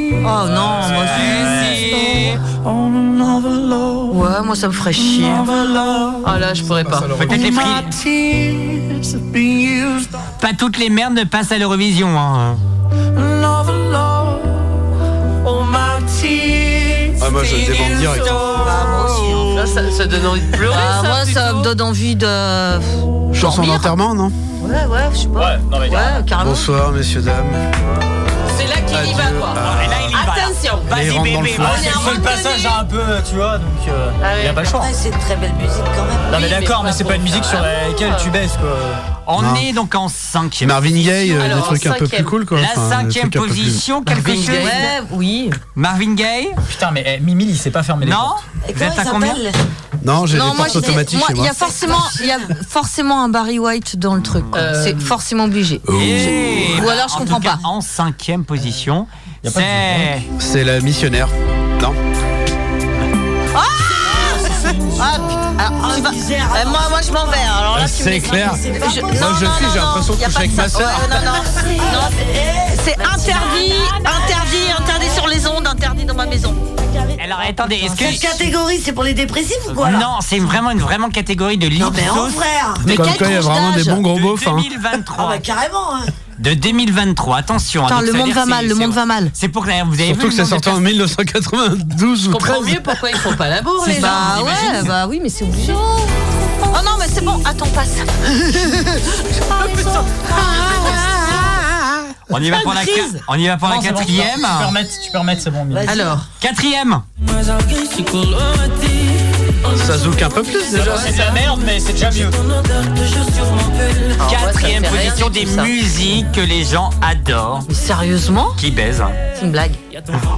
Oh non, moi c'est... Ouais, moi ça me ferait chier. Ah là, je pourrais pas. Peut-être les prix. Pas toutes les merdes ne passent à l'Eurovision. Hein. Ah, moi, je le débande direct. hein. Là, ça, ça donne envie de pleurer. ça, Ah, moi, ça me donne envie de. Chanson dormir. d'enterrement, non Ouais, ouais, je sais pas. Ouais, carrément. Bonsoir, messieurs, dames. C'est là que il y va, Euh, quoi. là, il y va, là. Attention. Là, il rentre dans le Ah, flash. C'est le seul passage hein, un peu, tu vois, donc euh, il a pas le choix. C'est une très belle musique quand même. Ah Non, mais d'accord, mais c'est pas une musique sur laquelle tu baisses, quoi. On est donc en cinquième. Marvin Gaye, euh, Alors, des trucs un peu cinquième. plus cool quoi. La Enfin, des cinquième trucs un peu plus- position, quelque chose. oui. Marvin Gaye Putain, mais eh, Mimi, il s'est pas fermé les Non portes. Vous êtes à combien Non, j'ai Non, des moi, portes je dis- automatiques moi, chez il moi. y a forcément, il y a forcément un Barry White dans le truc. quoi. C'est forcément obligé. Oh. Et- Ou alors je Eh, en tout comprends cas, pas. En cinquième position, c'est. C'est la missionnaire. Non. Ah Ah, putain. Alors, tu vas- Euh, moi, moi, je m'en vais. Alors là, tu me C'est laisses- clair. Je- Moi, Non, je non, suis, non, j'ai non, l'impression de y a coucher pas avec ça. ma sœur. Ouais, non, non. Non, c'est- c'est interdit, interdit, interdit sur les ondes, interdit dans ma maison. Alors attendez, est-ce que- Quelle catégorie C'est pour les dépressifs ou quoi là non, c'est vraiment une vraiment catégorie de libre mais en hein. frère Mais Comme quelle quoi, il y a vraiment des bons gros de beaufs, hein. 2023. Ah bah carrément hein. De 2023, attention. hein, Putain, donc le ça veut monde dire va c'est- mal, le c'est- monde va mal. C'est pour que vous avez vu Surtout le que c'est nombre de sorti en 1992 ou Je comprends 13. mieux pourquoi ils font pas la bourre, C'est les ça, gens. on ouais, imagine. bah oui, mais c'est obligé. Oh non, mais c'est bon, attends, passe. On y va pour la, Crise. qua- on y va pour la Non, c'est bon, quatrième. Tu peux remettre, tu peux remettre, c'est bon. Mimi. Alors. Quatrième. Ça zouk un peu plus déjà. C'est de la merde, mais c'est déjà mieux. Ah, Quatrième ça me fait rien position du des tout, ça. musiques que les gens adorent. Sérieusement Qui baisent. C'est une blague.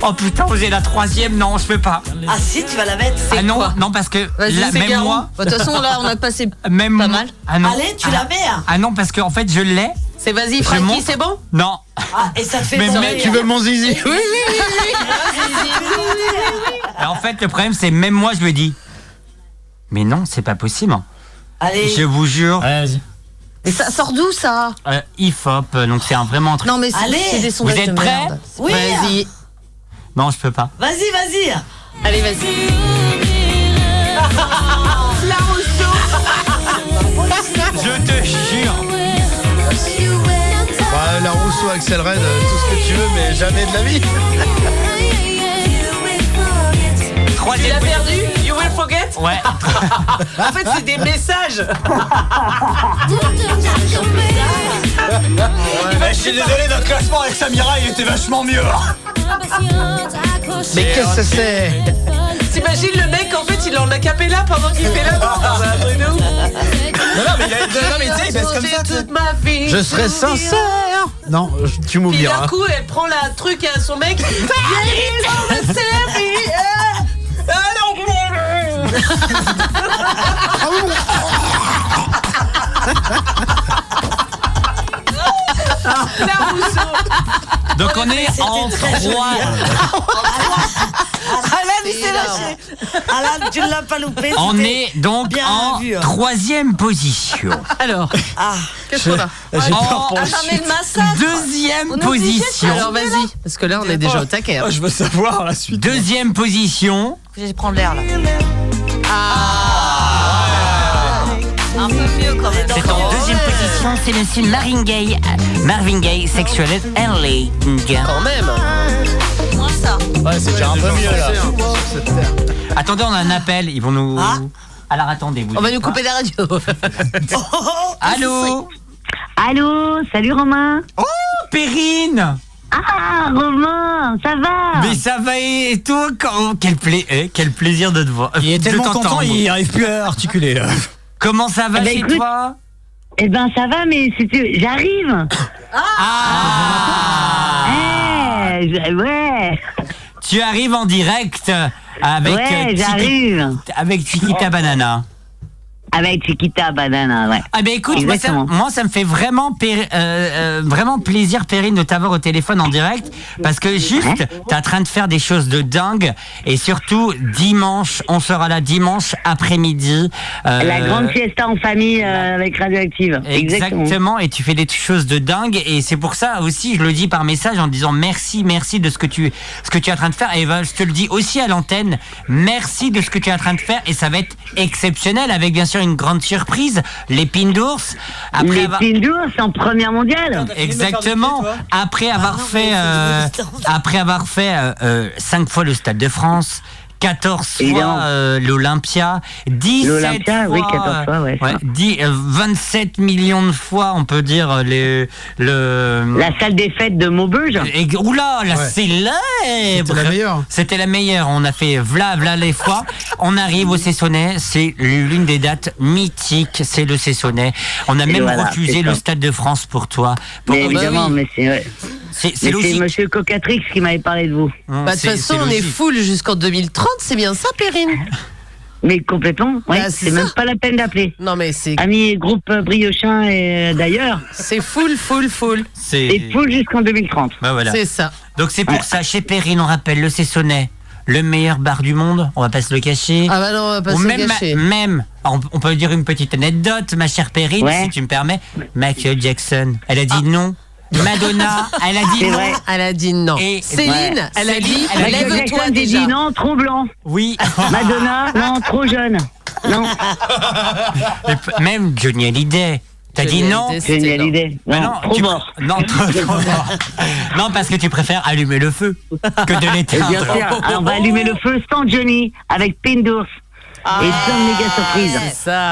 Oh putain, vous êtes la troisième, non, je peux pas. Ah si tu vas la mettre Ah non, non, parce que Vas-y, la- c'est même Garou. moi. Bah, De toute façon, là, on a passé Même pas moi- mal. Ah non. Allez tu Ah, la mets hein. Ah non, parce que en fait, je l'ai. C'est vas-y, Je Frankie, monte. c'est bon Non. Ah et ça te fait Mais sourire. mec, Tu veux mon zizi Oui, oui. Et Bah, en fait, le problème, c'est même moi, je me dis. Mais non, c'est pas possible. Allez Je vous jure, Ouais, vas-y. Mais ça sort d'où ça euh, IFOP, euh, donc c'est un vraiment un truc. Non, mais c'est Allez. c'est des sondages Vous êtes de prêts merde. Oui Vas-y. Non, je peux pas. Vas-y vas-y Allez, vas-y. Je te jure. Bah, la Rousseau, Axel Red, euh, tout ce que tu veux, mais jamais de la vie. Troisième. perdu You will forget Ouais. En fait, c'est des messages je suis désolé, notre classement avec Samira, il était vachement mieux. Mais qu'est-ce que c'est T'imagines le mec, en fait, il est en acapella pendant qu'il fait la bourre dans un truc de ouf. Non, non, mais il a- non, mais tu sais, il baisse comme J'ai ça. tu sais. toute ma vie. Je serai souvenir. sincère. Non, je- tu Puis d'un m'oublieras. euh, coup, elle prend la truc à son mec. Viens, dans ma série, eh. Donc on est en trois. Alan il s'est lâché Alan tu ne l'as pas loupé On c'était- est donc Bien en vu, hein. troisième position. Alors, Ah qu'est-ce qu'on a J'ai peur En pour la Attends, Ah, mais suite. le massacre deuxième On est obligé de position. Alors vas-y, parce que là, on est déjà au taquet. hein. Oh, je veux savoir la suite. Deuxième position. Je vais prendre l'air là. Ah Un peu mieux quand même. C'est en deuxième position, c'est monsieur Marvin Gaye. Marvin Gaye, Sexual Henley. Quand même. Moins ça. Ouais, c'est déjà un peu mieux là. Mmh, Attendez, on a un appel. Ils vont nous. Alors attendez, vous. Ah. On va nous couper la radio. Allô Oh, Allô, salut Romain. Périne Ah, Romain, ça va Mais ça va et tout quand... quel, pla- eh, quel plaisir de te voir. Il est de tellement t'entendre. content, il arrive plus à articuler là. Comment ça va Eh ben, chez écoute- toi Eh ben, ça va, mais c'était- j'arrive. Ah, je- Ouais, Tu arrives en direct avec euh, ouais, Tiki- j'arrive. avec Chiquita Banana. Avec Chiquita Banana, ouais. Ah ben écoute, moi ça, Exactement. moi, ça me fait vraiment péri- euh, euh, vraiment plaisir Périne de t'avoir au téléphone en direct parce que juste t'es en train de faire des choses de dingue et surtout dimanche on sera là dimanche après-midi. euh, La grande fiesta en famille euh, avec Radioactive. Exactement. et tu fais des choses de dingue et c'est pour ça aussi je le dis par message en disant merci merci de ce que tu ce que tu es en train de faire et ben, je te le dis aussi à l'antenne merci de ce que tu es en train de faire et ça va être exceptionnel avec bien sûr une grande surprise l'épine d'ours après Les avoir- Pindos en première mondiale. Exactement. T'as fini de me faire du pied, Après avoir non, mais fait, ça, euh, c'est une distance. après avoir fait euh, euh, cinq fois le Stade de France, 14 Il est fois en- euh, l'Olympia, 17 L'Olympia, fois, oui, 14 fois, ouais, ouais, ça. 10, euh, 27 millions de fois, on peut dire euh, les, le La salle des fêtes de Maubeuge. Et, oula, la Ouais. célèbre C'était la meilleure. C'était la meilleure. On a fait vla vla les fois. On arrive au Cessonnet. C'est l'une des dates mythiques. C'est le Cessonnet. On a Et même voilà, refusé c'est le ça. Stade de France pour toi. Pour Mais qu'on- évidemment, mais c'est ouais. C'est- c'est Mais logique. Monsieur Cocatrix qui m'avait parlé de vous. Hum, Bah, de toute façon, on est full jusqu'en 2030, c'est bien ça, Perrine Mais complètement, oui. Bah, c'est c'est ça. même pas la peine d'appeler. Non, mais c'est. Amis, groupe euh, Briochin et euh, d'ailleurs. C'est full, full, full. C'est- Et full jusqu'en 2030. Bah, voilà. C'est ça. Donc c'est pour Ouais. ça. Chez Perrine, on rappelle le Cessonnet. Le meilleur bar du monde, on va pas se le cacher. Ah bah non, on va pas Ou se le même, cacher. Même, on, on peut dire une petite anecdote, ma chère Perrine, Ouais. Ah. si tu me permets. Michael Jackson, elle a dit non. Madonna, elle a dit C'est non. vrai. Elle a dit non. Et- Céline, Ouais. elle a Céline, dit elle a dit- lève-toi Jackson, j'ai déjà. dit non, trop blanc. Oui. Madonna, non, Ah, trop jeune. Non. Et p- Même Johnny Hallyday. T'as Johnny dit non Hallyday, c'était Johnny non. Hallyday. Mais Non, trop tu- mort. Non, trop- trop mort. Non, parce que tu préfères allumer le feu que de Eh l'éteindre. bien sûr, on va allumer le feu sans Johnny avec Pindours. et sans méga surprise.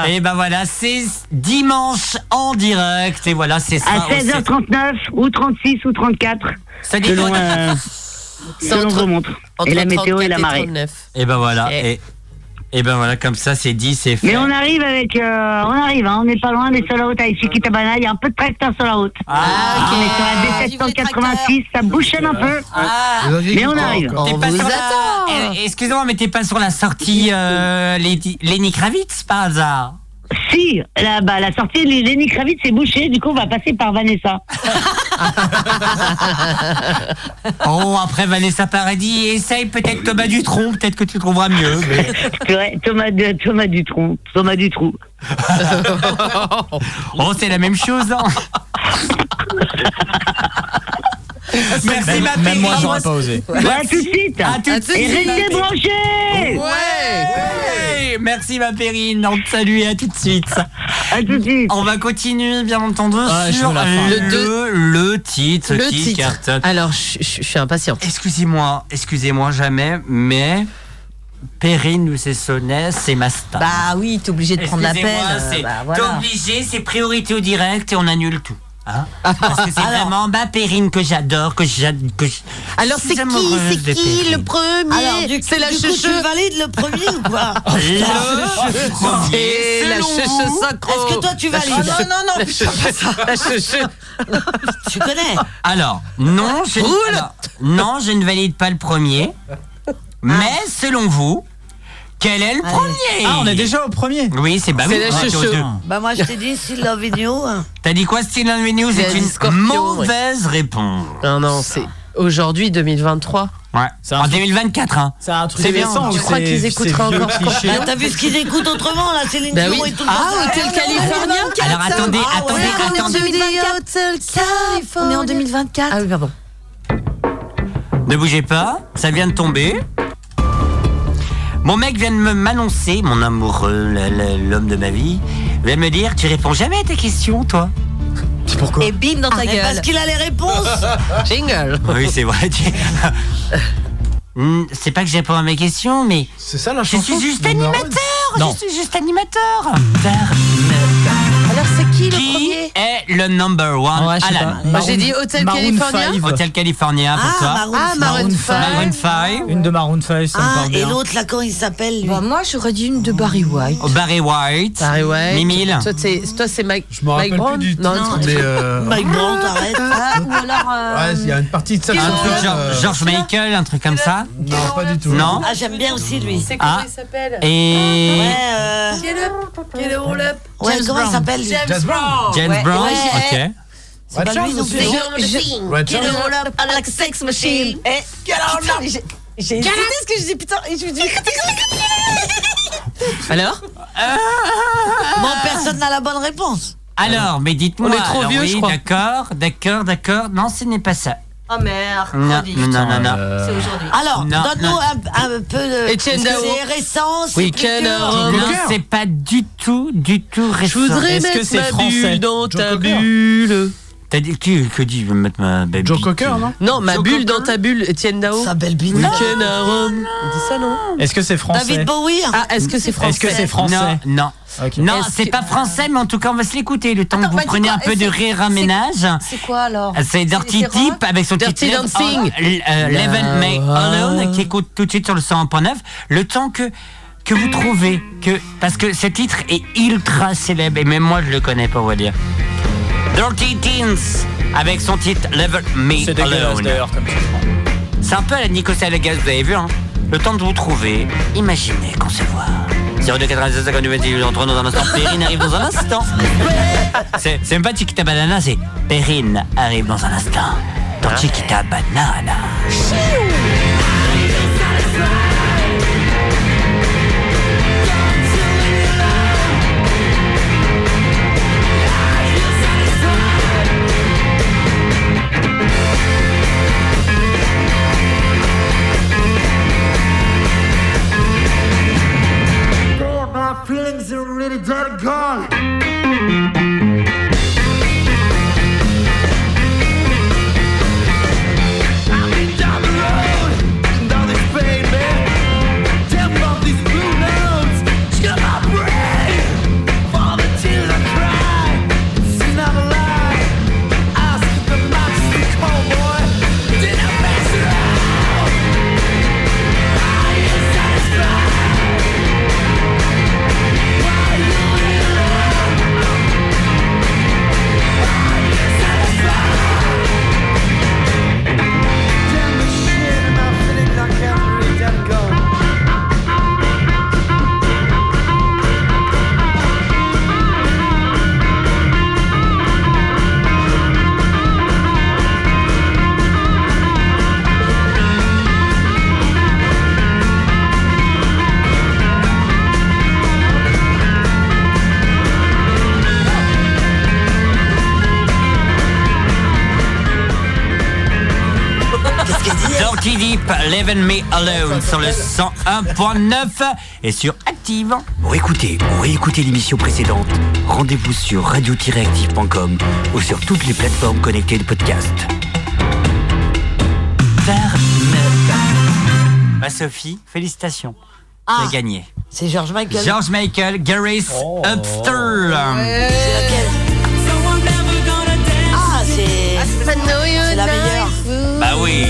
Et ben voilà, c'est dimanche en direct. Et voilà, c'est ça. À 16h39 ou 36 ou 34. Ça selon, déconne. euh, C'est selon entre- vos montres. entre Et la météo et 34 la et marée. 39. Et ben voilà. Et, et ben voilà, comme ça, c'est dit, c'est fait. Mais on arrive avec, euh, on arrive, hein, on n'est pas loin, mais sur la route à Chiquitabana, il y a un peu de tracteur sur la route. Ah, On est sur la D786, ça bouchonne un peu, Ah. mais on arrive. T'es pas sur la- Eh, Excuse-moi, mais t'es pas sur la sortie euh, Lady- Lenny Kravitz par hasard Si, là, bah, la sortie de Lenny Kravitz est bouchée, du coup, on va passer par Vanessa. Oh, après Vanessa Paradis, essaye peut-être Thomas Dutronc, peut-être que tu trouveras mieux. mais- C'est vrai, Thomas, de- Thomas Dutron, Thomas Dutroux. oh, c'est la même chose, hein Merci, ma Même moi, Périne. j'aurais pas osé. Ouais, à tout de suite. À tout de Et suite, ma restez Périne. branchés. Ouais. Merci, ma Périne. On te salue et à tout de suite. On va continuer, bien entendu, Ah, je sur euh, veux la fin. le, Le deux- le titre Le qui titre. cartonne. Alors, je, je- je suis impatiente. Excusez-moi, excusez-moi jamais, mais Perrine nous c'est sonné, c'est ma star. Bah oui, t'es obligé de prendre l'appel. Excusez-moi, euh, c'est bah voilà. t'es obligé, c'est priorité au direct et on annule tout. hein. Parce que c'est vraiment ma Perrine que j'adore, que j'adore. Alors, c'est qui, c'est qui le premier C'est la du coup, chouchou. Oh, tu valides le premier ou quoi Le premier, C'est la selon chouchou vous. synchro. Est-ce que toi, tu La valides chouchou. Ah, non, non, non, La putain, chouchou. pas ça. La chouchou. Tu connais Alors, non, je, Roule alors, non, je ne valide pas le premier. Ah. Mais selon vous, quel est le premier Ah, on est déjà au premier. Oui, c'est bah oui, on était aux deux. Bah Ah moi, je t'ai dit, si Love in You. hein. T'as dit quoi, Style and News Il a C'est dit une Scorpion, mauvaise réponse. Non, non, c'est aujourd'hui 2023. Ouais. En 2024, hein. C'est un truc C'est bien, récent, tu crois c'est- qu'ils écouteraient c'est vieux encore cliché. Ah, Ah, Bah, T'as vu ce qu'ils écoutent autrement là, Céline Bah Dion oui. et tout le Ah, bazar. Hôtel Californien Alors attendez, Ah, attendez, ouais. attendez. On est en 2024. Ah oui, pardon. Ne bougez pas, ça vient de tomber. Mon mec vient de me- m'annoncer, mon amoureux, le- le- l'homme de ma vie, vient de me dire Tu réponds jamais à tes questions, toi Pourquoi Et bim dans ta Mais gueule. Parce qu'il a les réponses. Jingle. Oui, c'est vrai. tu- Hmm, c'est pas que je réponds à mes questions, mais. C'est ça la Je suis juste animateur Non. Je suis juste animateur Alors, c'est qui le premier est le number one Ouais, je sais Alan. pas. Moi, j'ai dit Hotel Maroon California. five. Hotel California pour toi. Ah, Maroon Ah, Maroon five. Une de Maroon 5, ça Ah, me parle bien. là, comment il s'appelle bah, Moi, j'aurais dit une de Barry White. Oh, Barry White. Barry White. Mimile. Toi, c'est toi, c'est Mike. Je me Mike rappelle Brown. plus du non, titre, non, mais, euh, Mike Brown, arrête. Ah, ou alors. euh, Ouais, il y a une partie de ça. Un qui truc me fait, genre euh, George Michael, un truc comme ça Non, pas du tout. Non Ah, j'aime bien aussi lui. C'est comment Ah. il s'appelle Et- Ouais, euh... Get up, get all up. ouais James comment il Brown. s'appelle lui James Brown. James Ouais, Brown ouais. Ok. C'est pas lui non plus. Je- je- Red Get Charles. all up, I like sex machine. Eh, Get all up. J'ai- J'ai hésité ce que je dis, putain. Et je me dis. Alors Bon, Ah. personne n'a la bonne réponse. Alors, mais dites-moi. On est trop alors vieux, oui, je crois. D'accord, d'accord, d'accord. Non, ce n'est pas ça. Oh merde. Non, non, non, non. C'est aujourd'hui. Alors, Non, donne-nous non. un, un peu de. Etienne parce que Dao. C'est récent, euh, c'est. Oui, plus dur. Non, c'est pas du tout, du tout récent. Je voudrais mettre ma bulle dans ta bulle. T'as dit qui que dit je vais mettre ma baby Joe Cocker, non Non, ma bulle dans ta bulle, Étienne Dao. Sa belle bite. Weekend à Rome. On dit ça, non Est-ce que c'est français Bowie Ah, est-ce que c'est français Est-ce que c'est français Non. Non, c'est pas français, mais en tout cas, on va se l'écouter. Le temps que vous prenez un peu de rire à ménage. Ah, Ah, C'est quoi alors C'est Dirty Tip avec son Dirty titre Love- Dancing. L- euh, No. Level May Alone qui écoute tout de suite sur le 101.9. Le temps que que vous trouvez que parce que ce titre est ultra célèbre et même moi je le connais pas on va dire. Dirty Teens avec son titre Level Me C'est dégueulasse Alone. d'ailleurs comme ça. C'est un peu à la Nicolas Lagas, vous avez vu hein. Le temps de vous trouver, imaginez concevoir. 02 96 52 28 on dans un instant. Perrine arrive dans un instant. C'est c'est même pas Chiquita Banana, c'est Perrine arrive dans un instant. Ah, Dans Chiquita Banana. God, my feelings are really dead gone. I've been down the road, down this pain, man. Tell me about these blue notes, chill my brain. For the tears I cry, it's not a lie. I see the monster cowboy, did I mess around? Are you satisfied? Dirty Deep, Leaving Me Alone sur le 101.9 et sur Active. Pour écouter ou réécouter l'émission précédente, rendez-vous sur radio-active.com ou sur toutes les plateformes connectées de podcast. Bah Sophie, félicitations. Ah. Tu as gagné. C'est George Michael. Oh. George Michael, Gareth Upster. C'est laquelle Ah, c'est. C'est la meilleure. Bah oui.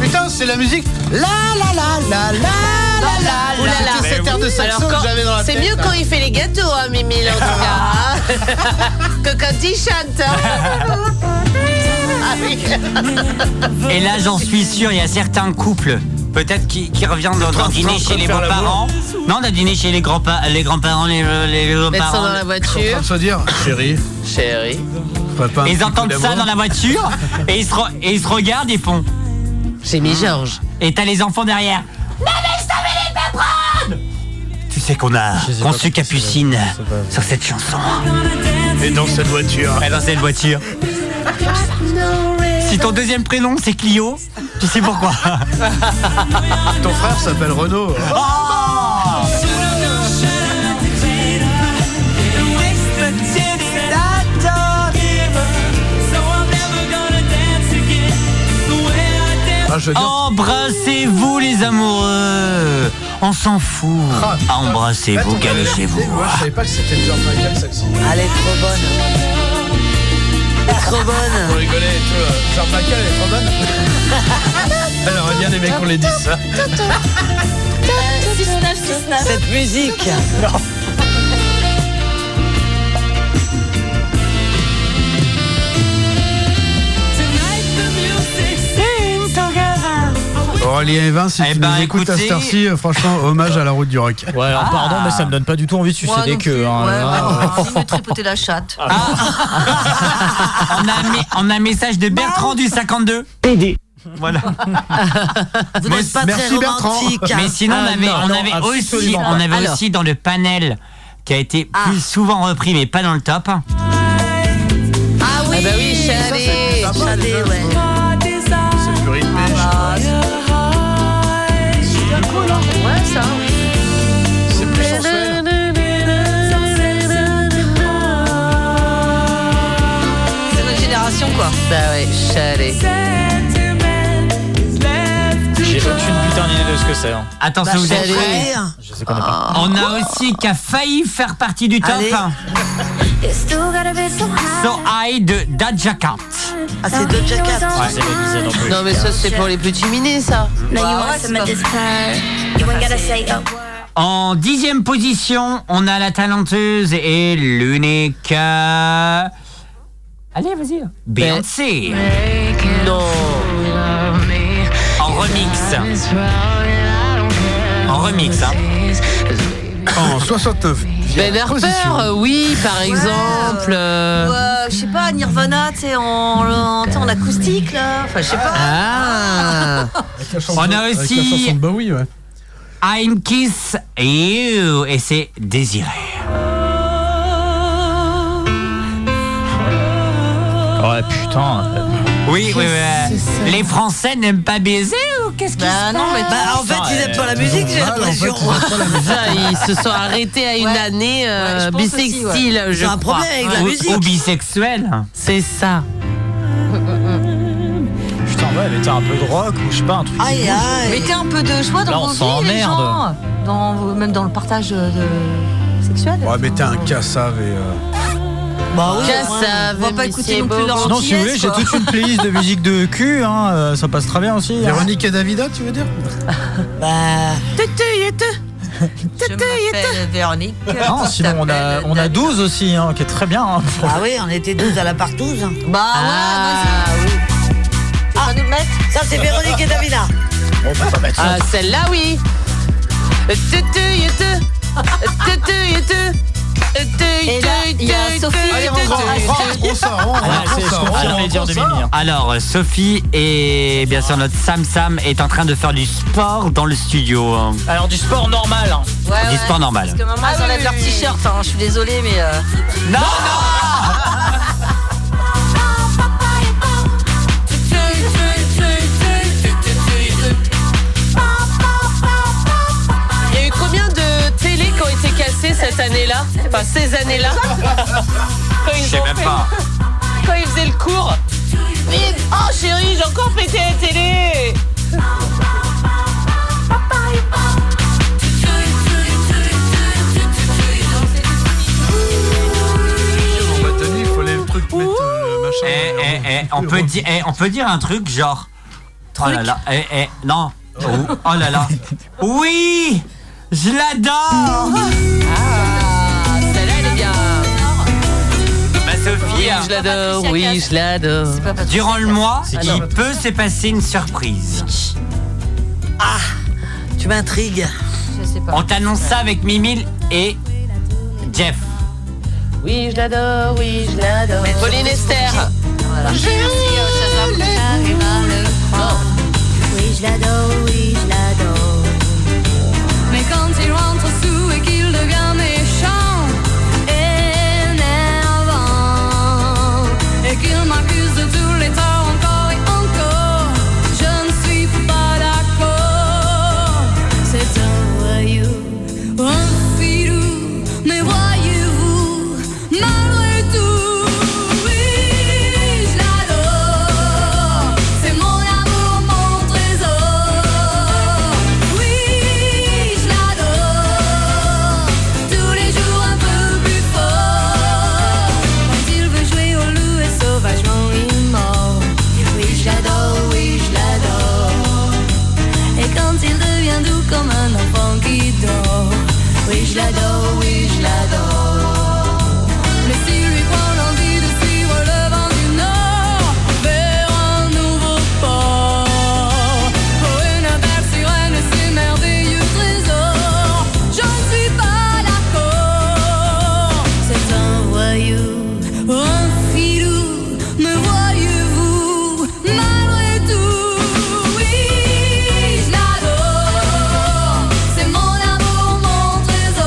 Putain, c'est la musique. La la la la la la Ouh là là. C'était cette air de saxo Alors, que quand- j'avais dans la C'est tête, mieux là. quand il fait les gâteaux, hein, Mimi, là, en tout cas. hein. que quand il chante. hein. Ah oui. Et là, j'en suis sûr, il y a certains couples. Peut-être qui, qui reviennent dans- dans dîner chez les beaux-parents. Non, d'un dîner chez les grands-parents, les grands-parents, les, les, les Mettre ça dans la beaux-parents. voiture. se dire, chérie. Chérie. Papa, un Ils petit coup entendent ça d'amour. dans la voiture et ils se, re- et ils se regardent et font. J'ai mis Georges. Et t'as les enfants derrière. Tu sais qu'on a conçu Capucine sur cette chanson. Et dans cette voiture. Eh, Et dans cette voiture. Si ton deuxième prénom c'est Clio, tu sais pourquoi. Ton frère s'appelle Renaud. Oh Ah, Ah, Embrassez-vous les amoureux On s'en fout Ah, Embrassez-vous, galochez-vous Moi, je savais pas que c'était George Michael, celle-ci. Elle est trop bonne. Elle est trop bonne. On rigolait et tout. euh, George Michael, elle est trop bonne. Elle aurait bien aimé qu'on les dise ça. 69, 69. Cette musique. Aurélien Evin, si Eh tu ben, nous écoutes à écoutez- cette heure-ci, euh, franchement, hommage à la route du rock. Ouais, alors, pardon, mais ça me donne pas du tout envie de sucer Ah. Moi des non queues. plus, hein. ouais, Ah, ouais, ouais, j'ai envie de tripoter la chatte. Ah. on, a un mé- on a un message de Bertrand du 52. Voilà. Vous Mais- n'êtes pas merci très Bertrand. Ah, romantique. hein. Mais sinon, on avait, on avait aussi, on avait Alors, Ah. aussi dans le panel qui a été plus souvent repris, mais pas dans le top. Ah oui, chérie. Chadé, ouais. C'est plus rythmé. Ah bah, Ah, Ouais, ça. hein. C'est plus sensuel. Sensuel. Allez, chalé. J'ai aucune putain d'idée de ce que c'est. hein. Attends, ça Bah, vous a chalé. fait Je sais qu'on est pas. On a aussi qui a failli faire partie du top Allez. hein. So High de Doja Cat. Ah, c'est Doja Cat. Ouais. Non, mais ça, c'est pour les plus timides, ça. Now you Bah, want ouais, c'est some pas- of this oh. En dixième position, on a la talenteuse et l'unique euh, Allez, vas-y. Beyoncé. Non. En remix. En remix, hein. En 69. Ben Harper, euh, oui, par exemple. euh, Ou, euh, je sais pas, Nirvana, tu sais, en, en, en acoustique, là. Enfin, je sais pas. Ah Avec la chanson- On a avec la aussi- chanson de Bowie, Bah ouais. I'm Kiss You. Et c'est Désiré. Ouais, putain. Oui, oui, oui. Les Français n'aiment pas baiser ou qu'est-ce qu'ils Bah non, mais Bah, en fait, ils aiment pas la musique, j'ai l'impression. ils se sont arrêtés à une année euh, je pense aussi, ouais. bisextile, Ils je ont un crois. problème avec la Ou- musique. ou bisexuel. C'est ça. Putain, ouais, mettez un peu de rock ou je sais pas, un truc. Aïe, aïe. Mettez un peu de joie Là, dans on vos vies, les s'emmerde. gens. Dans, vos- même dans le partage euh, de... sexuel. Ouais, mettez un cassave et. euh, Bah oui, Qu'est-ce ouais. ça, on va pas mais écouter c'est non plus beau. leur Sinon, si vous voulez, j'ai toute une playlist de musique de cul, hein, euh, ça passe très bien aussi. Véronique et Davida, tu veux dire Bah. Je m'appelle Véronique. Non, sinon on a, on a 12 aussi, hein, qui est très bien. hein, pour- Ah oui, on était 12 à la partouze. Bah ouais, vas-y. Ah, nous le mettre Ça, c'est bah, Véronique et Davina. On peut pas mettre Ah, celle-là, oui. Et là, il y a Sophie qui rentre en On sort, on Ah, rentre, on c'est ce sort, qu'on on vient de rentre, dire on de sort. Mimi, hein. Alors, euh, Sophie et bien sûr notre Sam Sam est en train de faire du sport dans le studio. hein. Alors du sport normal. hein. Ouais, Du sport normal. Parce que maman, Ah elles enlèvent oui, leur oui, oui. t-shirt, hein, je suis désolée, mais. euh, Non, Il y a eu combien de télé qui ont été cassées cette année-là Enfin, ces années-là Quand ils Je sais ont même fait- pas. Quand ils faisaient le cours. Vite Oh chérie, j'ai encore pété la télé Eh, eh, eh, on peut dire, eh, on peut dire un truc genre. Oh là là, eh, eh, non. Oh, oh là là. Oui, je l'adore. Ah, celle-là, elle est bien Ma Sophie. Oui, hein. je l'adore, Euh, oui, je l'adore Durant le mois, C'est qui il peut se passer une surprise. Ah, Tu m'intrigues. Je sais pas. On t'annonce ça avec Mimile et Jeff. Oui, je l'adore, oui, je l'adore Pauline Esther Voilà. Merci, euh, Shazam. Oui, je l'adore, oui, je l'adore. Mais quand il rentre sous et qu'il devient méchant, énervant, et qu'il m'accuse de tous les torts encore et encore, je ne suis pas d'accord. C'est un voyou, un filou, mais voyez-vous, malgré tout, oui, je l'adore. C'est mon amour, mon trésor. Oui, je l'adore Tous les jours un peu plus fort Quand il veut jouer au loup et sauvagement il mord Oui, je l'adore, oui, je l'adore Et quand il devient doux comme un enfant qui dort Oui, je l'adore, oui, je l'adore Mais s'il lui prend l'envie de suivre le vent du nord Vers un nouveau port Pour une belle sirène et ses merveilleux trésors Je ne suis pas d'accord C'est un voyou, un filou Me voyez-vous malgré tout Oui, je l'adore C'est mon amour, mon trésor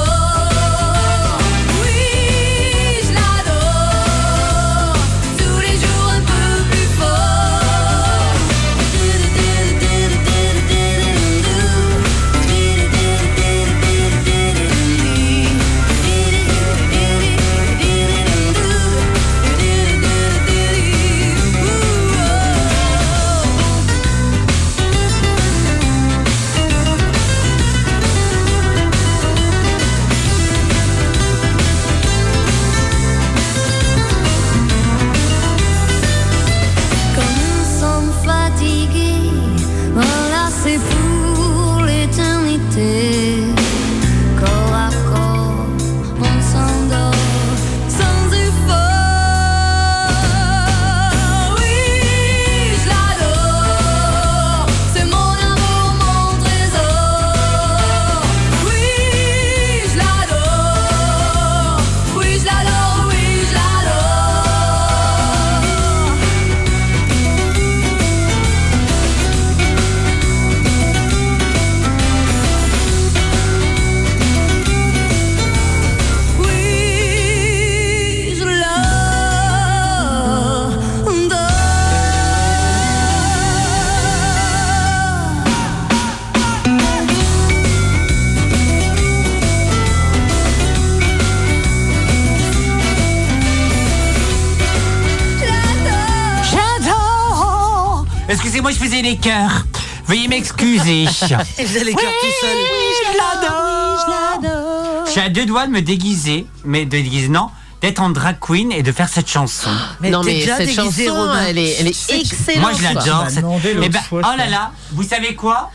moi je faisais les cœurs. Veuillez m'excuser. Il faisait les cœurs tout seul. Oui, je l'adore. Je suis à deux doigts de me déguiser, mais de déguiser, non, d'être en drag queen et de faire cette chanson. non, mais cette chanson, elle est, elle est excellente. Moi, je l'adore. quoi. cette- Eh ben, oh là là, vous savez quoi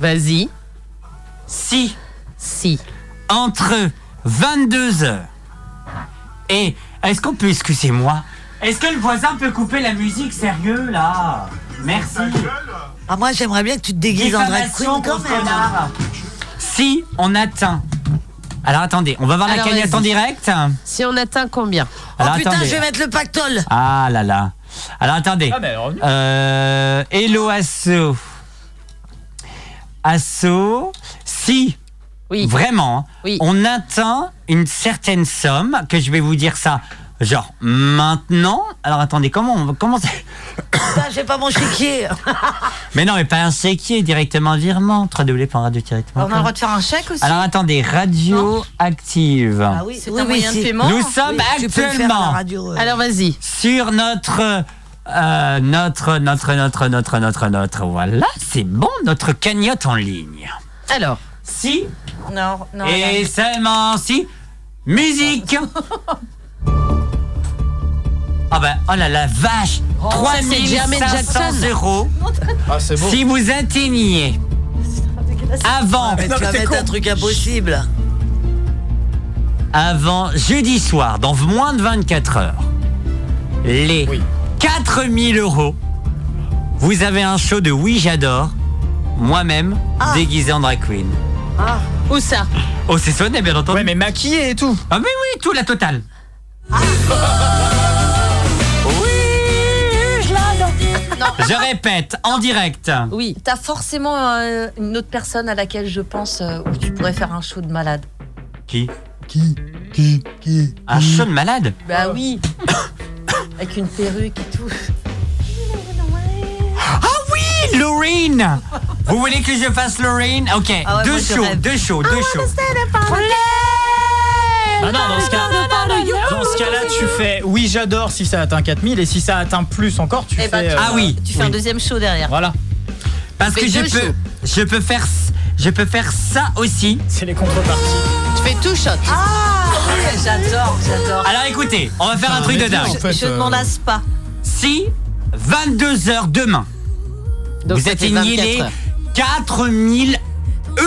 Vas-y. Si. Si. Entre 22h et. Est-ce qu'on peut. Excusez-moi. Est-ce que le voisin peut couper la musique sérieux là Merci. Ah, moi, j'aimerais bien que tu te déguises en drag queen Diffamation, quand gros même. hein. connard. Si on atteint. Alors attendez, on va voir la Alors, cagnotte en vas-y. Oh, direct Si on atteint combien Alors, putain, attendez. je vais mettre le pactole. Ah là là. Alors attendez. Ah, mais elle est revenue. Euh, Hello Asso. Asso, si vraiment hein. Oui. on atteint une certaine somme, que je vais vous dire ça, genre maintenant. Alors attendez, comment on, comment c'est- Putain, j'ai pas mon chéquier. Mais non, mais pas un chéquier, directement un virement. 3 doublés par radio On a directement. le droit de faire un chèque aussi Alors attendez, radio active. Ah oui, c'est un moyen de paiement. Nous sommes Oui, tu peux le faire à la actuellement. radio, euh. Alors, vas-y. Sur notre. euh, notre, notre, notre, notre, notre, notre. Voilà, c'est bon, notre cagnotte en ligne. Alors. Si. Non, non. Et non. seulement si. Musique Ah ben, oh là la vache Oh, ça, c'est Jermaine 3500 Jackson. euros Ah, c'est si vous atteignez avant. Ah, Mais tu vas mettre un truc impossible. avant jeudi soir, dans moins de 24 heures, les 4000 euros, vous avez un show de Oui J'adore, moi-même, déguisé en drag queen. Ah. Où ça Oh, c'est sonné, bien entendu. Ouais, mais maquillé et tout. Ah, mais oui, tout, la totale. Je répète, en direct. Oui. T'as forcément euh, une autre personne à laquelle je pense euh, où tu pourrais faire un show de malade. Qui Qui Qui Qui Un show de malade Bah oui. Avec une perruque et tout. Ah oui, Lorraine Vous voulez que je fasse Lorraine Ok, Ah ouais, deux, moi, je shows, rêve. deux shows, deux shows, Eh, Ah non, dans ce cas- dans ce cas-là, tu fais oui, j'adore si ça atteint 4000 et si ça atteint plus encore, tu Eh fais. ben, euh, tu fais- Tu fais un oui. deuxième show derrière. Voilà. Parce Tu que je fais deux peux, shows. je peux faire, s- je peux faire ça aussi. C'est les contreparties. Tu fais tout shot. Ah oui, j'adore, j'adore. Alors écoutez, on va faire un truc de dingue. Je, je demande à Spa. Si 22 h demain, Donc vous ça fait atteignez 24 les heures. 4000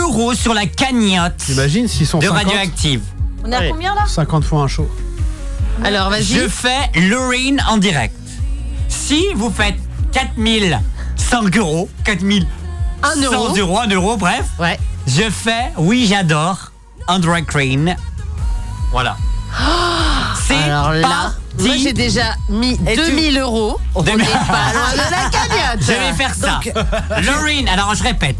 euros sur la cagnotte. T'imagines s'ils sont de 50? radioactive. On est à combien là 50 fois un show. Alors vas-y. Je fais Lorraine en direct. Si vous faites 4005 euros, 4000 Un euro. 100 euros, 1 euro, bref. Ouais. Je fais, oui, j'adore, un drag queen. Voilà. C'est Alors là, moi j'ai déjà mis 2000 euros. On n'est pas loin de la Ah, cagnotte. Je vais faire ça. euh, Lorraine, alors je répète.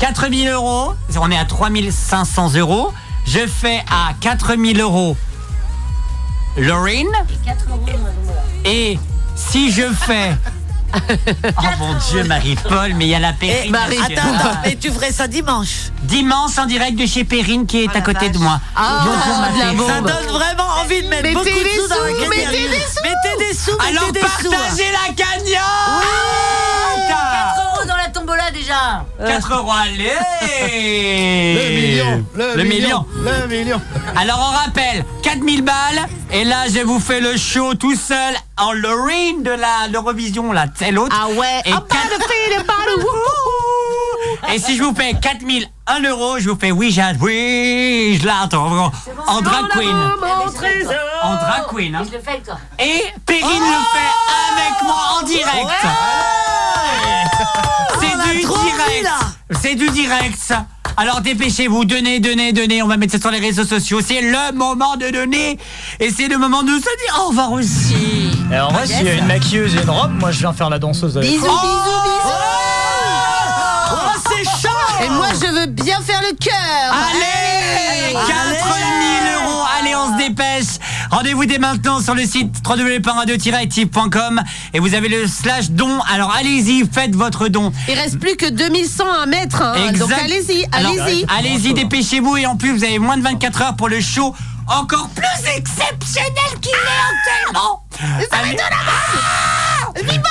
4000 euros, on est à 3500 euros. Je fais à 4000 euros Lorraine. Et si je fais. oh mon Dieu, Marie-Paul, mais il y a la Périne. monsieur. Attends, attends, mais tu ferais ça dimanche. Dimanche en direct de chez Périne qui est à côté de moi. Oh, Ah, de la Périne. bombe. Ça donne vraiment envie de mettre Mettez beaucoup de des sous dans la sous, cagnotte. mettez des sous. Mettez des sous, mettez Alors des sous. partagez la Oui. cagnotte 4 euros dans la tombola déjà. 4 euros, allez Le million, le, million. le million. Alors on rappelle, 4000 balles, et là je vous fais le show tout seul en Lorraine de la l'Eurovision, là, c'est l'autre. Ah ouais, et, quatre- et si je vous fais 4001 euros, je vous fais oui, j'ai oui, je l'adore, en, en drag queen. En drag queen, hein. Je le fais avec toi. Et Périne le fait avec moi en direct. C'est On a du trop envie, direct. là. C'est du direct. ça. Alors dépêchez-vous, donnez, donnez, donnez. On va mettre ça sur les réseaux sociaux. C'est le moment de donner. Et c'est le moment de se dire au revoir aussi. Et en vrai, s'il y a une maquilleuse et une robe, moi je viens faire la danseuse avec. Bisous, Oh, bisous, bisous. Oh, c'est chaud Et moi, je veux bien faire le cœur. Allez 4000 euros. Allez, on se dépêche. Rendez-vous dès maintenant sur le site www.radio-active.com et vous avez le slash don. Alors allez-y, faites votre don. Il reste plus que 2100 à mettre. hein. Donc Exact. allez-y, Alors, euh, allez-y. Allez-y, dépêchez-vous et en plus vous avez moins de 24 heures pour le show encore plus exceptionnel qu'il est actuellement. Ça va être de la merde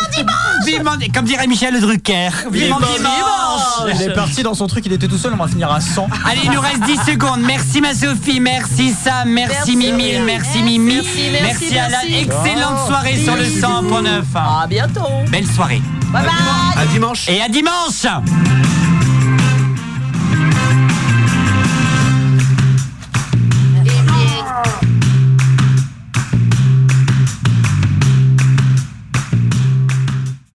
Vivement dimanche Comme dirait Michel Drucker. Vivement dimanche Il est parti dans son truc, il était tout seul, on va finir à 100. Allez, il nous reste 10 secondes. Merci ma Sophie, merci Sam, merci, Merci, Mimi, Mimi. merci Mimi, Merci, merci, merci, Alan. merci. Excellente Oh, soirée sur le merci 100.9. beaucoup. À bientôt. Belle soirée. Bye À dimanche. Et à dimanche.